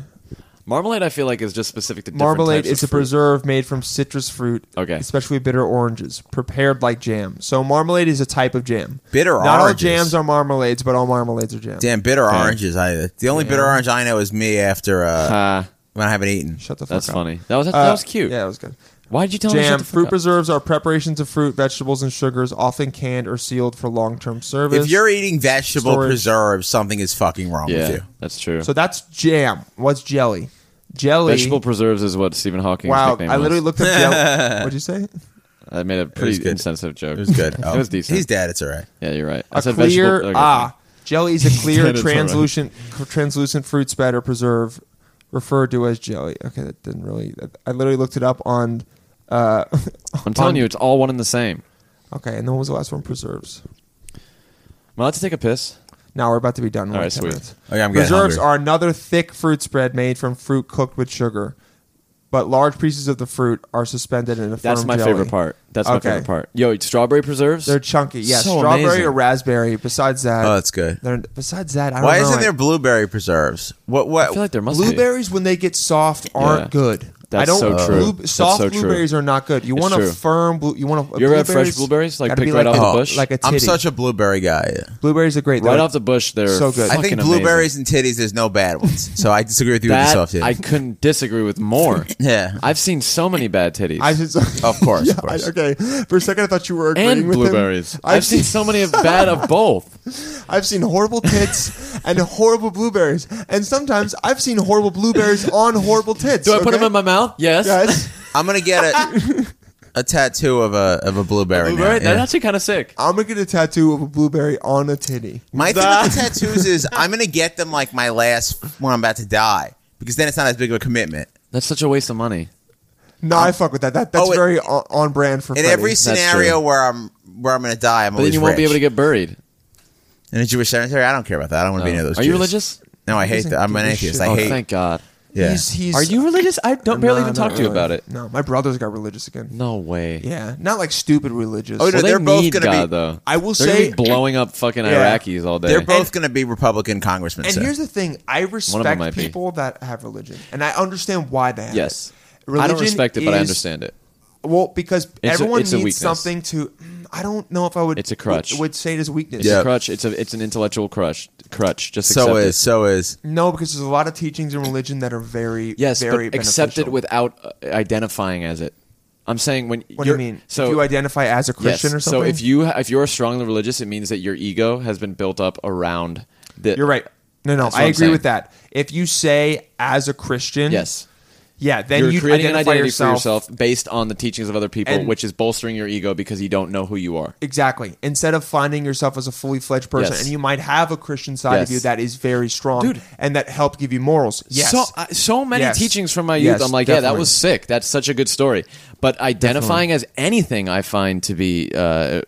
Speaker 6: Marmalade, I feel like, is just specific to different
Speaker 1: Marmalade
Speaker 6: types of
Speaker 1: is a
Speaker 6: fruit.
Speaker 1: preserve made from citrus fruit,
Speaker 6: Okay.
Speaker 1: especially bitter oranges, prepared like jam. So marmalade is a type of jam.
Speaker 3: Bitter
Speaker 1: Not all
Speaker 3: oranges.
Speaker 1: jams are marmalades, but all marmalades are jams.
Speaker 3: Damn bitter oranges. I the only bitter orange I know is me after uh,
Speaker 6: Ah,
Speaker 3: when I haven't eaten.
Speaker 1: Shut the fuck
Speaker 6: that's
Speaker 1: up.
Speaker 6: funny. That was that,
Speaker 1: Uh,
Speaker 6: was cute.
Speaker 1: Yeah, that was good.
Speaker 6: Why did you tell me? to shut
Speaker 1: Jam
Speaker 6: the fuck
Speaker 1: fruit
Speaker 6: up?
Speaker 1: preserves are preparations of fruit, vegetables, and sugars, often canned or sealed for long-term service.
Speaker 3: If you're eating vegetable
Speaker 1: Storage.
Speaker 3: preserves, something is fucking wrong with
Speaker 6: Yeah,
Speaker 3: you.
Speaker 6: that's true.
Speaker 1: So that's jam. What's jelly? Jelly.
Speaker 6: Vegetable preserves is what Stephen Hawking's
Speaker 1: wow,
Speaker 6: nickname
Speaker 1: I literally
Speaker 6: was.
Speaker 1: looked up jelly. What'd you say?
Speaker 6: I made a
Speaker 3: good.
Speaker 6: pretty insensitive joke.
Speaker 3: It was good. Oh,
Speaker 6: it was decent.
Speaker 3: He's dead. It's all right.
Speaker 6: Yeah, you're right. I
Speaker 1: A
Speaker 6: said
Speaker 1: clear
Speaker 6: vegetable. okay.
Speaker 1: ah. Jelly is a clear
Speaker 6: That's all right.
Speaker 1: translucent c- translucent fruit spat or preserve referred to as jelly. Okay, that didn't really. I literally looked it up on. Uh,
Speaker 6: I'm telling you, it's all one and the same.
Speaker 1: okay, and then what was the last one? Preserves.
Speaker 6: Well, let's take a piss.
Speaker 1: Now we're about to be done. in
Speaker 6: All
Speaker 1: like
Speaker 6: right,
Speaker 1: 10
Speaker 6: sweet.
Speaker 1: minutes.
Speaker 3: Okay, I'm getting
Speaker 1: Preserves
Speaker 3: hungry.
Speaker 1: are another thick fruit spread made from fruit cooked with sugar, but large pieces of the fruit are suspended in a firm
Speaker 6: That's my
Speaker 1: jelly.
Speaker 6: favorite part. That's
Speaker 1: Okay.
Speaker 6: my favorite part. Yo, strawberry preserves.
Speaker 1: They're chunky. Yeah,
Speaker 6: So
Speaker 1: strawberry
Speaker 6: amazing.
Speaker 1: or raspberry. Besides that,
Speaker 3: Oh, that's good.
Speaker 1: they're, besides that, I don't
Speaker 3: Why
Speaker 1: know.
Speaker 3: isn't
Speaker 1: I-
Speaker 3: there blueberry preserves? What what
Speaker 6: I feel like there must be.
Speaker 1: blueberries when they get soft aren't
Speaker 6: Yeah.
Speaker 1: good?
Speaker 6: That's
Speaker 1: I don't.
Speaker 6: so true.
Speaker 1: blue-
Speaker 6: That's
Speaker 1: soft
Speaker 6: so true.
Speaker 1: blueberries are not good. You want a
Speaker 6: true.
Speaker 1: firm blue. You want a.
Speaker 6: You ever had fresh blueberries, like,
Speaker 1: gotta be
Speaker 6: picked right
Speaker 1: like
Speaker 6: off
Speaker 1: a,
Speaker 6: the bush?
Speaker 1: Like a titty.
Speaker 3: Oh, I'm such a blueberry guy. Yeah.
Speaker 1: blueberries are great.
Speaker 6: right
Speaker 1: They're-
Speaker 6: off the bush. They're
Speaker 1: So good. I
Speaker 3: I
Speaker 6: fucking
Speaker 3: think
Speaker 6: amazing.
Speaker 3: blueberries and titties. There's no bad ones. So I disagree with you
Speaker 6: That
Speaker 3: with the soft
Speaker 6: I
Speaker 3: titties.
Speaker 6: couldn't disagree with more.
Speaker 3: yeah.
Speaker 6: I've seen so many bad titties
Speaker 1: I just,
Speaker 3: Of course,
Speaker 1: Yeah,
Speaker 3: of course.
Speaker 1: I- okay. For a second, I thought you were agreeing
Speaker 6: and
Speaker 1: with him.
Speaker 6: blueberries. I've,
Speaker 1: I've
Speaker 6: seen
Speaker 1: seen,
Speaker 6: so many of bad of both.
Speaker 1: I've seen horrible tits and horrible blueberries, and sometimes I've seen horrible blueberries on horrible tits.
Speaker 6: Do I put
Speaker 1: okay?
Speaker 6: them in my mouth? Yes.
Speaker 1: Yes.
Speaker 3: I'm gonna get a a tattoo of a of a blueberry.
Speaker 6: Blueberry?
Speaker 3: now, yeah.
Speaker 6: That's actually kind of sick.
Speaker 1: I'm gonna get a tattoo of a blueberry on a titty.
Speaker 3: My thing with the tattoos is I'm gonna get them like my last when I'm about to die because then it's not as big of a commitment.
Speaker 6: That's such a waste of money.
Speaker 1: No, I fuck with that. That that's
Speaker 3: Oh, it-
Speaker 1: very on, on brand for
Speaker 3: In
Speaker 1: Freddie.
Speaker 3: every scenario where I'm where I'm gonna die, I'm
Speaker 6: But then
Speaker 3: always
Speaker 6: you won't be
Speaker 3: rich.
Speaker 6: able to get buried.
Speaker 3: in a Jewish cemetery. I don't care about that. I don't want to be near those.
Speaker 6: Oh. Are you
Speaker 3: Jews.
Speaker 6: religious?
Speaker 3: No, I
Speaker 1: He
Speaker 3: hate
Speaker 1: doesn't
Speaker 3: that. I'm
Speaker 1: give
Speaker 3: an
Speaker 1: a
Speaker 3: atheist.
Speaker 1: shit.
Speaker 3: I
Speaker 6: Oh,
Speaker 3: hate.
Speaker 6: thank God.
Speaker 3: yeah.
Speaker 1: He's, he's,
Speaker 6: Are you religious? I don't barely even talk to you about it.
Speaker 1: No, my brothers got religious again.
Speaker 6: No way.
Speaker 1: Yeah, not like stupid religious.
Speaker 3: Oh, no,
Speaker 6: Well, they
Speaker 3: they're both
Speaker 6: need
Speaker 3: gonna
Speaker 6: God,
Speaker 3: be-
Speaker 6: though.
Speaker 1: I will
Speaker 6: They're gonna
Speaker 1: say-
Speaker 6: be blowing up fucking
Speaker 1: Yeah.
Speaker 6: Iraqis all day.
Speaker 3: They're both going to be Republican congressmen.
Speaker 1: and
Speaker 3: so.
Speaker 1: here's the thing: I
Speaker 6: might
Speaker 1: respect
Speaker 6: be.
Speaker 1: people that have religion, and I understand why they have
Speaker 6: yes.
Speaker 1: it. Religion
Speaker 6: I don't respect it, but I
Speaker 1: is-
Speaker 6: understand it.
Speaker 1: Well, because
Speaker 6: It's a-
Speaker 1: everyone
Speaker 6: it's a
Speaker 1: needs
Speaker 6: weakness.
Speaker 1: something to. I don't know if I would.
Speaker 6: It's a crutch.
Speaker 1: Would, would say it as weakness.
Speaker 6: It's
Speaker 3: Yeah.
Speaker 6: a crutch. It's a it's an intellectual crutch. Crutch. Just
Speaker 3: So
Speaker 6: accept
Speaker 3: is so is
Speaker 1: No, because there's a lot of teachings in religion that are very
Speaker 6: it. Yes,
Speaker 1: very
Speaker 6: but accept it
Speaker 1: beneficial.
Speaker 6: without uh, identifying as it. I'm saying when
Speaker 1: What do you
Speaker 6: you're-
Speaker 1: mean?
Speaker 6: So
Speaker 1: if you identify as a Christian
Speaker 6: yes.
Speaker 1: or something.
Speaker 6: So if you if you're strongly religious, it means that your ego has been built up around the.
Speaker 1: you're right. No, no,
Speaker 6: That's what
Speaker 1: I
Speaker 6: I'm
Speaker 1: agree with
Speaker 6: saying.
Speaker 1: that. If you say as a Christian,
Speaker 6: Yes.
Speaker 1: yeah, then
Speaker 6: you're
Speaker 1: you
Speaker 6: creating an
Speaker 1: identify
Speaker 6: identity
Speaker 1: yourself,
Speaker 6: for yourself based on the teachings of other people,
Speaker 1: And-
Speaker 6: which is bolstering your ego because you don't know who you are.
Speaker 1: Exactly. Instead of finding yourself as a fully fledged person,
Speaker 6: Yes.
Speaker 1: and you might have a Christian side of
Speaker 6: Yes.
Speaker 1: you that is very strong,
Speaker 6: Dude.
Speaker 1: and that helped give you morals. Yes.
Speaker 6: So I so many
Speaker 1: Yes.
Speaker 6: teachings from my youth.
Speaker 1: Yes,
Speaker 6: I'm like, yeah, that
Speaker 1: definitely.
Speaker 6: was sick. That's such a good story. But identifying as anything, I find to be uh, uh,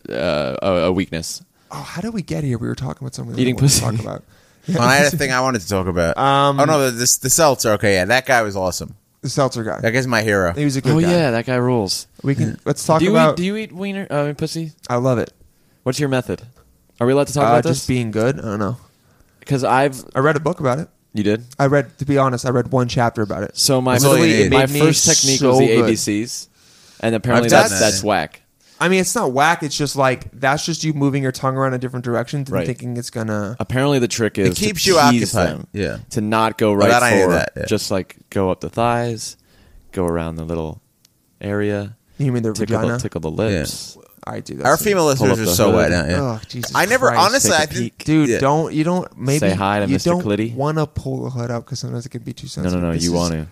Speaker 6: a a weakness.
Speaker 1: oh, how did we get here? We were talking about something.
Speaker 6: Eating
Speaker 1: we wanted to
Speaker 6: pussy.
Speaker 1: Talk about
Speaker 3: Well, I had a thing I wanted to talk about. Um, oh no, the, the the seltzer. Okay, yeah, that guy was awesome.
Speaker 1: the seltzer guy.
Speaker 3: That guy's my hero.
Speaker 1: He was a good
Speaker 6: Oh
Speaker 1: guy.
Speaker 6: yeah, that guy rules.
Speaker 1: We can let's talk
Speaker 6: do you
Speaker 1: about.
Speaker 6: eat, do you eat wiener uh, pussy?
Speaker 1: I love it.
Speaker 6: What's your method? Are we allowed to talk
Speaker 1: Uh,
Speaker 6: about
Speaker 1: just
Speaker 6: this?
Speaker 1: being good. I don't know.
Speaker 6: Because I've
Speaker 1: I read a book about it.
Speaker 6: you did.
Speaker 1: I read, to be honest, I read one chapter about it.
Speaker 6: So my
Speaker 3: That's all you
Speaker 6: really-
Speaker 3: need.
Speaker 6: my
Speaker 1: Made me
Speaker 6: first technique
Speaker 1: so
Speaker 6: was the
Speaker 1: good.
Speaker 6: ABCs, and apparently
Speaker 3: I've done
Speaker 6: that's
Speaker 3: that.
Speaker 6: that's whack.
Speaker 1: I mean, it's not whack. It's just like that's just you moving your tongue around in different directions and
Speaker 6: Right.
Speaker 1: thinking it's gonna.
Speaker 6: Apparently the trick is to
Speaker 3: keeps you
Speaker 6: tease
Speaker 3: occupied.
Speaker 6: them,
Speaker 3: Yeah.
Speaker 6: to not go right
Speaker 3: that I knew
Speaker 6: forward,
Speaker 3: that, yeah.
Speaker 6: just like go up the thighs, go around the little area,
Speaker 1: You mean their
Speaker 6: tickle
Speaker 1: vagina?
Speaker 6: the, tickle the lips.
Speaker 1: I do. That
Speaker 3: Our
Speaker 1: so-
Speaker 3: female
Speaker 6: Pull
Speaker 3: listeners
Speaker 6: up
Speaker 3: are
Speaker 6: the
Speaker 3: so
Speaker 6: hood.
Speaker 3: wet. Now, yeah.
Speaker 1: Oh, Jesus
Speaker 3: I never,
Speaker 1: Christ.
Speaker 3: honestly,
Speaker 6: Take a
Speaker 3: I think,
Speaker 6: peek.
Speaker 1: Dude,
Speaker 3: yeah.
Speaker 1: don't you don't maybe
Speaker 6: Say hi to
Speaker 1: you
Speaker 6: Mr.
Speaker 1: don't
Speaker 6: Clitty.
Speaker 1: want to pull the hood up because sometimes it can be too
Speaker 6: No,
Speaker 1: sensitive.
Speaker 6: no, no.
Speaker 1: This
Speaker 6: You
Speaker 1: is-
Speaker 6: want to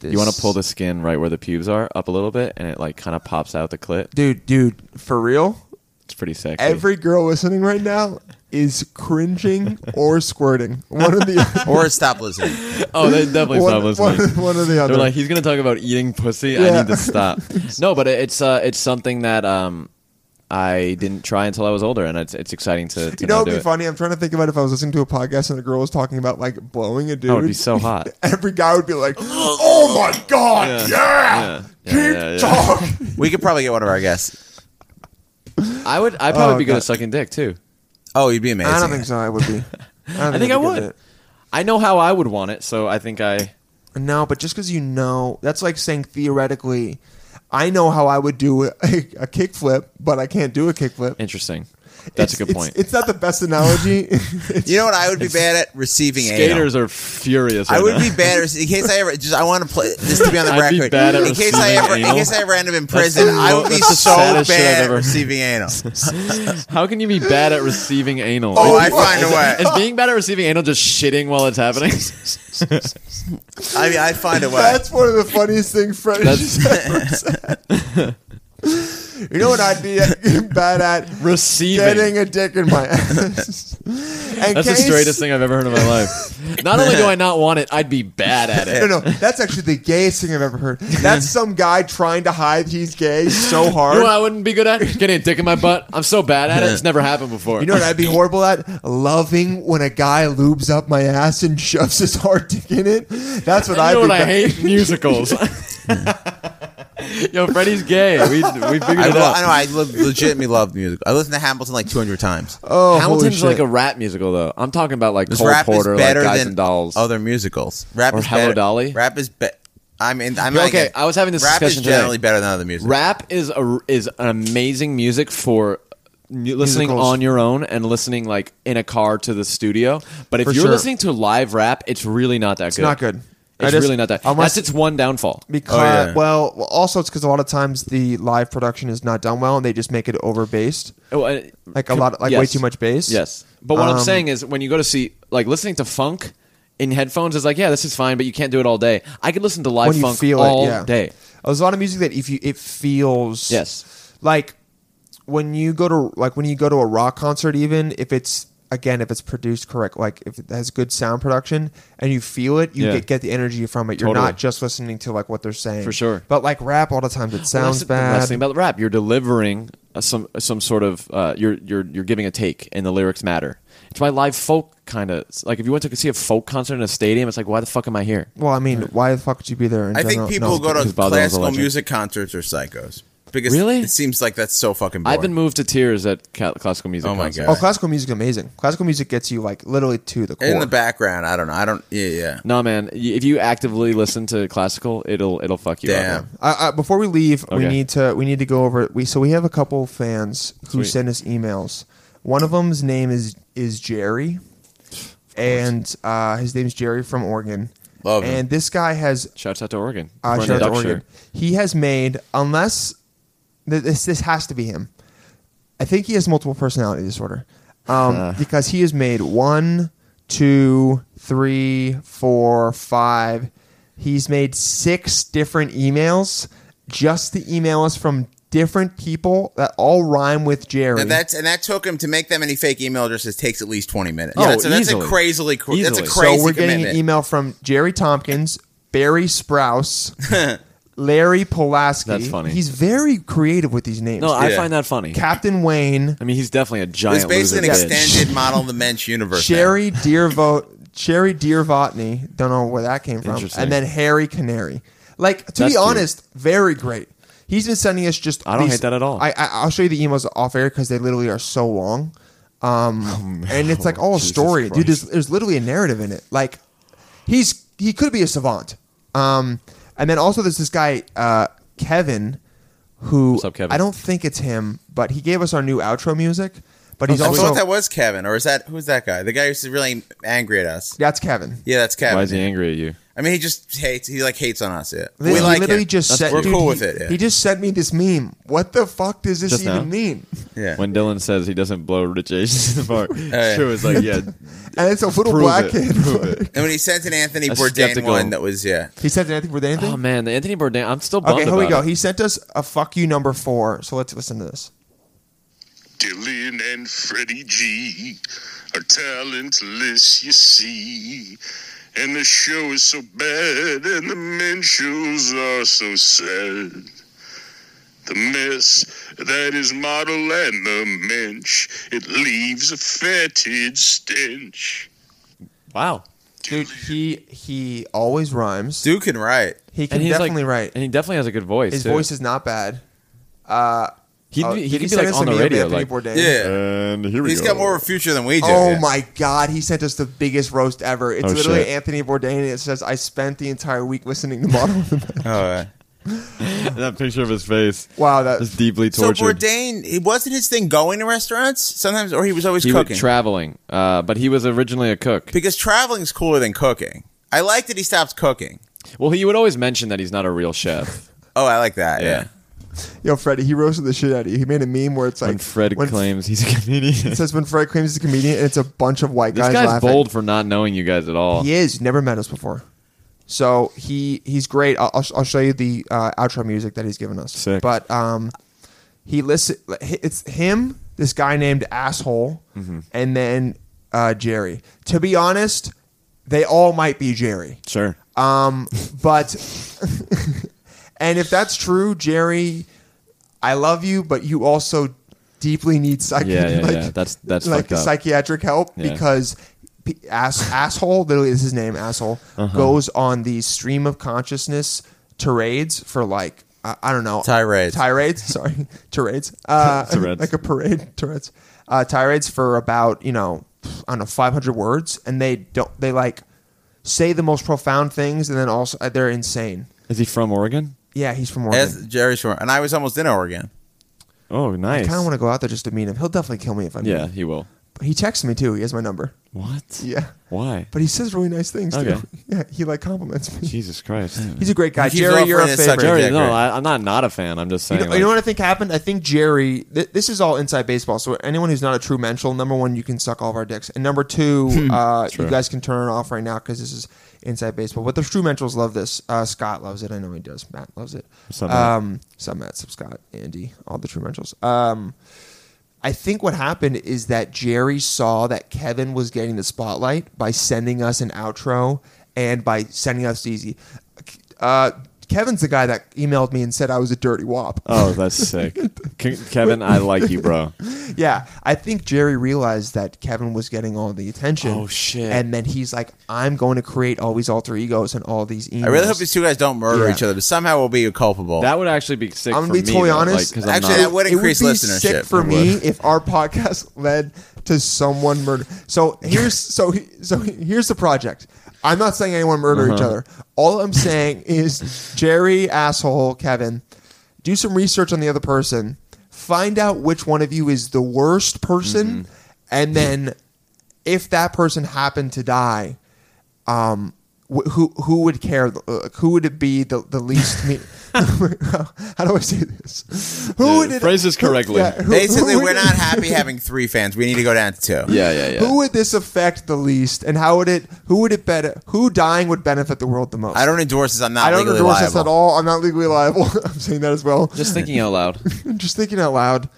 Speaker 1: this-
Speaker 6: you want to pull the skin right where the pubes are up a little bit, and it like kind of pops out the clit.
Speaker 1: dude, dude, for real.
Speaker 6: It's pretty sexy.
Speaker 1: Every girl listening right now is cringing or squirting. One of the
Speaker 3: or stop listening.
Speaker 6: oh, they definitely
Speaker 1: one,
Speaker 6: stop listening.
Speaker 1: one- one or the other.
Speaker 6: They're like, he's gonna talk about eating pussy. I
Speaker 1: Yeah.
Speaker 6: need to stop. no, but it's uh, it's something that um, I didn't try until I was older, and it's it's exciting to, to
Speaker 1: you know,
Speaker 6: now
Speaker 1: it'd
Speaker 6: do
Speaker 1: be
Speaker 6: it.
Speaker 1: funny. I'm trying to think about if I was listening to a podcast and a girl was talking about like blowing a dude.
Speaker 6: Oh, it'd be so hot.
Speaker 1: Every guy would be like, "Oh my god, yeah,
Speaker 6: Yeah. Yeah,
Speaker 1: keep
Speaker 6: yeah, yeah.
Speaker 1: talking."
Speaker 3: We could probably get one of our guests.
Speaker 6: I would. I'd probably
Speaker 1: Oh,
Speaker 6: be good
Speaker 1: God.
Speaker 6: at sucking dick too.
Speaker 3: Oh, you'd be amazing.
Speaker 1: I don't think so. I would be.
Speaker 6: I think I would. I know how I would want it, so I think I.
Speaker 1: No, but just because you know, that's like saying theoretically, I know how I would do a, a kickflip, but I can't do a kickflip.
Speaker 6: Interesting. That's
Speaker 1: It's-
Speaker 6: a good
Speaker 1: it's-
Speaker 6: point.
Speaker 1: It's, not the best analogy.
Speaker 3: You know what? I would be bad at receiving anal.
Speaker 6: Skaters are furious.
Speaker 3: I
Speaker 6: right
Speaker 3: would
Speaker 6: now.
Speaker 3: be bad at, in case I ever just I want to play just to be on the
Speaker 6: I'd be
Speaker 3: record.
Speaker 6: bad at
Speaker 3: in case I
Speaker 6: receiving
Speaker 3: ever in
Speaker 6: anal.
Speaker 3: case I ever end up in
Speaker 6: That's
Speaker 3: prison,
Speaker 6: the
Speaker 3: I would
Speaker 6: lo-
Speaker 3: be
Speaker 6: that's the
Speaker 3: so
Speaker 6: saddest shit I've
Speaker 3: bad at
Speaker 6: ever-
Speaker 3: receiving anal.
Speaker 6: How can you be bad at receiving anal?
Speaker 3: Oh, I find a way.
Speaker 6: Is being bad at receiving anal just shitting while it's happening?
Speaker 3: I mean, I find a way.
Speaker 1: that's one of the funniest things French
Speaker 6: That's-
Speaker 1: ever said. you know what I'd be bad at?
Speaker 6: receiving.
Speaker 1: Getting a dick in my ass. And
Speaker 6: That's the
Speaker 1: case-
Speaker 6: straightest thing I've ever heard in my life. Not only do I not want it, I'd be bad at
Speaker 1: No,
Speaker 6: it.
Speaker 1: no, that's actually the gayest thing I've ever heard. That's some guy trying to hide he's gay so
Speaker 6: You
Speaker 1: hard.
Speaker 6: know what I wouldn't be good at? Getting a dick in my butt. I'm so bad at it. It's never happened before.
Speaker 1: You know what I'd be horrible at? Loving when a guy lubes up my ass and shoves his hard dick in it. That's what
Speaker 6: You
Speaker 1: I'd
Speaker 6: know
Speaker 1: be.
Speaker 6: what I hate? Musicals. Yo, Freddie's gay. We, we figured
Speaker 3: I,
Speaker 6: it
Speaker 3: lo-
Speaker 6: out.
Speaker 3: I know. I le- legitimately love music. I listened to Hamilton like 200 times.
Speaker 1: Oh, holy
Speaker 6: Hamilton's
Speaker 1: shit.
Speaker 6: like a rap musical, though. I'm talking about like
Speaker 3: This
Speaker 6: Cole
Speaker 3: rap
Speaker 6: Porter,
Speaker 3: is
Speaker 6: like
Speaker 3: better
Speaker 6: Guys
Speaker 3: than
Speaker 6: and Dolls.
Speaker 3: other musicals. Rap
Speaker 6: Or
Speaker 3: is
Speaker 6: Hello
Speaker 3: better.
Speaker 6: Dolly?
Speaker 3: Rap is better. I mean, I'm not
Speaker 6: okay,
Speaker 3: against-
Speaker 6: I was having this
Speaker 3: Rap
Speaker 6: discussion
Speaker 3: is
Speaker 6: today.
Speaker 3: generally better than other music.
Speaker 6: Rap is a is an amazing music for mu- listening
Speaker 1: Musicals.
Speaker 6: on your own and listening like in a car to the studio. But if
Speaker 1: For
Speaker 6: you're
Speaker 1: sure.
Speaker 6: listening to live rap, it's really not that good.
Speaker 1: not good. I
Speaker 6: It's
Speaker 1: just-
Speaker 6: really not that.
Speaker 1: unless-
Speaker 6: That's its one downfall.
Speaker 1: because
Speaker 3: Oh, yeah.
Speaker 1: well, well, also it's because a lot of times the live production is not done well and they just make it over based,
Speaker 6: Oh, I-
Speaker 1: like a lot, like way
Speaker 6: Yes.
Speaker 1: too much bass.
Speaker 6: Yes. But what
Speaker 1: Um,
Speaker 6: I'm saying is when you go to see like listening to funk in headphones is like, yeah, this is fine, but you can't do it all day. I could listen to live
Speaker 1: when you
Speaker 6: funk
Speaker 1: feel
Speaker 6: all
Speaker 1: it, yeah.
Speaker 6: day.
Speaker 1: There's a lot of music that if you it feels
Speaker 6: Yes.
Speaker 1: like when you go to like when you go to a rock concert, even if it's again if it's produced correct, like if it has good sound production and you feel it, you
Speaker 6: Yeah.
Speaker 1: get, get the energy from it. You're
Speaker 6: Totally.
Speaker 1: not just listening to like what they're saying
Speaker 6: For sure.
Speaker 1: But like rap, all the times it
Speaker 6: Well,
Speaker 1: sounds
Speaker 6: that's the- The best
Speaker 1: bad.
Speaker 6: thing about rap, you're delivering uh, some some sort of uh, you're you're you're giving a take, and the lyrics matter. It's why live folk kind of like if you went to see a folk concert in a stadium, it's like why the fuck am I here?
Speaker 1: well, I mean, why the fuck would you be there? in
Speaker 3: I
Speaker 1: general?
Speaker 3: think people
Speaker 1: No.
Speaker 3: who go to
Speaker 6: Because Bob Dylan's a
Speaker 3: classical
Speaker 6: legend.
Speaker 3: music concerts are psychos. Because
Speaker 6: Really?
Speaker 3: it seems like that's so fucking boring.
Speaker 6: I've been moved to tears at ca- classical music.
Speaker 3: Oh my
Speaker 6: concerts.
Speaker 1: Oh,
Speaker 3: God.
Speaker 1: classical music, amazing. Classical music gets you like literally to the core.
Speaker 3: in the background. I don't know. I don't. Yeah, yeah.
Speaker 6: No man, Y- if you actively listen to classical, it'll it'll fuck you up.
Speaker 3: Damn.
Speaker 1: I, I, before we leave, we
Speaker 6: Okay.
Speaker 1: need to we need to go over. We so we have a couple fans who
Speaker 6: Sweet.
Speaker 1: send us emails. One of them's name is is Jerry, and uh, his name's Jerry from Oregon.
Speaker 3: Love him.
Speaker 1: and this guy has
Speaker 6: Shouts out to Oregon.
Speaker 1: uh,
Speaker 6: We're in
Speaker 1: shout out to
Speaker 6: Duckshire.
Speaker 1: Oregon. He has made unless th- this this has to be him. I think he has multiple personality disorder um, because he has made one, two, three, four, five. He's made six different emails just to email us from different people that all rhyme with Jerry.
Speaker 3: And that's and that took him to make that many fake email addresses takes at least twenty minutes.
Speaker 6: Oh,
Speaker 3: that's, that's a
Speaker 6: easily.
Speaker 3: crazily. cra- That's a
Speaker 6: Easily.
Speaker 3: crazy
Speaker 1: so we're getting
Speaker 3: commitment.
Speaker 1: an email from Jerry Tompkins, Barry Sprouse, Larry Pulaski.
Speaker 6: That's funny.
Speaker 1: He's very creative with these names.
Speaker 6: No, I
Speaker 3: Yeah.
Speaker 6: find that funny.
Speaker 1: Captain Wayne,
Speaker 6: I mean, he's definitely a giant
Speaker 3: It's basically an
Speaker 6: loser bitch.
Speaker 3: extended model of the men's universe. now.
Speaker 1: Sherry Deervo, Sherry Deervotney. Don't know where that came from.
Speaker 6: Interesting.
Speaker 1: And then Harry Canary. Like to
Speaker 6: That's
Speaker 1: be
Speaker 6: cute.
Speaker 1: honest, very great. He's been sending us just.
Speaker 6: I don't
Speaker 1: these-
Speaker 6: hate that at all.
Speaker 1: I, I I'll show you the emails off air because they literally are so long. Um, and it's like all a
Speaker 6: Oh, Jesus
Speaker 1: story, dude.
Speaker 6: Christ.
Speaker 1: There's, there's literally a narrative in it. Like he's he could be a savant. Um, and then also there's this guy uh, Kevin, who
Speaker 6: What's up, Kevin?
Speaker 1: I don't think it's him, but he gave us our new outro music. But he's
Speaker 3: I
Speaker 1: also
Speaker 3: thought that was Kevin, or is that who's that guy? The guy who's really angry at us.
Speaker 1: that's Kevin.
Speaker 3: Yeah, that's Kevin.
Speaker 6: Why is he angry at you?
Speaker 3: I mean, he just hates. He like hates on us. Yeah,
Speaker 1: They-
Speaker 3: we
Speaker 1: he
Speaker 3: like
Speaker 1: literally
Speaker 3: him.
Speaker 1: just
Speaker 3: That's-
Speaker 1: sent.
Speaker 3: We're
Speaker 1: dude,
Speaker 3: cool
Speaker 1: he-
Speaker 3: with it. Yeah.
Speaker 1: He just sent me this meme. What the fuck does this
Speaker 6: Just
Speaker 1: even
Speaker 6: now?
Speaker 1: mean?
Speaker 3: yeah.
Speaker 6: When Dylan says he doesn't blow Rich Asians in the park,
Speaker 3: yeah.
Speaker 6: Sure, it's like, yeah,
Speaker 1: And it's a little
Speaker 6: prove
Speaker 1: black
Speaker 6: it,
Speaker 1: kid.
Speaker 6: prove it.
Speaker 3: and when he sent an Anthony
Speaker 6: That's
Speaker 3: Bourdain
Speaker 6: skeptical.
Speaker 3: one, that was yeah.
Speaker 1: he sent anything with anything.
Speaker 6: Oh man, the Anthony Bourdain. I'm still bummed
Speaker 1: okay, here we
Speaker 6: about
Speaker 1: go.
Speaker 6: it.
Speaker 1: He sent us a fuck you number four. So let's listen to this.
Speaker 7: Dylan and Freddie G are talentless, you see. And the show is so bad, and the men's shows are so sad. The mess that is model and the mensch, it leaves a fetid stench.
Speaker 6: Wow,
Speaker 1: Dude, he he always rhymes.
Speaker 3: Duke can write.
Speaker 1: he
Speaker 6: and
Speaker 1: can
Speaker 6: he's
Speaker 1: definitely
Speaker 6: like,
Speaker 1: write.
Speaker 6: and he definitely has a good voice.
Speaker 1: His
Speaker 6: too.
Speaker 1: voice is not bad.
Speaker 6: he'd,
Speaker 1: Oh,
Speaker 6: be-
Speaker 1: did
Speaker 6: he
Speaker 1: he
Speaker 6: could be
Speaker 1: send
Speaker 6: like
Speaker 1: us
Speaker 6: on
Speaker 1: a
Speaker 6: the
Speaker 1: meme of
Speaker 6: radio,
Speaker 1: Anthony
Speaker 6: like.
Speaker 1: Bourdain?
Speaker 3: Yeah,
Speaker 6: And here
Speaker 3: he's got more of a future than we do.
Speaker 1: Oh
Speaker 3: yeah.
Speaker 1: my god, he sent us the biggest roast ever. It's
Speaker 6: Oh,
Speaker 1: literally
Speaker 6: shit.
Speaker 1: Anthony Bourdain. and It says, "I spent the entire week listening to Model." of the Man."
Speaker 3: Oh, uh,
Speaker 6: that picture of his face.
Speaker 1: wow, that
Speaker 6: It's deeply
Speaker 3: so
Speaker 6: tortured.
Speaker 3: Bourdain, it wasn't his thing going to restaurants sometimes, or he was always
Speaker 6: he was
Speaker 3: cooking.
Speaker 6: traveling, uh, but he was originally a cook.
Speaker 3: because traveling's cooler than cooking. I like that he stops cooking.
Speaker 6: Well, he would always mention that he's not a real chef.
Speaker 3: Oh, I like that. Yeah.
Speaker 1: Yo, Freddie, he roasted the shit out of you. He made a meme where it's like
Speaker 6: when Fred
Speaker 1: when-
Speaker 6: claims he's a comedian.
Speaker 1: It says when Fred claims he's a comedian, and it's a bunch of white
Speaker 6: This
Speaker 1: guys.
Speaker 6: guy's
Speaker 1: laughing.
Speaker 6: bold for not knowing you guys at all.
Speaker 1: He is. Never met us before, so he he's great. I'll I'll, I'll show you the uh, outro music that he's given us.
Speaker 6: Sick.
Speaker 1: But um, he listen. It's him, this guy named asshole,
Speaker 6: Mm-hmm.
Speaker 1: and then uh, Jerry. To be honest, they all might be Jerry.
Speaker 6: Sure.
Speaker 1: Um, but and if that's true, Jerry, I love you, but you also deeply need psych-
Speaker 6: Yeah, yeah,
Speaker 1: like,
Speaker 6: yeah. That's- that's
Speaker 1: like
Speaker 6: fucked up.
Speaker 1: psychiatric help
Speaker 6: Yeah.
Speaker 1: because p- ass asshole literally is his name asshole
Speaker 6: Uh-huh.
Speaker 1: goes on these stream of consciousness tirades for like I, I don't know
Speaker 3: Tirades.
Speaker 1: tirades sorry tirades uh,
Speaker 6: Tourette's.
Speaker 1: like a parade Tourette's uh, tirades for about you know I don't know 500 words and they don't they like say the most profound things and then also uh, they're insane
Speaker 6: Is he from Oregon?
Speaker 1: yeah he's from Oregon
Speaker 3: As Jerry's from, and I was almost in Oregon.
Speaker 6: Oh,
Speaker 1: I
Speaker 6: nice.
Speaker 1: kind of want to go out there just to meet him he'll definitely kill me if I meet
Speaker 6: yeah,
Speaker 1: him
Speaker 6: he will.
Speaker 1: he texts me too he has my number
Speaker 6: What?
Speaker 1: yeah
Speaker 6: Why?
Speaker 1: but he says really nice things
Speaker 6: Okay.
Speaker 1: too yeah he like compliments me
Speaker 6: Jesus Christ.
Speaker 1: he's a great guy
Speaker 3: He keeps
Speaker 1: Jerry you're a
Speaker 3: offering his
Speaker 1: favorite
Speaker 3: sucker-
Speaker 6: Jerry,
Speaker 3: Jack,
Speaker 6: no,
Speaker 3: right?
Speaker 6: I, I'm not not a fan. I'm just
Speaker 1: You
Speaker 6: saying.
Speaker 1: know, you
Speaker 6: like-
Speaker 1: know what I think happened? I think Jerry. Th- this is all inside baseball. So anyone who's not a true mental, number one, you can suck all of our dicks, and number two, uh, you guys can turn it off right now because this is inside baseball. But the true mentals love this. Uh, Scott loves it. I know he does. Matt loves it.
Speaker 6: What's up, Matt?
Speaker 1: um, some Matt, some Scott, Andy, all the true mentals. Um, I think what happened is that Jerry saw that Kevin was getting the spotlight by sending us an outro and by sending us these. e-, Uh, Kevin's the guy that emailed me and said I was a dirty wop.
Speaker 3: Uh.
Speaker 6: Oh, that's sick, Ke- Kevin. I like you, bro.
Speaker 1: Yeah, I think Jerry realized that Kevin was getting all the attention.
Speaker 6: Oh, shit.
Speaker 1: And then he's like, "I'm going to create all these alter egos and all these emails."
Speaker 3: I really hope these two guys don't murder
Speaker 1: Yeah.
Speaker 3: each other, but somehow we'll be culpable.
Speaker 6: That would actually be sick.
Speaker 1: I'm
Speaker 6: for
Speaker 1: gonna be
Speaker 6: me,
Speaker 1: totally
Speaker 6: though,
Speaker 1: honest.
Speaker 6: like, 'cause I'm
Speaker 3: Actually,
Speaker 6: not-
Speaker 3: that would
Speaker 1: It would be
Speaker 3: increase listership.
Speaker 1: sick for
Speaker 3: It
Speaker 1: me if our podcast led to someone murder. So here's so he- so here's the project. I'm not saying anyone murder each other. All I'm saying is Jerry asshole Kevin, do some research on the other person, find out which one of you is the worst person, and then if that person happened to die, um, wh- who who would care? Uh, who would it be the, the least? Me- How do I say this? Who
Speaker 6: Yeah,
Speaker 1: would it,
Speaker 6: phrase this correctly.
Speaker 1: who-
Speaker 3: Basically,
Speaker 1: who
Speaker 3: we're
Speaker 1: would-
Speaker 3: not happy having three fans. We need to go down to two.
Speaker 6: Yeah, yeah, yeah.
Speaker 1: Who would this affect the least, and how would it? Who would it better? Who dying would benefit the world the most?
Speaker 3: I don't endorse this. I'm not
Speaker 1: I don't
Speaker 3: legally
Speaker 1: endorse
Speaker 3: liable.
Speaker 1: this at all. I'm not legally liable. I'm saying that as well. Just,
Speaker 6: Just thinking out loud.
Speaker 1: thinking out loud.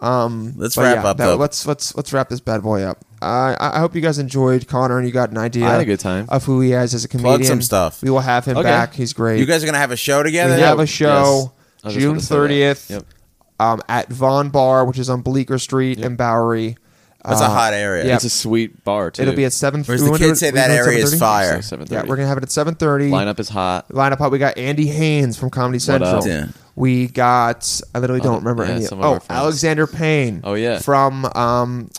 Speaker 1: Um,
Speaker 3: Let's
Speaker 1: but
Speaker 3: wrap
Speaker 1: yeah,
Speaker 3: up,
Speaker 1: that-
Speaker 3: though.
Speaker 1: let's let's let's wrap this bad boy up. I I I hope you guys enjoyed Connor, and you got an idea.
Speaker 6: I had a good time.
Speaker 1: of who he is as a comedian.
Speaker 3: some stuff.
Speaker 1: We will have him
Speaker 6: Okay.
Speaker 1: back. He's great.
Speaker 3: You guys are gonna have a show together.
Speaker 1: We have a show
Speaker 6: I was just
Speaker 1: June
Speaker 6: about to say that.
Speaker 1: 30th
Speaker 6: Yep.
Speaker 1: um, at Von Bar, which is on Bleecker Street in Bowery.
Speaker 3: That's a hot area.
Speaker 1: uh, yeah.
Speaker 6: It's a sweet bar too.
Speaker 1: It'll be at 7
Speaker 3: Whereas
Speaker 1: we
Speaker 3: the
Speaker 1: wanna do
Speaker 3: kids
Speaker 1: it-
Speaker 3: say
Speaker 1: we wanna do
Speaker 3: that
Speaker 1: it
Speaker 3: area is
Speaker 1: 7:30?
Speaker 3: fire.
Speaker 6: Seven
Speaker 1: Yeah,
Speaker 6: thirty.
Speaker 1: we're going to have it at 7.30.
Speaker 6: Lineup is hot.
Speaker 1: Lineup hot. We got Andy Haynes from Comedy Central.
Speaker 6: up?
Speaker 3: Yeah.
Speaker 1: We got, I literally don't remember
Speaker 6: yeah,
Speaker 1: any.
Speaker 6: some of
Speaker 1: oh,
Speaker 6: our friends.
Speaker 1: Alexander Payne.
Speaker 6: Oh, yeah.
Speaker 1: From, um,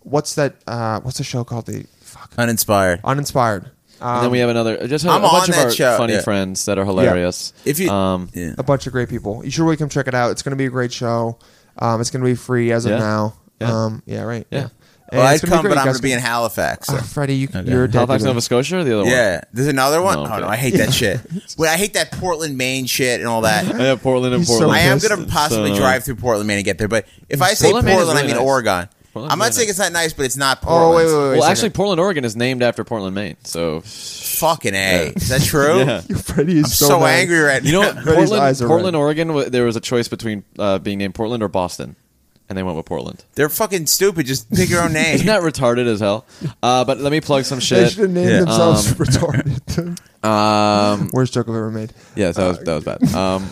Speaker 1: what's that, uh, what's the show called? The, fuck.
Speaker 3: Uninspired.
Speaker 1: Uninspired.
Speaker 6: and then we
Speaker 1: Um,
Speaker 6: have another. Just a,
Speaker 3: I'm
Speaker 6: a bunch
Speaker 3: on
Speaker 6: of
Speaker 3: that
Speaker 6: our
Speaker 3: show,
Speaker 6: funny
Speaker 3: yeah.
Speaker 6: friends that are hilarious.
Speaker 3: If you,
Speaker 6: um,
Speaker 3: yeah.
Speaker 1: a bunch of great people. You should really come check it out. It's going to be a great show. Um, it's going to be free as of
Speaker 6: Yeah.
Speaker 1: now.
Speaker 6: Yeah.
Speaker 1: Um, yeah, right.
Speaker 6: Yeah.
Speaker 1: And
Speaker 3: well, I'd
Speaker 1: it's gonna
Speaker 3: come,
Speaker 1: great.
Speaker 3: but I'm
Speaker 1: You guys
Speaker 3: gonna be in
Speaker 1: can-
Speaker 3: Halifax. so-
Speaker 1: Ah, Freddie, you, you're a dead
Speaker 6: Halifax,
Speaker 1: dude.
Speaker 6: Nova Scotia, or the other
Speaker 3: Yeah, there's another one.
Speaker 6: No,
Speaker 3: oh
Speaker 6: okay.
Speaker 3: no, I hate that shit. Wait, I hate that Portland, Maine shit and all that.
Speaker 6: one. Oh, Yeah, Portland and
Speaker 1: He's so
Speaker 6: Portland.
Speaker 3: I am
Speaker 1: pissed.
Speaker 3: gonna possibly
Speaker 6: So-
Speaker 3: drive through Portland, Maine, and get there. But if I say
Speaker 6: Portland,
Speaker 3: Portland,
Speaker 6: Maine is
Speaker 3: I
Speaker 6: really
Speaker 3: mean
Speaker 6: nice.
Speaker 3: Oregon.
Speaker 6: Portland's
Speaker 3: I'm not
Speaker 6: really
Speaker 3: saying
Speaker 6: nice.
Speaker 3: it's not nice, but it's not
Speaker 1: Oh,
Speaker 3: Portland.
Speaker 1: wait, wait, wait.
Speaker 6: Well,
Speaker 1: a
Speaker 6: actually,
Speaker 1: second.
Speaker 6: Portland, Oregon is named after Portland, Maine. So
Speaker 3: fucking a. Is that true?
Speaker 6: Yeah.
Speaker 1: Freddie is
Speaker 3: I'm so,
Speaker 1: mad.
Speaker 3: angry right now.
Speaker 6: you know, what?
Speaker 1: Freddie's
Speaker 6: Portland,
Speaker 1: eyes are
Speaker 6: Portland,
Speaker 1: red.
Speaker 6: Oregon. wa- There was a choice between uh, being named Portland or Boston, and they went with Portland.
Speaker 3: they're fucking stupid. Just pick your own name.
Speaker 6: Isn't that retarded as hell? Uh, but let me plug some
Speaker 1: They
Speaker 6: shit.
Speaker 1: should have named
Speaker 3: Yeah. Um,
Speaker 1: themselves retarded.
Speaker 6: Um,
Speaker 1: Worst joke I've ever made.
Speaker 6: yeah, that was that
Speaker 1: Uh,
Speaker 6: was bad. Um,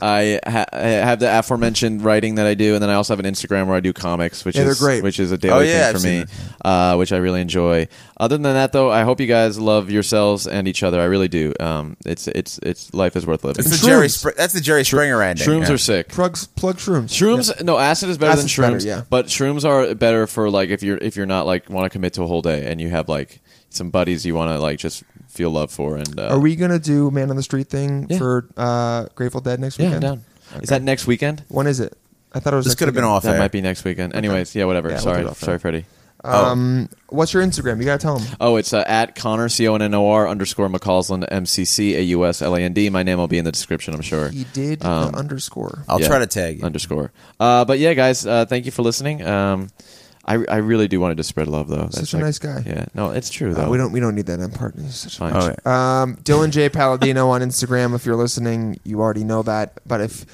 Speaker 6: I, ha- I have the aforementioned writing that I do, and then I also have an Instagram where I do comics, which
Speaker 1: Yeah, they're
Speaker 6: is
Speaker 1: great.
Speaker 6: which is a
Speaker 3: Oh,
Speaker 6: daily
Speaker 3: yeah, I've
Speaker 6: thing for
Speaker 3: seen
Speaker 6: me, uh, which I really enjoy. Other than that, though, I hope you guys love yourselves and each other. I really do. Um, it's it's it's life is worth living.
Speaker 3: That's the
Speaker 1: Shrooms.
Speaker 3: Jerry. Spr- that's the Jerry Springer ending.
Speaker 6: Shrooms
Speaker 3: yeah.
Speaker 6: are sick.
Speaker 1: Plugs, plug shrooms.
Speaker 6: Shrooms, no, acid is better
Speaker 1: Acid's
Speaker 6: than
Speaker 1: better,
Speaker 6: shrooms.
Speaker 1: yeah.
Speaker 6: but shrooms are better for like if you're if you're not like want to commit to a whole day and you have like some buddies you want to like just feel love for and uh,
Speaker 1: Are we going to do Man on the Street thing
Speaker 6: Yeah.
Speaker 1: for uh, Grateful Dead next
Speaker 6: yeah I'm
Speaker 1: weekend?
Speaker 6: down. Is that next weekend?
Speaker 1: When is it? I thought it was
Speaker 3: This
Speaker 1: next
Speaker 3: could have been
Speaker 1: weekend.
Speaker 3: off
Speaker 6: That
Speaker 3: air.
Speaker 6: might be next weekend. Anyways, yeah, whatever.
Speaker 1: Yeah, we'll
Speaker 6: sorry,
Speaker 1: do it off
Speaker 6: sorry,
Speaker 1: air.
Speaker 6: Freddie.
Speaker 1: Um, what's your Instagram? You got to tell them.
Speaker 6: Oh, it's uh, at Connor C O N N O R underscore McCausland M C C A U S L A N D. My name will be in the description. I'm sure.
Speaker 1: He did
Speaker 6: Um,
Speaker 1: the underscore.
Speaker 3: I'll
Speaker 6: Yeah.
Speaker 3: try to tag you.
Speaker 6: underscore. Uh, but yeah, guys, uh, thank you for listening. Um, I, I really do want to spread love though. That's
Speaker 1: Such a nice guy.
Speaker 6: Yeah, no, it's true though.
Speaker 1: Uh, we don't we don't need that in part. He's such a
Speaker 6: Fine.
Speaker 3: Oh, yeah.
Speaker 1: Um, Dylan J Palladino on Instagram. If you're listening, you already know that. But if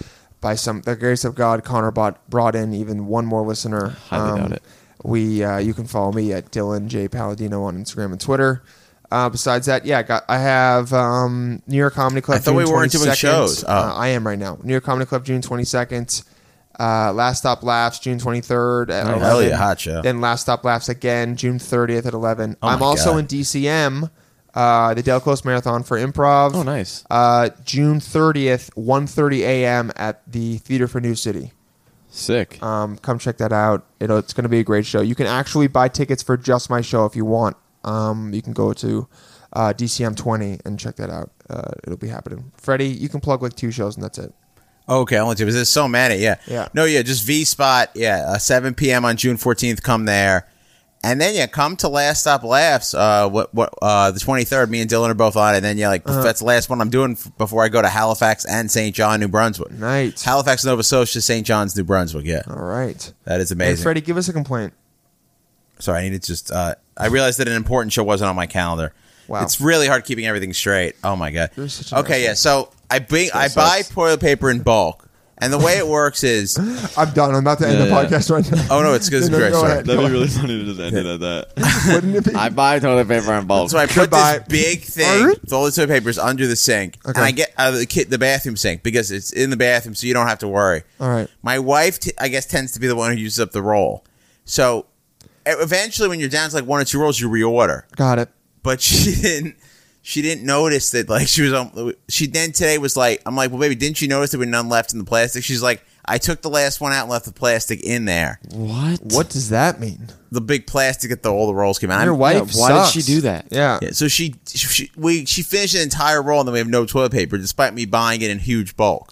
Speaker 1: by some the grace of God, Connor bought, brought in even one more listener. um,
Speaker 6: Highly doubt it.
Speaker 1: We uh, you can follow me at Dylan J Palladino on Instagram and Twitter. Uh, besides that, yeah, I got I have um, New York Comedy Club.
Speaker 3: I thought we
Speaker 1: June
Speaker 3: weren't doing
Speaker 1: 22nd.
Speaker 3: shows. Oh.
Speaker 1: Uh, I am right now. New York Comedy Club June 22nd. Uh, Last Stop Laughs June 23rd. At
Speaker 3: Oh, hell
Speaker 1: 11.
Speaker 3: yeah, hot show. Oh
Speaker 1: Then Last Stop Laughs again June 30th at 11.
Speaker 3: my
Speaker 1: I'm also
Speaker 3: God.
Speaker 1: in DCM, uh, the Del Coast Marathon for improv.
Speaker 6: Oh, nice.
Speaker 1: Uh, June 30th, 1.30 a.m. at the Theater for New City.
Speaker 6: Sick.
Speaker 1: Um, come check that out. It'll, it's going to be a great show. You can actually buy tickets for just my show if you want. Um, you can go to uh, DCM 20 and check that out. Uh, it'll be happening. Freddie, you can plug like two shows and that's it.
Speaker 3: Okay, only two. Because there's so many. Yeah.
Speaker 1: Yeah.
Speaker 3: No, yeah, just V Spot. Yeah, uh, 7 p.m. on June 14th. Come there. And then yeah, come to Last Stop Laughs. Uh, what what uh, the 23rd? Me and Dylan are both on, it. and then yeah, like
Speaker 1: Uh-huh.
Speaker 3: that's the last one I'm doing f- before I go to Halifax and St. John, New Brunswick.
Speaker 1: Nice.
Speaker 3: Halifax, Nova Scotia, St. John's, New Brunswick. Yeah,
Speaker 1: All right.
Speaker 3: that is
Speaker 1: And
Speaker 3: amazing.
Speaker 1: Freddie, give us a complaint.
Speaker 3: Sorry, I needed to just. Uh, I realized that an important show wasn't on my calendar.
Speaker 1: Wow.
Speaker 3: It's really hard keeping everything straight. Oh my god.
Speaker 1: You're such an
Speaker 3: Okay,
Speaker 1: asshole.
Speaker 3: yeah. So I bring, I buy
Speaker 6: sucks.
Speaker 3: toilet paper in bulk, And the way it works is, oh
Speaker 1: I'm done. I'm about to end
Speaker 6: Yeah,
Speaker 1: the
Speaker 6: yeah.
Speaker 1: podcast right now.
Speaker 3: no, it's good.
Speaker 1: No,
Speaker 3: great.
Speaker 1: go
Speaker 3: sorry.
Speaker 1: ahead.
Speaker 8: That'd be really funny to just end it at that.
Speaker 1: Wouldn't it be?
Speaker 6: I buy toilet paper in bulk.
Speaker 3: So I put
Speaker 1: Goodbye.
Speaker 3: this big thing
Speaker 1: Alright.
Speaker 3: with all the toilet papers under the sink, and I get out of the, ki- the bathroom sink because it's in the bathroom, so you don't have to worry.
Speaker 1: All right.
Speaker 3: My wife, t- I guess, tends to be the one who uses up the roll. So e- eventually, when you're down to like one or two rolls, you reorder.
Speaker 1: Got it.
Speaker 3: But she didn't. She didn't notice that. Like she was on. She then today was like, I'm like, well, baby, didn't you notice there were none left in the plastic? She's like, I took the last one out and left the plastic in there.
Speaker 6: what?
Speaker 1: What does that mean?
Speaker 3: The big plastic that the, all the rolls came out.
Speaker 1: Your
Speaker 3: I'm-
Speaker 1: wife.
Speaker 6: why did
Speaker 1: sucks.
Speaker 6: she do that?
Speaker 1: Yeah.
Speaker 3: Yeah, so she, she we she finished an entire roll and then we have no toilet paper despite me buying it in huge bulk.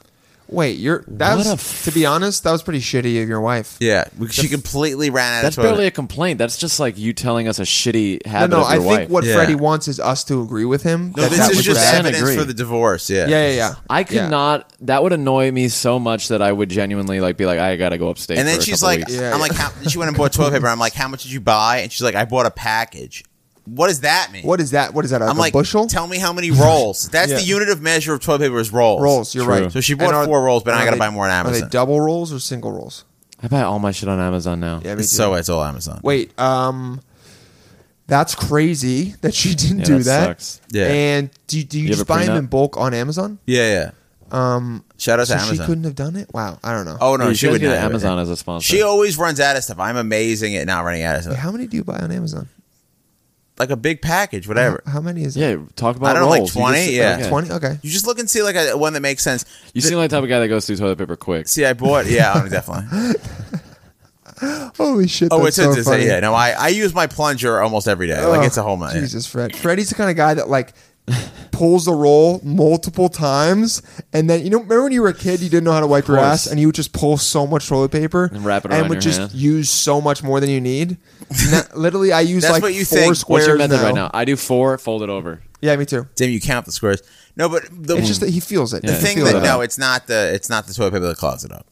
Speaker 1: Wait, you're that
Speaker 6: What
Speaker 1: was
Speaker 6: a f-
Speaker 1: to be honest, that was pretty shitty of your wife.
Speaker 3: Yeah, we- she completely ran out
Speaker 6: That's
Speaker 3: of toilet.
Speaker 6: barely a complaint. That's just like you telling us a shitty
Speaker 1: No,
Speaker 6: habit
Speaker 1: no,
Speaker 6: of
Speaker 1: I
Speaker 6: your
Speaker 1: think
Speaker 6: wife.
Speaker 1: what
Speaker 3: Yeah.
Speaker 1: Freddie wants is us to agree with him.
Speaker 3: no,
Speaker 1: that
Speaker 3: this
Speaker 1: that
Speaker 3: is
Speaker 1: was
Speaker 3: just
Speaker 1: bad.
Speaker 6: bad.
Speaker 3: evidence for the divorce. Yeah,
Speaker 1: Yeah, yeah, yeah.
Speaker 6: I
Speaker 1: Yeah.
Speaker 6: could not. That would annoy me so much that I would genuinely like be like, I gotta go upstate.
Speaker 3: And then
Speaker 6: for a
Speaker 3: she's
Speaker 6: couple
Speaker 3: like,
Speaker 6: weeks.
Speaker 1: Yeah,
Speaker 3: I'm
Speaker 1: yeah.
Speaker 3: like, how, she went and bought toilet paper. I'm like, how much did you buy? And she's like, I bought a package. What does that mean?
Speaker 1: What is that? What is that? Like
Speaker 3: I'm
Speaker 1: a
Speaker 3: like,
Speaker 1: bushel?
Speaker 3: tell me how many rolls. That's
Speaker 1: Yeah.
Speaker 3: the unit of measure of toilet paper is rolls.
Speaker 1: rolls. You're
Speaker 6: True.
Speaker 1: right.
Speaker 3: So she
Speaker 1: And
Speaker 3: bought
Speaker 1: are-
Speaker 3: four rolls, but now I
Speaker 1: are
Speaker 3: gotta
Speaker 1: they-
Speaker 3: buy more on
Speaker 1: Are they
Speaker 3: Amazon.
Speaker 1: double rolls or single rolls?
Speaker 6: I buy all my shit on Amazon now.
Speaker 1: Yeah, me
Speaker 3: It's
Speaker 1: too.
Speaker 3: so it's all Amazon.
Speaker 1: Wait, um, that's crazy that she didn't
Speaker 6: Yeah,
Speaker 1: do
Speaker 6: that
Speaker 1: that.
Speaker 6: sucks.
Speaker 3: Yeah.
Speaker 1: And do, do you,
Speaker 6: You have
Speaker 1: just
Speaker 6: a
Speaker 1: buy them
Speaker 6: prenup?
Speaker 1: in bulk on Amazon?
Speaker 3: Yeah, yeah. Um, shout out
Speaker 1: So
Speaker 3: to
Speaker 1: she
Speaker 3: Amazon.
Speaker 1: couldn't have done it. Wow, I don't know.
Speaker 3: oh no,
Speaker 6: you
Speaker 3: she
Speaker 6: guys
Speaker 3: would
Speaker 6: get
Speaker 3: not. have it.
Speaker 6: Amazon as a sponsor.
Speaker 3: She always runs out of stuff. I'm amazing at not running out of stuff.
Speaker 1: Wait, how many do you buy on Amazon?
Speaker 3: like a big package, whatever.
Speaker 1: How many is it?
Speaker 6: yeah, talk about
Speaker 3: I don't know, like
Speaker 6: rolls. You
Speaker 3: 20?
Speaker 6: just-
Speaker 3: Yeah.
Speaker 6: okay.
Speaker 1: twenty. Okay.
Speaker 3: You just look and see like a one that makes sense.
Speaker 6: You seem like the type of guy that goes through toilet paper quick.
Speaker 3: See, I bought. Yeah, I'm definitely.
Speaker 1: Holy shit!
Speaker 3: Oh,
Speaker 1: that's
Speaker 3: it's
Speaker 1: so
Speaker 3: it's
Speaker 1: funny. Oh,
Speaker 3: yeah. No, I I use my plunger almost every day. Like it's a whole month.
Speaker 1: Jesus, Fred. Freddie's the kind of guy that like pulls the roll multiple times, and then you know, remember when you were a kid, you didn't know how to wipe your
Speaker 6: course.
Speaker 1: ass, and you would just pull so much toilet paper
Speaker 6: And wrap it around
Speaker 1: would
Speaker 6: your
Speaker 1: just
Speaker 6: hand.
Speaker 1: use so much more than you need. Na- literally, I use
Speaker 3: That's
Speaker 1: like
Speaker 3: what you
Speaker 1: four
Speaker 3: think. What's
Speaker 1: squares
Speaker 6: What's your method
Speaker 1: now.
Speaker 6: right now? I do four, fold it over.
Speaker 1: Yeah, me too.
Speaker 3: Damn, you count the squares. No, but the,
Speaker 1: It's
Speaker 6: Mm.
Speaker 1: just that he feels it.
Speaker 3: the
Speaker 1: He
Speaker 3: thing
Speaker 1: feels
Speaker 3: that
Speaker 1: it.
Speaker 3: no, it's not the it's not the toilet paper that clogs it up.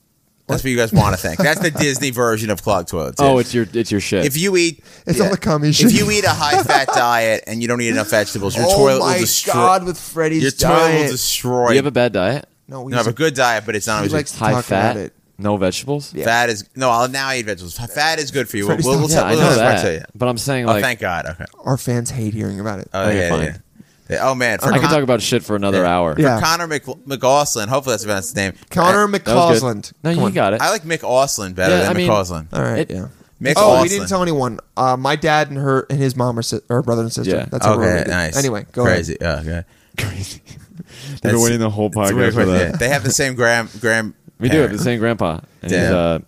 Speaker 3: That's what you guys want to think. That's the Disney version of clogged toilets.
Speaker 6: Oh, it's your it's your shit.
Speaker 3: if you eat
Speaker 1: It's all the commie shit.
Speaker 3: If you eat a high fat diet and you don't eat enough vegetables, your
Speaker 1: oh
Speaker 3: toilet
Speaker 1: my
Speaker 3: will destroy.
Speaker 1: god, with Freddie's
Speaker 3: your toilet will
Speaker 1: diet.
Speaker 3: destroy.
Speaker 6: you have a bad diet,
Speaker 1: no, we
Speaker 3: no, I have a good diet, but it's not always your
Speaker 1: likes to
Speaker 6: high
Speaker 1: talk
Speaker 6: fat,
Speaker 1: about it.
Speaker 6: no vegetables.
Speaker 1: Yeah.
Speaker 3: Fat is no. I'll now eat vegetables. Fat is good for you. We'll, we'll, we'll,
Speaker 6: Yeah,
Speaker 3: tell,
Speaker 6: I
Speaker 3: we'll
Speaker 6: know
Speaker 3: tell you.
Speaker 6: that. But I'm saying
Speaker 3: oh,
Speaker 6: like
Speaker 3: thank God. Okay.
Speaker 1: Our fans hate hearing about it.
Speaker 3: Oh,
Speaker 6: you're
Speaker 3: yeah, yeah,
Speaker 6: fine.
Speaker 3: yeah. Yeah, Oh man. For
Speaker 6: I could
Speaker 3: Con-
Speaker 6: talk about shit for another
Speaker 3: Yeah.
Speaker 6: hour.
Speaker 3: for
Speaker 1: Yeah.
Speaker 3: Connor Mc- McAuslin. Hopefully that's pronounced his name.
Speaker 1: Connor
Speaker 6: That was good.
Speaker 1: McCausland.
Speaker 6: No,
Speaker 1: Come
Speaker 6: you
Speaker 1: on.
Speaker 6: got it.
Speaker 3: I, I like McAuslin better
Speaker 6: Yeah,
Speaker 3: than
Speaker 6: I mean-
Speaker 3: McCausland.
Speaker 1: All right,
Speaker 6: It-
Speaker 1: yeah.
Speaker 3: Mick
Speaker 1: Oh, we
Speaker 3: Austin.
Speaker 1: didn't tell anyone. Uh, my dad and her and his mom are, si- are brother and sister.
Speaker 6: Yeah.
Speaker 1: That's how we're
Speaker 3: Okay,
Speaker 1: related.
Speaker 3: nice.
Speaker 1: Anyway, go
Speaker 3: Crazy. Oh,
Speaker 6: Oh,
Speaker 3: okay.
Speaker 6: Crazy.
Speaker 8: We've
Speaker 3: That's-
Speaker 8: been waiting the whole
Speaker 3: It's a
Speaker 8: podcast
Speaker 3: weird
Speaker 8: for
Speaker 3: question.
Speaker 8: that.
Speaker 3: Yeah, They have the same gram. gram
Speaker 6: We do have the same grandpa. And he's,
Speaker 3: Damn.
Speaker 6: uh,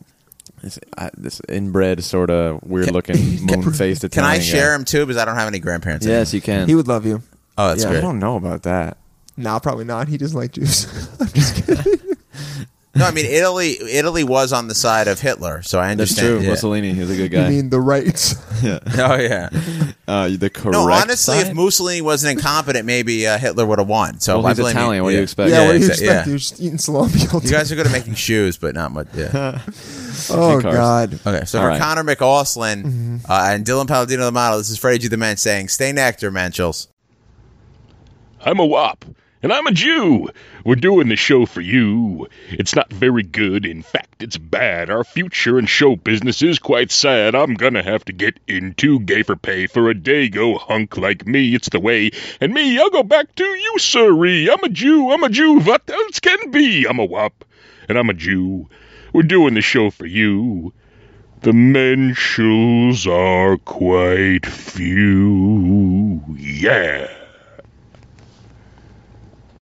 Speaker 6: this, I, this inbred sort of weird looking moon faced
Speaker 3: Can
Speaker 6: Italian.
Speaker 3: I share
Speaker 6: guy.
Speaker 3: him too? Because I don't have any grandparents.
Speaker 6: Yes, you can.
Speaker 1: ahead. He would love you.
Speaker 3: Oh, that's
Speaker 1: Yeah.
Speaker 6: I
Speaker 3: great.
Speaker 6: don't know about that.
Speaker 1: Nah, probably not. He doesn't like Jews.
Speaker 3: No, I mean Italy. Italy was on the side of Hitler, so I
Speaker 6: That's
Speaker 3: understand.
Speaker 6: true.
Speaker 3: yeah.
Speaker 6: Mussolini, he's a good
Speaker 1: I
Speaker 6: guy.
Speaker 1: mean, the rights.
Speaker 3: Oh yeah.
Speaker 6: uh, the correct.
Speaker 3: No, honestly,
Speaker 6: side?
Speaker 3: if Mussolini wasn't incompetent, maybe uh, Hitler would have won. So
Speaker 6: Well,
Speaker 3: I
Speaker 6: he's
Speaker 3: blame
Speaker 6: Italian. What do you
Speaker 3: yeah.
Speaker 6: expect?
Speaker 1: Yeah,
Speaker 3: Yeah,
Speaker 1: what do you
Speaker 3: exact-
Speaker 1: expect?
Speaker 3: yeah.
Speaker 1: You're just eating salami all
Speaker 3: You
Speaker 1: day.
Speaker 3: guys are good at making shoes, but not much. Yeah.
Speaker 1: Oh,
Speaker 6: cars.
Speaker 1: God.
Speaker 3: Okay. So
Speaker 6: All
Speaker 3: for
Speaker 6: right.
Speaker 3: Connor McAuslin
Speaker 1: Mm-hmm.
Speaker 3: uh, and Dylan Palladino, the model, this is Freddie G. the Man saying, "Stay nectar, Menschels."
Speaker 7: I'm a wop, and I'm a Jew. We're doing the show for you. It's not very good. In fact, it's bad. Our future in show business is quite sad. I'm gonna have to get into gay for pay for a dago hunk like me. It's the way. And me, I'll go back to you, sirree. I'm a Jew. I'm a Jew. What else can be? I'm a wop, and I'm a Jew. We're doing the show for you. The menschels are quite few. Yeah.